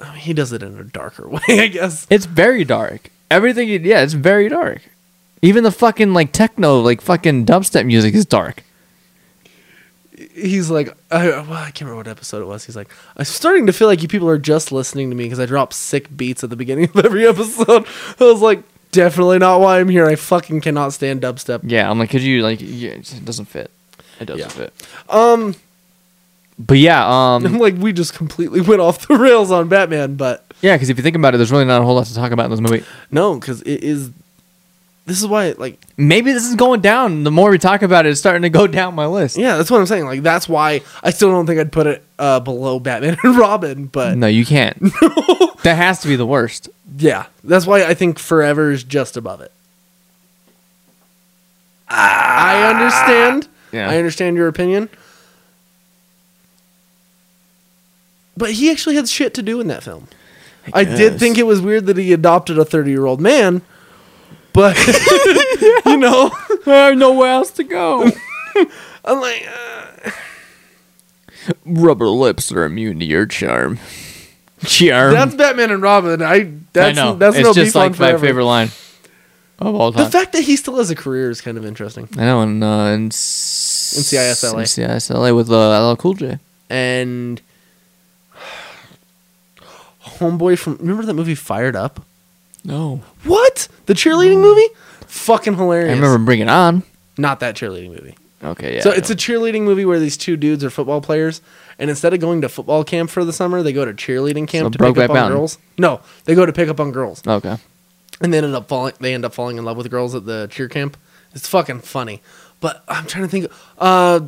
C: I mean, he does it in a darker way, I guess.
B: it's very dark. Everything, you- yeah, it's very dark. Even the fucking like techno, like fucking dubstep music is dark.
C: He's like, I, well, I can't remember what episode it was. He's like, I'm starting to feel like you people are just listening to me because I drop sick beats at the beginning of every episode. I was like, definitely not why I'm here. I fucking cannot stand dubstep.
B: Yeah, I'm like, could you like? Yeah, it just doesn't fit. It doesn't
C: Yeah.
B: fit. Um, but yeah, um,
C: I'm like, we just completely went off the rails on Batman, but
B: yeah, because if you think about it, there's really not a whole lot to talk about in this movie.
C: no, because it is. This is why, like,
B: Maybe this is going down. The more we talk about it, it's starting to go down my list.
C: Yeah, that's what I'm saying. Like that's why I still don't think I'd put it uh, below Batman and Robin, but
B: No, you can't. that has to be the worst.
C: yeah, that's why I think Forever is just above it. I understand.
B: Ah. Yeah.
C: I understand your opinion. But he actually had shit to do in that film. I, did
B: guess.
C: think it was weird that he adopted a 30-year-old man, but you know,
B: I have nowhere else to go.
C: I'm like uh,
B: Rubber lips are immune to your charm. Charm.
C: that's Batman and Robin. I that's that's
B: it's
C: no
B: just
C: beef
B: like
C: on
B: my
C: Forever.
B: favorite line of all
C: The
B: time.
C: fact that he still has a career is kind of interesting.
B: I know, and uh, in CISLA,
C: CISLA.
B: CISLA with uh, LL Cool J.
C: And homeboy from remember that movie Fired Up?
B: No,
C: What the cheerleading movie? Fucking hilarious!
B: I remember Bring It On.
C: not that cheerleading movie.
B: Okay, yeah.
C: so it's a cheerleading movie where these two dudes are football players, and instead of going to football camp for the summer, they go to cheerleading camp
B: So
C: to pick
B: Brokeback
C: up on
B: Mountain.
C: girls. No, they go to pick up on girls,
B: a okay.
C: and they ended up falling. They end up falling in love with girls at the cheer camp. It's fucking funny, but I'm trying to think. Uh,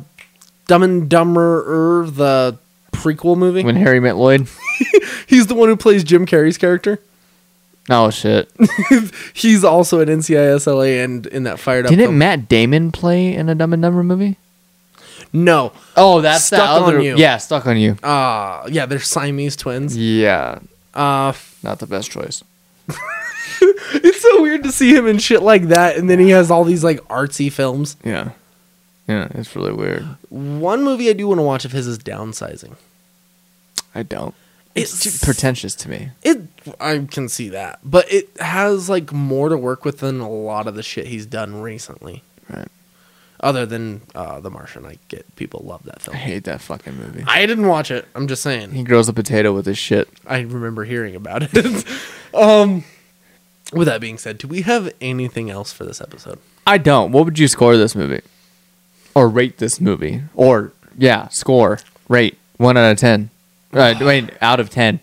C: Dumb and Dumberer, the prequel movie.
B: When Harry met Lloyd.
C: He's the one who plays Jim Carrey's character.
B: Oh shit!
C: He's also in NCISLA and in that fired up.
B: Didn't
C: film.
B: Matt Damon play in a Dumb and Dumber movie?
C: No.
B: Oh, that's
C: Stuck
B: the
C: on
B: other.
C: You.
B: Yeah, stuck on you.
C: Uh, yeah, they're Siamese twins.
B: Yeah,
C: Uh, f-
B: not the best choice.
C: it's so weird to see him in shit like that, and then he has all these like artsy films.
B: Yeah, yeah, it's really weird.
C: One movie I do want to watch of his is Downsizing.
B: I don't.
C: It's
B: It's too pretentious to me.
C: It I can see that, but it has like more to work with than a lot of the shit he's done recently.
B: Right.
C: Other than uh, The Martian, I get people love that
B: I
C: film.
B: hate that fucking movie.
C: I didn't watch it. I'm just saying.
B: He grows a potato with his shit.
C: I remember hearing about it. um, with that being said, do we have anything else for this episode?
B: I don't. What would you score this movie? Or rate this movie? Or yeah, score rate one out of ten. Uh, wait, out of ten.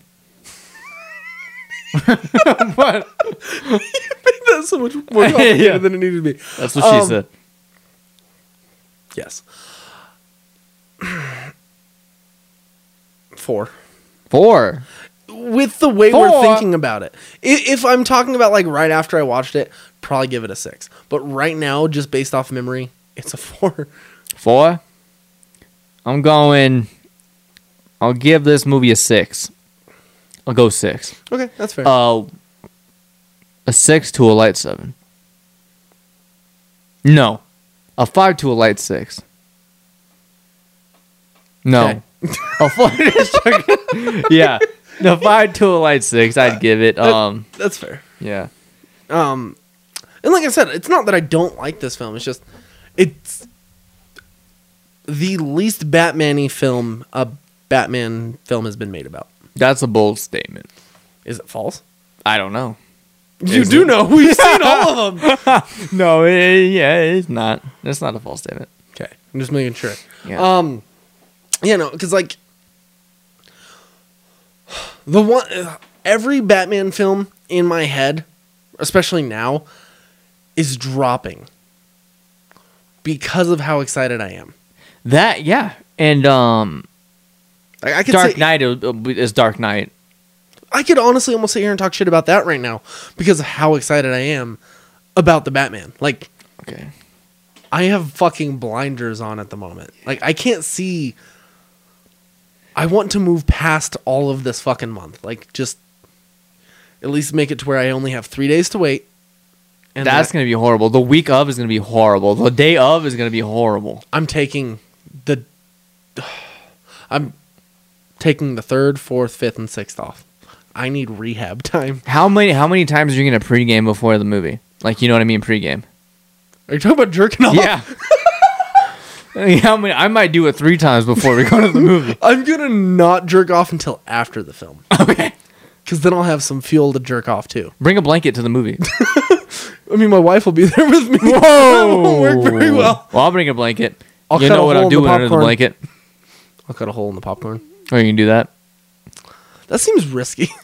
B: what?
C: That's so much more complicated than it needed to be.
B: That's what she
C: Um,
B: said.
C: Yes. Four.
B: Four.
C: With the way
B: Four.
C: we're thinking about it. I- If I'm talking about like right after I watched it, probably give it a six. But right now, just based off memory, it's a four.
B: Four. I'm going. I'll give this movie a six. I'll go six.
C: Okay, that's fair.
B: Uh, a six to a light seven. No, a five to a light six. No, a four. yeah, a five to a light six. I'd give it. Um,
C: that's fair.
B: yeah,
C: Um, and like I said, it's not that I don't like this film. It's just it's the least Batman-y film a Batman film has been made about.
B: that's a bold statement.
C: Is it false?
B: I don't know.
C: You
B: Is
C: do
B: it?
C: know we've seen all of them.
B: No, it, yeah, it's not. It's not a false statement.
C: Okay, I'm just making sure.
B: Yeah.
C: Um, you know, because like the one ugh, every Batman film in my head, especially now, is dropping because of how excited I am.
B: That yeah, and um,
C: Like, I could
B: Dark
C: say,
B: Knight uh, is Dark Knight.
C: I could honestly almost sit here and talk shit about that right now because of how excited I am about the Batman. Like
B: Okay.
C: I have fucking blinders on at the moment. Like I can't see. I want to move past all of this fucking month. Like just at least make it to where I only have three days to wait. And
B: That's
C: that
B: gonna be horrible. The week of is gonna be horrible. The day of is gonna be horrible.
C: I'm taking the. I'm taking the third, fourth, fifth, and sixth off. I need rehab time.
B: How many how many times are you gonna pregame before the movie? Like you know what I mean, pregame.
C: Are you talking about jerking off?
B: Yeah. I mean, how many? I might do it three times before we go to the movie.
C: I'm gonna not jerk off until after the film,
B: okay.
C: because then I'll have some fuel to jerk off to.
B: Bring a blanket to the movie.
C: I mean, my wife will be there with me. it won't work very well.
B: Oh, Well, I'll bring a blanket.
C: I'll
B: you
C: cut a
B: know what
C: hole
B: I'm
C: in the
B: doing under the
C: popcorn.
B: blanket.
C: I'll cut a hole in the popcorn.
B: Or you can do that.
C: That seems risky.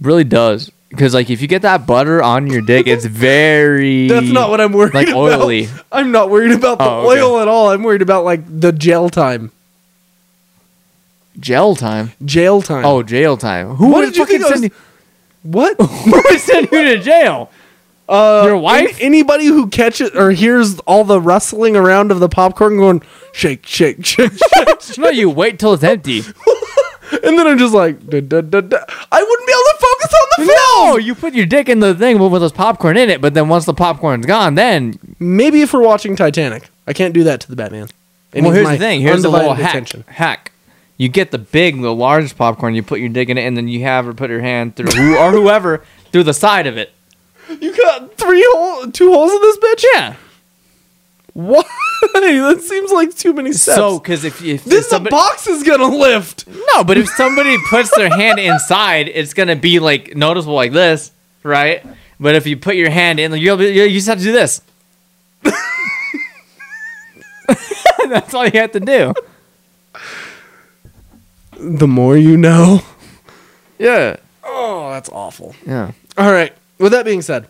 B: Really does because like if you get that butter on your dick, it's very.
C: That's not what I'm worried
B: like
C: about.
B: oily.
C: I'm not worried about the
B: Oh, okay.
C: oil at all. I'm worried about like the jail time.
B: Jail time.
C: Jail time.
B: Oh, jail time. Who
C: What
B: would
C: did you
B: fucking
C: think I
B: send
C: was-
B: you?
C: what?
B: Who would send you to jail?
C: Uh,
B: Your wife?
C: an- anybody who catches or hears all the rustling around of the popcorn going shake, shake, shake, shake,
B: No, you wait till it's empty.
C: and then I'm just like, da, da, da, da. I wouldn't be able to focus on the film.
B: No, you put your dick in the thing with those popcorn in it, but then once the popcorn's gone, then
C: Maybe if we're watching Titanic, I can't do that to the Batman. It
B: well,
C: needs
B: here's
C: my
B: the thing. Here's the
C: undivided
B: little hack. Hack. You get the big, the large popcorn. You put your dick in it, and then you have her put her hand through who or whoever through the side of it.
C: You got three hole, two holes in this bitch.
B: Yeah.
C: Why? That seems like too many steps.
B: So, because if if
C: Then
B: somebody,
C: the box is gonna lift.
B: no, but if somebody puts their hand inside, it's gonna be like noticeable like this, right? But if you put your hand in, you'll be, you just have to do this. That's all you have to do.
C: The more you know.
B: Yeah.
C: Oh, that's awful.
B: Yeah.
C: All right. With that being said,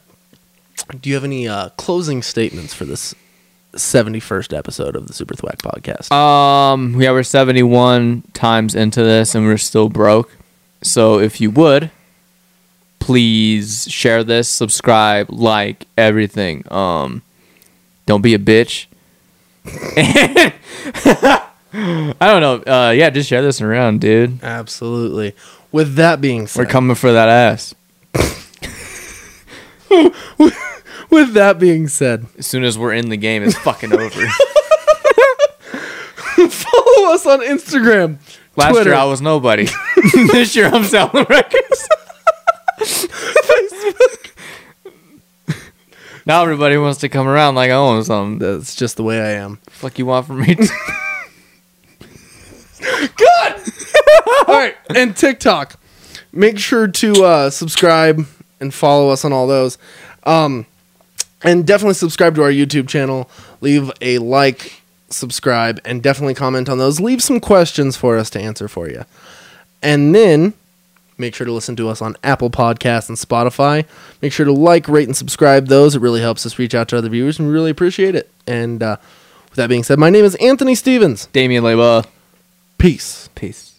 C: do you have any uh, closing statements for this seventy-first episode of the Super Thwack Podcast?
B: Um, yeah, we're 71 times into this and we're still broke. So if you would, please share this, subscribe, like everything. Um, don't be a bitch. I don't know. Uh, yeah, just share this around, dude.
C: Absolutely. With that being
B: We're
C: said,
B: coming for that ass.
C: with that being said,
B: As soon as we're in the game, it's fucking over.
C: follow us on Instagram.
B: Last
C: Twitter,
B: year I was nobody. this year I'm selling records. now everybody wants to come around like I own something.
C: That's just the way I am.
B: fuck you want from me?
C: All right, and TikTok. Make sure to uh, subscribe and follow us on all those. Um, and definitely subscribe to our YouTube channel. Leave a like, subscribe, and definitely comment on those. Leave some questions for us to answer for you. And then make sure to listen to us on Apple Podcasts and Spotify. Make sure to like, rate, and subscribe those. It really helps us reach out to other viewers, and we really appreciate it. And uh, with that being said, my name is Anthony Stevens.
B: Damien Leba.
C: Peace.
B: Peace.